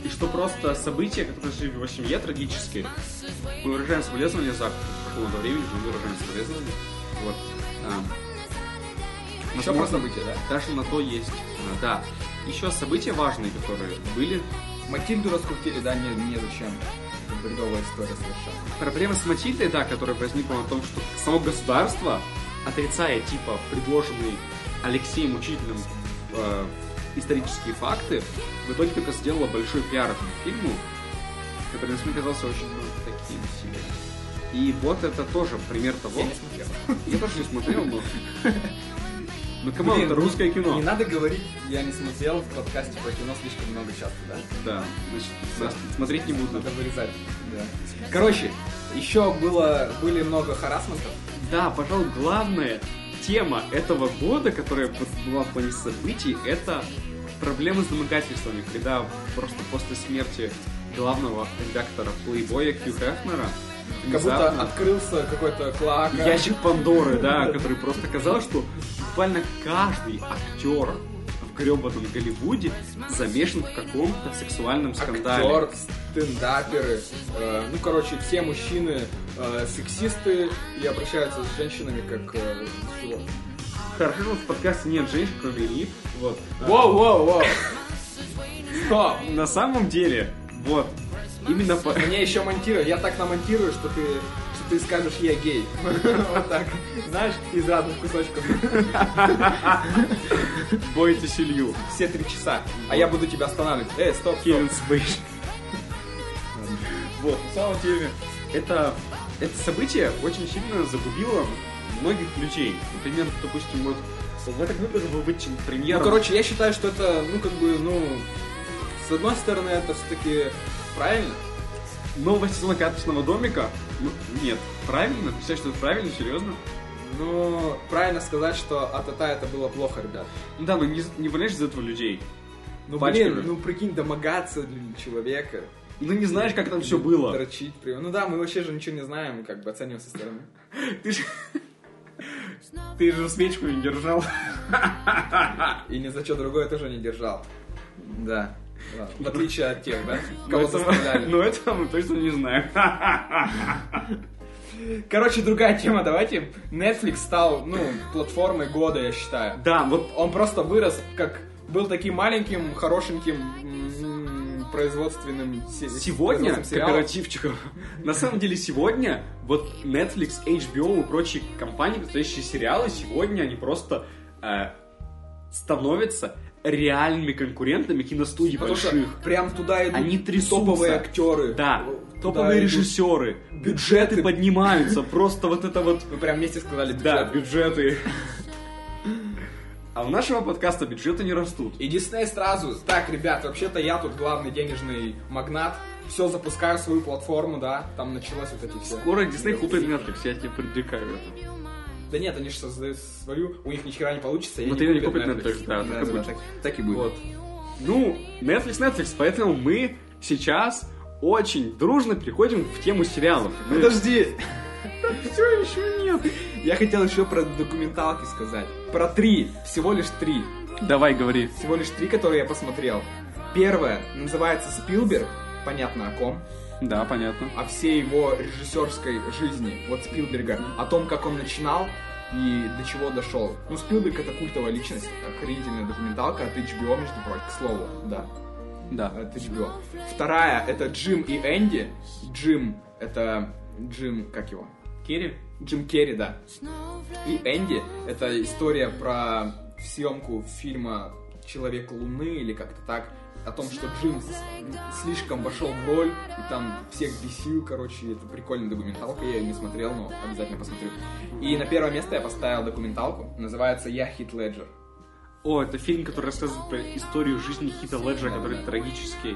E: И что просто события, которые произошли в его семье, трагические. Мы выражаем соболезнования за прошло много времени, мы выражаем соболезнования. Вот. А,
B: Еще про события, да?
E: Даже на то есть. а, да. Еще события важные, которые были.
B: Матильду раскрутили, да, не, не зачем. Бредовая история совершенно.
E: Проблема с Матильдой, да, которая возникла на том, что само государство, отрицая, типа, предложенные Алексеем Учителем э, исторические факты, в итоге только сделало большой пиар этому фильму, который, на самом деле, казался очень ну, таким себе. И вот это тоже пример того...
B: Я не смотрел.
E: (laughs) Я тоже не
B: (laughs)
E: смотрел, но... Ну, камон,
B: Блин,
E: это русское кино.
B: Не надо говорить, я не смотрел в подкасте про кино слишком много часто, да?
E: Да, значит, нас смотреть не буду.
B: Надо вырезать. Короче, еще было, были много харасментов.
E: Да, пожалуй, главная тема этого года, которая вот была в плане событий, это проблемы с домогательствами, когда просто после смерти главного редактора Playboy Кью Хефнера
B: Как будто открылся какой-то клака.
E: ящик Пандоры, да, который просто казал, что буквально каждый актер в гребаном Голливуде замешан в каком-то сексуальном скандале.
B: Актер, стендаперы, э, ну, короче, все мужчины э, сексисты и обращаются с женщинами как... э, с чего?
E: Хорошо, что в подкасте нет женщин, кроме Ильи. Вот.
B: Воу, воу, воу! Стоп!
E: На самом деле, вот, именно по...
B: Мне еще монтирую, я так намонтирую, что ты, что ты скажешь, я гей. (laughs) Вот так, знаешь, из разных кусочков.
E: Бойтесь Илью.
B: Все три часа. А я буду тебя останавливать. Эй, стоп, стоп.
E: Кевин Спейси. Вот, на самом деле, это, это событие очень сильно загубило многих людей. Например, допустим, вот в этом году был быть премьером.
B: Ну, короче, я считаю, что это, ну, как бы, ну, с одной стороны, это все-таки правильно.
E: нового сезона карточного домика. Ну, нет, правильно? Ты считаешь, что это правильно? Серьезно?
B: Но правильно сказать, что от АТА это было плохо, ребят.
E: Ну да, но не, не валяешь из этого людей.
B: Ну,
E: Пачками.
B: блин, ну, прикинь, домогаться для человека.
E: Ну не знаешь, как там все было.
B: Дрочить, прям. Ну да, мы вообще же ничего не знаем, как бы оцениваем со стороны.
E: (laughs) Ты же... Ты же свечку не держал. (laughs)
B: И ни за что другое тоже не держал. Да. Ладно. В отличие от тех,
E: (laughs)
B: да?
E: Но
B: Кого
E: этого,
B: заставляли.
E: (laughs) но этого мы точно не знаем. (laughs)
B: Короче, другая тема, давайте. Netflix стал, ну, платформой года, я считаю.
E: Да, вот
B: Он просто вырос, как был таким маленьким, хорошеньким м, производственным се-
E: сегодня
B: производственным сериалом.
E: кооперативчиков. На самом деле сегодня вот Netflix, HBO и прочие компании, настоящие сериалы, сегодня они просто э, становятся реальными конкурентами киностудий
B: Потому что
E: больших.
B: прям туда идут
E: Они трясутся.
B: топовые актеры.
E: Да,
B: Туда
E: топовые
B: идут.
E: режиссеры, бюджеты
B: Бюджеты.
E: поднимаются, просто вот это вот
B: Вы прям вместе сказали бюджет.
E: Да, бюджеты. А у нашего подкаста бюджеты не растут.
B: И Дисней сразу, так, ребят, вообще-то я тут главный денежный магнат, все, запускаю свою платформу, да, там началось вот эти все.
E: Скоро Дисней купит Netflix, я тебе предрекаю это.
B: Да нет, они же создают свою, у них нихера не получится. и
E: Вот
B: они
E: её не купят Netflix, да, так и будет.
B: так.
F: Так и будет.
E: Вот. Ну, Netflix, Netflix, поэтому мы сейчас очень дружно переходим в тему сериалов. Ну, Мы- (laughs)
B: Подожди. Все еще нет. Я хотел еще про документалки сказать. Про три, всего лишь три.
E: Давай, говори.
B: Всего лишь три, которые я посмотрел. Первое называется Спилберг, понятно о ком.
E: Да, понятно.
B: о всей его режиссерской жизни, вот Спилберга, о том, как он начинал и до чего дошел. Ну, Спилберг это культовая личность, охренительная документалка от HBO, между прочим, к слову, да,
E: Да.
B: от HBO. Э, Вторая это Джим и Энди. Джим это Джим, как его?
E: Кири?
B: Джим Керри, да. И Энди это история про съемку фильма Человек Луны или как-то так о том, что Джим с- слишком вошел в роль и там всех бесил, короче, это прикольная документалка, я ее не смотрел, но обязательно посмотрю. И на первое место я поставил документалку, называется «Я Хит Леджер».
E: О, это фильм, который рассказывает про историю жизни Хита Леджера, который трагический.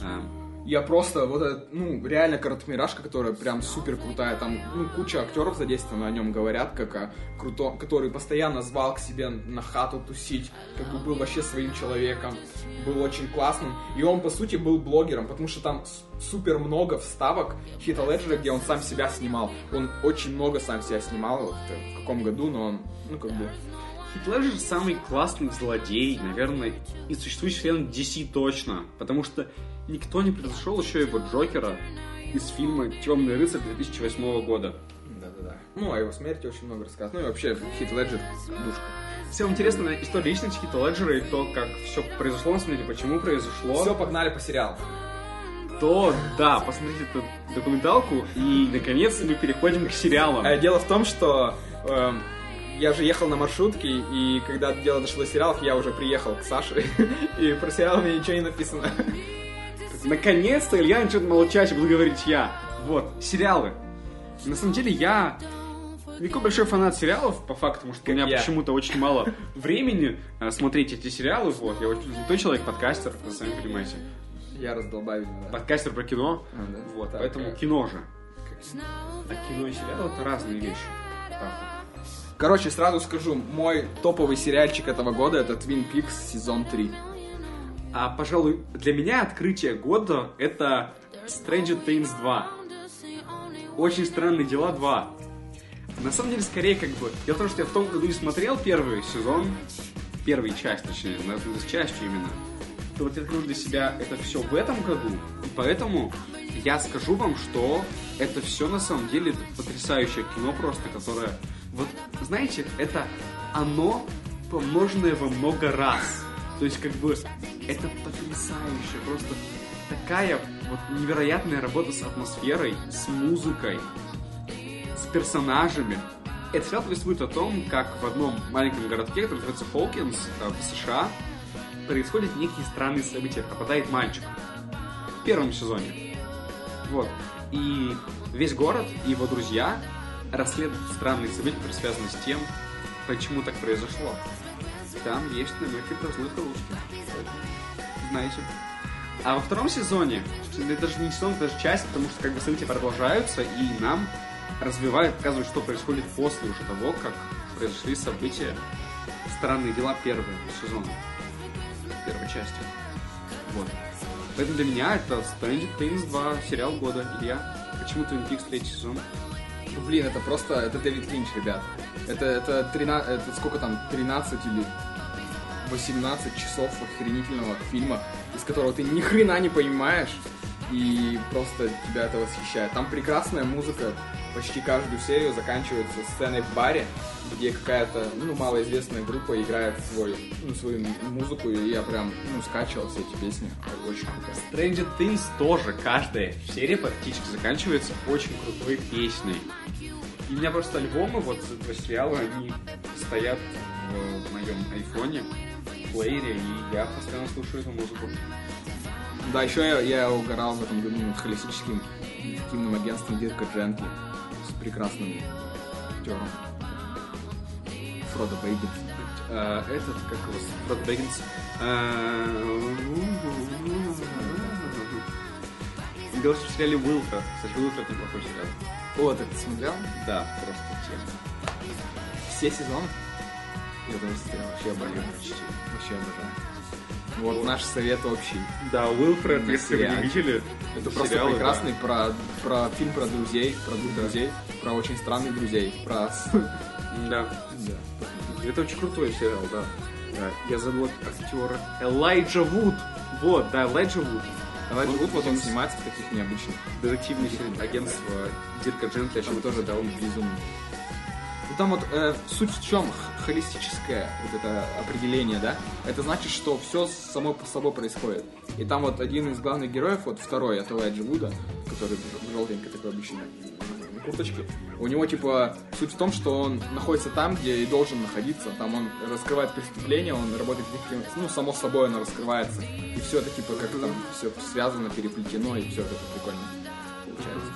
E: Эм,
B: Я просто, вот этот, ну, реально короткометражка, которая прям супер крутая, там, ну, куча актеров задействована, о нем говорят, как о круто, который постоянно звал к себе на хату тусить, как бы был вообще своим человеком, был очень классным, и он, по сути, был блогером, потому что там с- супер много вставок Хита Леджера, где он сам себя снимал, он очень много сам себя снимал, вот, э, в каком году, но он, ну, как бы,
E: Хит Леджер самый классный злодей, наверное, и существующий вселенной DC точно, потому что никто не превзошел еще его Джокера из фильма «Темный рыцарь» 2008 года.
B: да-да-да. Ну, о его смерти очень много рассказано, ну, и вообще, Хит Леджер, душка.
E: Всем интересно история личности Хита Леджера и то, как все произошло на самом деле, почему произошло.
B: Все, погнали по сериалу.
E: То, да, посмотрите эту документалку, и, наконец, мы переходим к сериалам.
B: Э, Дело в том, что эм, я же ехал на маршрутке, и когда дело дошло до сериалов, я уже приехал к Саше, (laughs) и про сериал мне ничего не написано.
E: Наконец-то Илья начнет молчать и буду говорить я. Вот, сериалы. На самом деле я не такой большой фанат сериалов, по факту, потому что у меня
B: я.
E: почему-то очень мало времени э, смотреть эти сериалы. Вот, я очень занятой человек, подкастер, вы сами понимаете.
B: Я раздолбаю, да.
E: Подкастер про кино.
B: А, да?
E: Вот,
B: Так,
E: поэтому
B: э,
E: кино же. А кино и сериал это разные вещи. Так вот.
B: Короче, сразу скажу, мой топовый сериальчик этого года это Twin Peaks сезон 3.
E: А, пожалуй, для меня открытие года это Stranger Things 2. Очень странные дела 2. На самом деле, скорее, как бы, дело в том, что я в том году не смотрел первый сезон, первую часть, точнее, наверное, с частью именно, то вот я открыл для себя это все в этом году, и поэтому я скажу вам, что это все на самом деле это потрясающее кино просто, которое, вот, знаете, это оно помноженное во много раз. То есть, как бы, это потрясающе, просто такая вот невероятная работа с атмосферой, с музыкой, с персонажами. Этот сериал повествует о том, как в одном маленьком городке, который называется Хоукинс, э, в США, происходят некие странные события. Пропадает мальчик. В первом сезоне. Вот. И весь город и его друзья расследуют странные события, которые связаны с тем, почему так произошло. Там есть намеки про злых русских. Знаете. А во втором сезоне, это даже не сезон, это даже часть, потому что как бы события продолжаются, и нам развивают, показывают, что происходит после уже того, как произошли события, странные дела первого сезона, первой части. Вот. Поэтому для меня это Stranger Things 2 сериал года. Илья, почему Twin Peaks третий сезон?
B: Ну, Блин, это просто, это Дэвид Линч, ребят. Это, это, 13, это сколько там, 13 или 18 часов охренительного фильма, из которого ты ни хрена не понимаешь, и просто тебя это восхищает. Там прекрасная музыка, почти каждую серию заканчивается сценой в баре, где какая-то, ну, малоизвестная группа играет свою, ну, свою музыку, и я прям, ну, скачивал все эти песни. Очень круто.
E: Stranger Things тоже каждая серия практически заканчивается очень крутой песней. И у меня просто альбомы вот за два сериала, они стоят в, моем айфоне, в плеере, и я постоянно слушаю эту музыку.
B: Да, еще я, я угорал в этом году над холистическим детективным агентством Дирка Джентли с прекрасным актером Фродо Бейгинс.
E: Э,
B: А,
E: этот, как его, Фрод Бэггинс. Э, Дело в сериале Уилфа. Кстати, Уилфа это неплохой сериал.
B: Вот, это смотрел?
E: Да, просто честно.
B: Все сезоны? Я тоже смотрел, вообще обожаю. Вообще обожаю. Вот, наш совет общий.
E: Да, Уилфред,
B: На
E: если вы не
B: сериале.
E: видели,
B: Это просто
E: сериалы, да.
B: прекрасный про, про фильм про друзей, про двух друзей, про очень странных друзей, про... с-
E: Да.
B: Да.
E: Это очень крутой сериал, да. Да, Я забыл актера Элайджа Вуд. Вот, да, Элайджа Вуд.
B: Давай
E: Вот
B: вот, вот он
E: агентство-
B: снимается в таких необычных.
E: Детективное агентство Дирка Джентли, о
B: Там
E: чем
B: тоже
E: тоже
B: довольно безумно. Ну там вот э, суть в чем х- холистическое вот это определение, да? Это значит, что все само по собой происходит. И там вот один из главных героев, вот второй, это Элайджа Вуда, который в желтенькой такой обычной курточке, у него типа суть в том, что он находится там, где и должен находиться. Там он раскрывает преступление, он работает детективом. Ну, само собой оно раскрывается. И все это типа как там все связано, переплетено, и все это прикольно получается.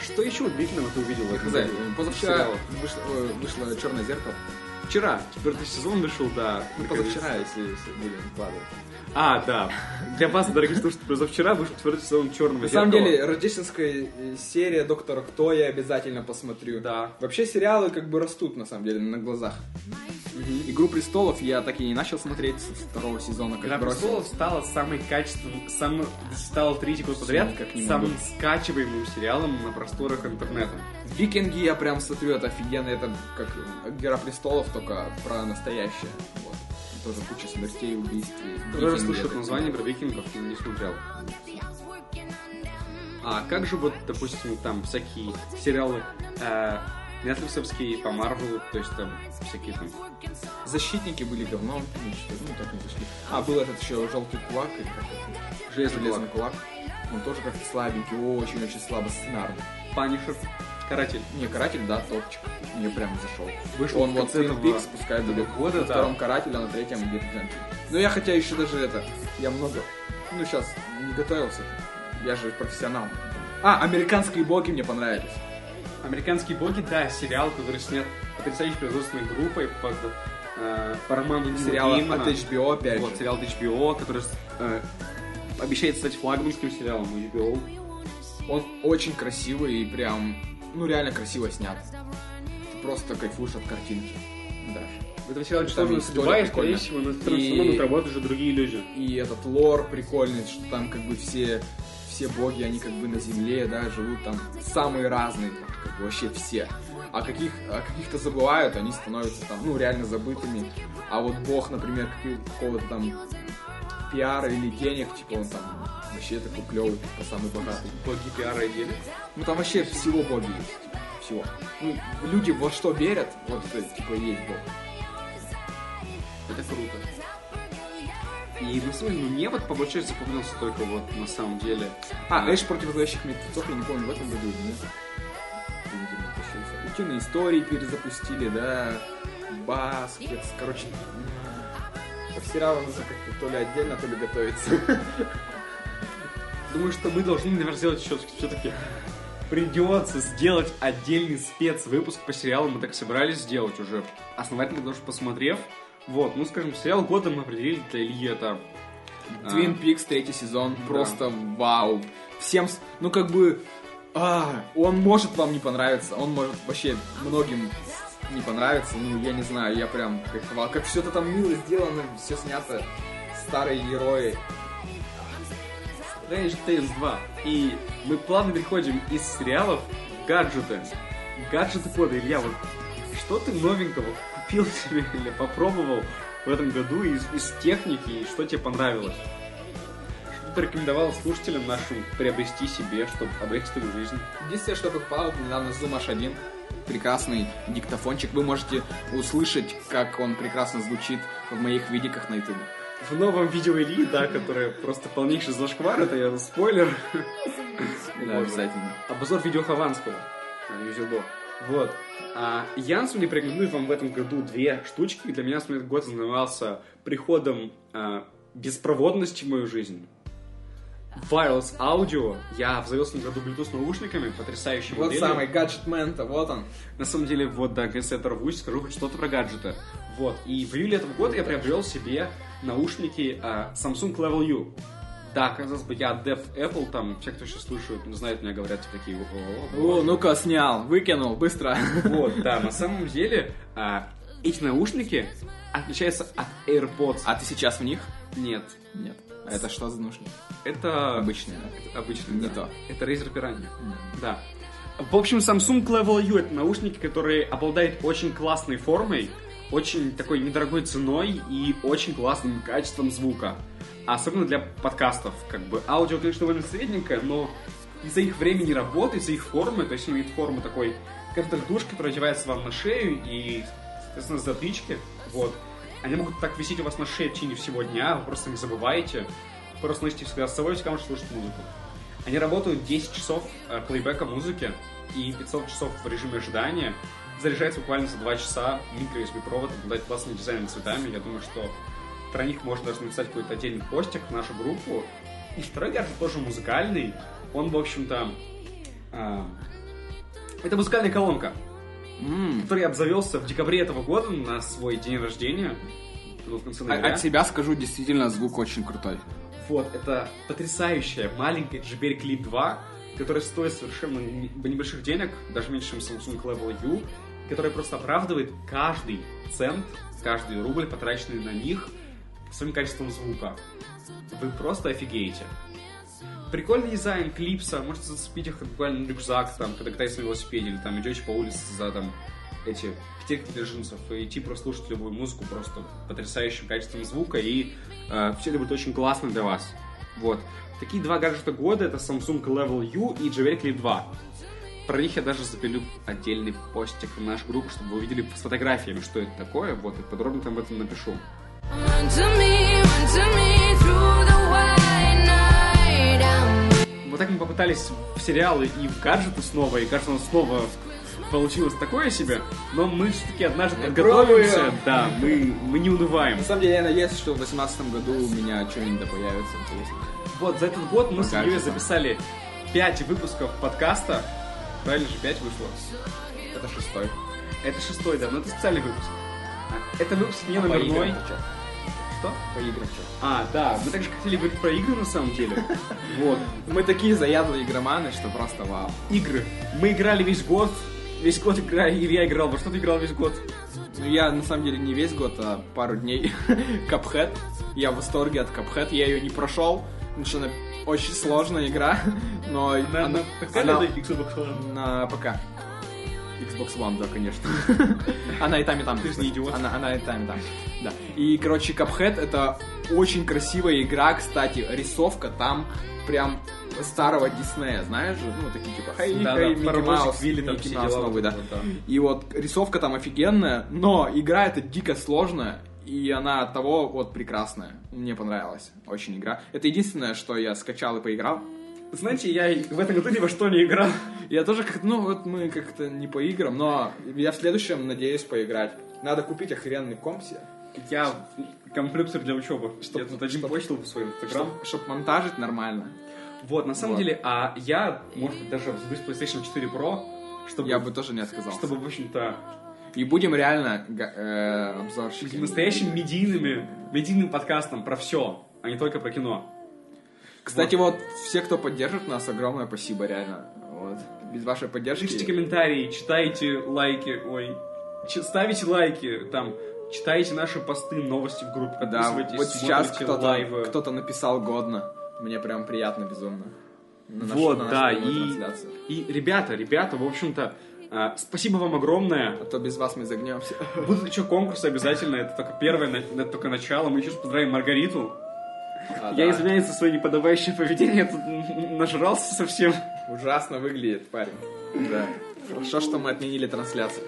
E: Что еще удивительного ты увидел в этом
B: Хз,
E: году?
B: позавчера
E: Сериала.
B: вышло, э, вышло черное зеркало.
E: Вчера. Четвертый сезон вышел, да.
B: Ну, позавчера, если, если будем вкладывать.
E: А, да. Для вас, дорогие слушатели, позавчера вышел четвертый сезон черного
B: На самом деле, рождественская э, серия Доктора Кто я обязательно посмотрю.
E: Да.
B: Вообще сериалы как бы растут, на самом деле, на глазах. Игру престолов я так и не начал смотреть со второго сезона, как
E: Игра
B: бросил.
E: престолов стала самой качественным, самым, стала третий год подряд,
B: как не
E: самым
B: могу.
E: скачиваемым сериалом на просторах интернета.
B: Викинги я прям смотрю, это офигенно, это как Игра престолов, только про настоящее. Вот. Тоже куча смертей, убийств. и
E: Тоже
B: викинги,
E: слышал
B: это-
E: название про викингов, но не смотрел. А как же вот, допустим, там всякие сериалы э, нетфликсовские по Марвелу, то есть там всякие там...
B: Защитники были говном, ну, что-то, ну, так не зашли. А, был этот еще желтый кулак, или как это?
E: Железный
B: Железный кулак. Он тоже как-то слабенький, очень-очень слабо сценарный.
E: Панишер, Каратель.
B: Не, каратель, да, топчик. Мне прям зашел.
E: Вышел
B: он
E: в
B: вот
E: конце
B: Twin
E: этого
B: Peaks пускай будет.
E: года,
B: На
E: да.
B: втором карателе, а на третьем будет Джанки. Но я хотя еще даже это, я много, ну сейчас не готовился. Я же профессионал. А, американские боги мне понравились.
E: Американские боги, да, сериал, который снят потрясающей производственной группой под э, по роману Нила
B: Сериалы
E: Геймана.
B: от HBO опять
E: Вот,
B: же.
E: сериал от HBO, который э, обещает стать флагманским сериалом у HBO.
B: Он очень красивый и прям, ну реально красиво снят. Ты просто кайфуешь от картинки. Да.
E: В этом сериале
B: Там история
E: «Чудовищная судьба, и, скорее
B: прикольная.
E: всего, на
B: И-
E: втором сезоне работают уже другие люди.
B: И этот лор прикольный, что там как бы все, все боги, они как бы на земле, да, живут там самые разные, там, как бы вообще все. А каких, о каких-то забывают, они становятся там, ну, реально забытыми. А вот бог, например, каки- какого-то там пиара или денег, типа он там вообще такой клевый, типа самый богатый.
E: Боги пиара и денег.
B: Ну там вообще всего боги есть. типа, Всего. Ну, люди во что верят, вот э, типа и есть бог.
E: Это круто. И, ну, в смысле, ну, мне вот, по большей части, запомнился только вот, на самом деле...
B: А,
E: э,
B: Эш против зловещих мертвецов, я не помню, в этом году или нет. Видимо, тащился. Утиные истории перезапустили, да. Баскетс, короче. м, Сериалы нужно как-то то ли отдельно, то ли готовиться.
E: Думаю, что мы должны, наверное, сделать еще (laughs) все-таки придется сделать отдельный спецвыпуск по сериалу. Мы так собирались сделать уже основательно, потому что посмотрев. Вот, ну скажем, сериал года мы определили для Ильи это.
A: А.
B: Твин Пикс, третий сезон, просто вау. Всем, с- ну как бы, а, он может вам не понравиться, он может вообще многим не понравиться, ну я не знаю, я прям кайфовал. Как все это там мило сделано, все снято, старые герои,
E: Strange Tales 2. И мы плавно переходим из сериалов в гаджеты. Гаджеты года. Илья, вот что ты новенького купил себе (laughs) или попробовал в этом году из, из техники, и что тебе понравилось? Что ты рекомендовал слушателям нашим приобрести себе, чтобы облегчить им жизнь?
B: Единственное, что покупал недавно Zoom H1. Прекрасный диктофончик. Вы можете услышать, как он прекрасно звучит в моих видиках на YouTube.
E: В новом видео Ильи, да, которое просто полнейший зашквар, это я спойлер.
B: Да, обязательно.
E: Обзор видео Хованского. э, Юзерблок. Вот. А, Янсу не рекомендую вам в этом году две штучки. Для меня смотрит год занимался приходом а, беспроводности в мою жизнь. Wireless Audio. Я обзавелся на году Bluetooth наушниками, потрясающей
A: Вот
E: моделью.
A: самый гаджетмен-то, вот он.
E: На самом деле, вот, да, если я оторвусь, скажу хоть что-то про гаджеты. Вот, и в июле этого года я приобрел себе наушники а, Samsung Level U. Да, казалось бы, я адепт Apple, там, все, кто сейчас слушают, не знают меня, говорят типа, такие... «О, о,
B: О, ну-ка, снял, выкинул, быстро.
E: Вот, да, на самом деле, а, эти наушники отличаются от AirPods.
B: А ты сейчас в них?
E: Нет,
B: Нет. А это что за наушники?
E: это...
B: Обычные, да?
E: Обычно,
B: Не
E: да.
B: то.
E: Это Razer Piranha. Да. В общем, Samsung Level U это наушники, которые обладают очень классной формой, очень такой недорогой ценой и очень классным качеством звука. Особенно для подкастов. Как бы аудио, конечно, довольно средненькое, но из-за их времени работы, из-за их формы, то есть имеет форму такой картridушки, которая одевается вам на шею и, соответственно, затычки, вот. Они могут так висеть у вас на шее в течение всего дня, вы просто не забываете. Просто носите всегда с собой, если вам слушать музыку. Они работают 10 часов э, плейбека музыки и 500 часов в режиме ожидания. Заряжается буквально за 2 часа. Микро USB провод обладает классным дизайном и цветами. Я думаю, что про них можно даже написать какой-то отдельный постик в нашу группу. И второй гаджет тоже музыкальный. Он, в общем-то... э, это музыкальная колонка
B: М.
E: который я обзавелся в декабре этого года на свой день рождения. Ну, в конце
B: А-
E: ноября.
B: От себя скажу, действительно, звук очень крутой.
E: Вот, это потрясающая маленькая JBL Clip 2, которая стоит совершенно не- небольших денег, даже меньше, чем Samsung Level U, которая просто оправдывает каждый цент, каждый рубль, потраченный на них, своим качеством звука. Вы просто офигеете. Прикольный дизайн клипса, можете зацепить их буквально на рюкзак, там, когда катаетесь на велосипеде, или там идете по улице за там эти петельки для джинсов и идти просто слушать любую музыку просто потрясающим качеством звука и все это будет очень классно для вас. Вот. Такие два гаджета года это Samsung Level U и JBL Clip 2. Про них я даже запилю отдельный постик в нашу группу, чтобы вы увидели с фотографиями, что это такое. Вот, и подробно там об этом напишу.
C: Run to me, run to me through the white night. I'm
E: Вот так мы попытались в сериалы и в гаджеты снова, и кажется, у нас снова получилось такое себе, но мы все-таки однажды подготовимся.
B: пробуем.
E: Да, мы, мы не унываем.
B: На самом деле, я надеюсь, что в 2018 году у меня что-нибудь да появится интересное.
E: Вот, за этот год мы с
B: Покажется.
E: Ильей записали 5 выпусков подкаста. Правильно же, 5 вышло.
B: Это шестой.
E: Это шестой, да, но это специальный выпуск. А, Это выпуск не
B: А по играм
E: номерной.
B: ты чё?
E: Что?
B: По играм чё?
E: А, да, мы также хотели говорить про игры на самом (laughs) деле. Вот,
B: Мы такие заядлые игроманы, что просто вау.
E: игры. Мы играли весь год, весь год играли, Илья играл, во что ты играл весь год?
B: Ну, я на самом деле не весь год, а пару дней. (laughs) Капхед. Я в восторге от Капхед. Я ее не прошел, потому что она очень сложная игра. (laughs) Но
E: На,
B: она-
E: на ПК
B: она-
E: или на Xbox One?
B: на ПК. Xbox One, да, (laughs) конечно. Она и там, и там.
E: Ты же не идиот.
B: Она, она и там, и там. Да. И, короче, Cuphead это очень красивая игра, кстати, рисовка там прям старого Диснея, знаешь же, ну, такие типа, хей,
E: Да,
B: хей,
E: да,
B: Микки
E: паровозик
B: Маус,
E: Вилли там
B: Микки
E: все
B: Маус
E: дела,
B: новый,
E: вот
B: да.
E: это вот, да.
B: И вот рисовка там офигенная, но игра эта дико сложная, и она от того вот прекрасная. Мне понравилась очень игра. Это единственное, что я скачал и поиграл.
E: Знаете, я и в этом году ни во что не играл.
B: Я тоже как-то, ну вот мы как-то не по играм, но я в следующем надеюсь поиграть. Надо купить охренный комп себе,
E: Я компьютер для учебы. Что
B: Чтоб-
E: я тут один
B: чтоб-
E: почтал свой инстаграм.
B: чтобы монтажить нормально.
E: Вот, на самом
B: Вот.
E: деле, а я, может быть, даже взбусь PlayStation 4 Pro, чтобы,
B: Я бы тоже не отказался.
E: чтобы в общем-то,
B: И будем реально га- э, обзорщики.
E: настоящим медийными, медийным подкастом про все, а не только про кино.
B: Кстати, вот. все, кто поддержит нас, огромное спасибо, реально. Вот. Без вашей поддержки.
E: Пишите комментарии, читайте лайки, ой, ч- ставите лайки, там, читайте наши посты, новости в группе,
B: Да,
E: подписывайтесь,
B: вот сейчас
E: смотрите
B: кто-то
E: лайвы.
B: кто-то написал годно. Мне прям приятно безумно. На наш-
E: Вот,
B: на нашу
E: да,
B: прямую
E: и,
B: трансляцию.
E: и ребята, ребята, в общем-то, а, спасибо вам огромное.
B: А то без вас мы (laughs) загнемся.
E: Будут еще конкурсы обязательно, это только первое, на- это только начало. Мы еще поздравим Маргариту.
B: А,
E: Я извиняюсь за свое неподобающее поведение, я тут н- нажрался совсем.
B: Ужасно выглядит парень. Да. Хорошо, что мы отменили трансляцию.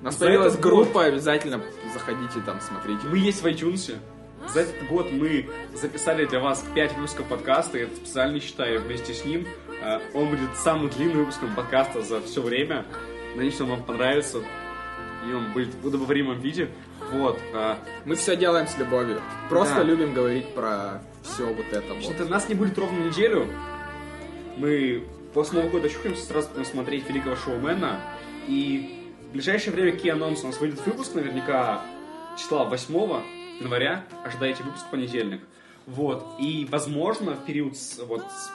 B: Настоялась
E: этот год-
B: группа, обязательно заходите там, смотрите.
E: Мы есть в iTunes. За этот год мы записали для вас 5 выпусков подкаста, я это специально считаю вместе с ним. Э, Он будет самым длинным выпуском подкаста за все время. Надеюсь, он вам понравится. И он будет в удобоваримом виде. Вот. э,
B: Мы все делаем с любовью. Просто
E: Да.
B: любим говорить про все вот это вот.
E: Что-то нас не будет ровно неделю. Мы после Нового года очухаемся, сразу будем смотреть Великого Шоумена. И в ближайшее время какие анонсы? У нас выйдет выпуск наверняка числа 8 января. Ожидайте выпуск в понедельник. Вот. И, возможно, в период с, вот, с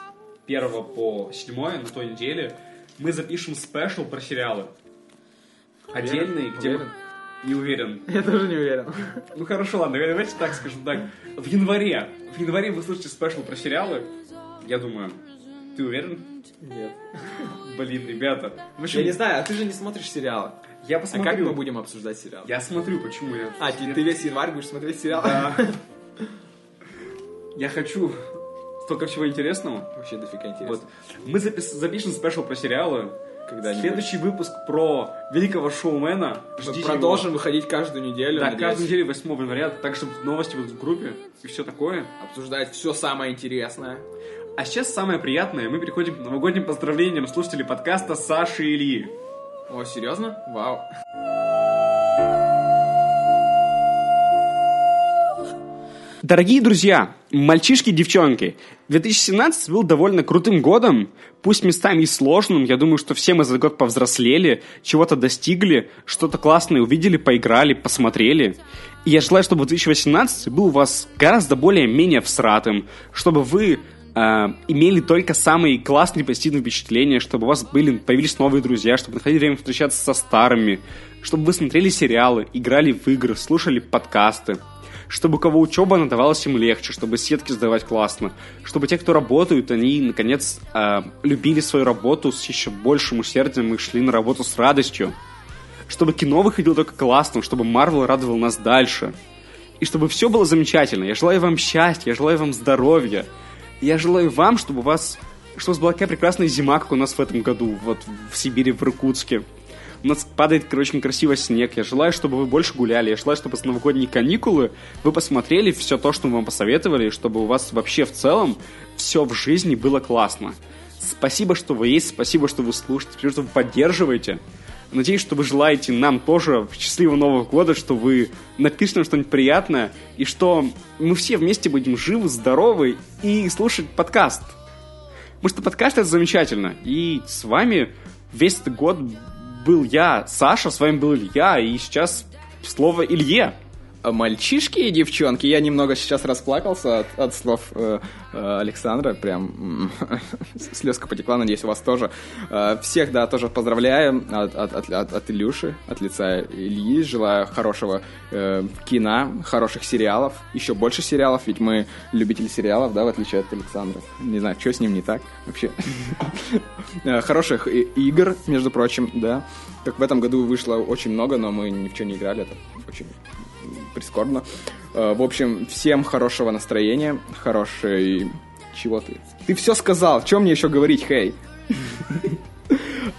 E: 1 по 7 на той неделе мы запишем спешл про сериалы. Отдельный, где... мы-
B: Уверен?
E: Не уверен.
B: Я тоже не уверен.
E: Ну хорошо, ладно, давайте так скажем так. В январе. В январе вы слышите спешл про сериалы. Я думаю. Ты уверен?
B: Нет.
E: Блин, ребята. В общем,
B: Я не знаю, а ты же не смотришь сериалы.
E: я
B: А как
E: посмотрю.
B: мы будем обсуждать сериалы?
E: Я смотрю, почему я...
B: А, ты, ты весь январь будешь смотреть сериалы?
E: Да. Я хочу столько всего интересного.
B: Вообще дофига интересно.
E: Вот. Мы запис- запишем спешл про сериалы.
B: Когда-нибудь.
E: Следующий выпуск про великого шоумена.
B: Мы
E: Ждите
B: продолжим
E: его.
B: выходить каждую неделю.
E: Да,
B: надеюсь,
E: каждую неделю 8 января, так что новости будут в группе и все такое.
B: Обсуждать все самое интересное.
E: А сейчас самое приятное, мы переходим к новогодним поздравлениям слушателей подкаста Саши и Ильи.
B: О, серьезно? Вау.
E: Дорогие друзья, мальчишки и девчонки, 2017 был довольно крутым годом, пусть местами и сложным, я думаю, что все мы за год повзрослели, чего-то достигли, что-то классное увидели, поиграли, посмотрели. И я желаю, чтобы 2018 был у вас гораздо более-менее всратым, чтобы вы э, имели только самые классные позитивные впечатления, чтобы у вас были, появились новые друзья, чтобы находили время встречаться со старыми, чтобы вы смотрели сериалы, играли в игры, слушали подкасты чтобы у кого учеба она давалась им легче, чтобы сетки сдавать классно, чтобы те, кто работают, они, наконец, э, любили свою работу с еще большим усердием и шли на работу с радостью, чтобы кино выходило только классным, чтобы Марвел радовал нас дальше, и чтобы все было замечательно. Я желаю вам счастья, я желаю вам здоровья, я желаю вам, чтобы у вас, чтобы у вас была такая прекрасная зима, как у нас в этом году, вот в Сибири, в Иркутске. У нас падает, короче, красиво снег. Я желаю, чтобы вы больше гуляли. Я желаю, чтобы с новогодние каникулы вы посмотрели все то, что мы вам посоветовали, и чтобы у вас вообще в целом все в жизни было классно. Спасибо, что вы есть, спасибо, что вы слушаете, спасибо, что вы поддерживаете. Надеюсь, что вы желаете нам тоже счастливого Нового года, что вы напишите нам что-нибудь приятное, и что мы все вместе будем живы, здоровы и слушать подкаст. Потому что подкаст это замечательно. И с вами весь этот год был я, Саша, с вами был Илья, и сейчас слово Илье.
B: А Мальчишки и девчонки, я немного сейчас расплакался от, от слов э, э, Александра, прям м, (laughs) слезка потекла, надеюсь, у вас тоже. Э, всех, да, тоже поздравляю от, от- от- от- от Илюши, от лица Ильи, желаю хорошего э, кино, хороших сериалов, еще больше сериалов, ведь мы любители сериалов, да, в отличие от Александра. Не знаю, что с ним не так вообще. Э, Хороших и- игр, между прочим, да. Как в этом году вышло очень много, но мы ни в чё не играли, это очень прискорбно. Э, В общем, всем хорошего настроения, хорошей... Чего ты? Ты все сказал, чем мне еще говорить, хей? (laughs)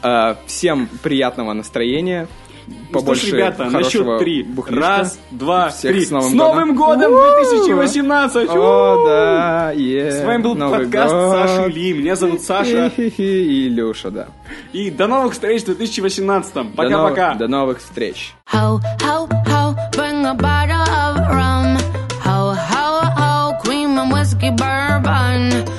B: Э, Всем приятного настроения,
E: Ну что ж,
B: побольше
E: ребята, на
B: хорошего
E: счет три.
B: бухлишка.
E: Раз, два,
B: Всех
E: три.
B: с Новым
E: годом!
B: годом!
E: 2018!
B: О, да, е,
E: С вами был
B: Новый
E: подкаст
B: год.
E: Саши Ли. Меня зовут Саша.
B: Хи-хи-хи, И Илюша, да.
E: И до новых встреч в 2018.
B: До нов-
E: Пока-пока.
B: До новых встреч.
C: Ho, ho, ho, bring a bottle of rum. Ho, ho, ho, cream and whiskey bourbon. Oh. Oh. Oh, Oh, Oh, Oh, Oh, Oh, Oh,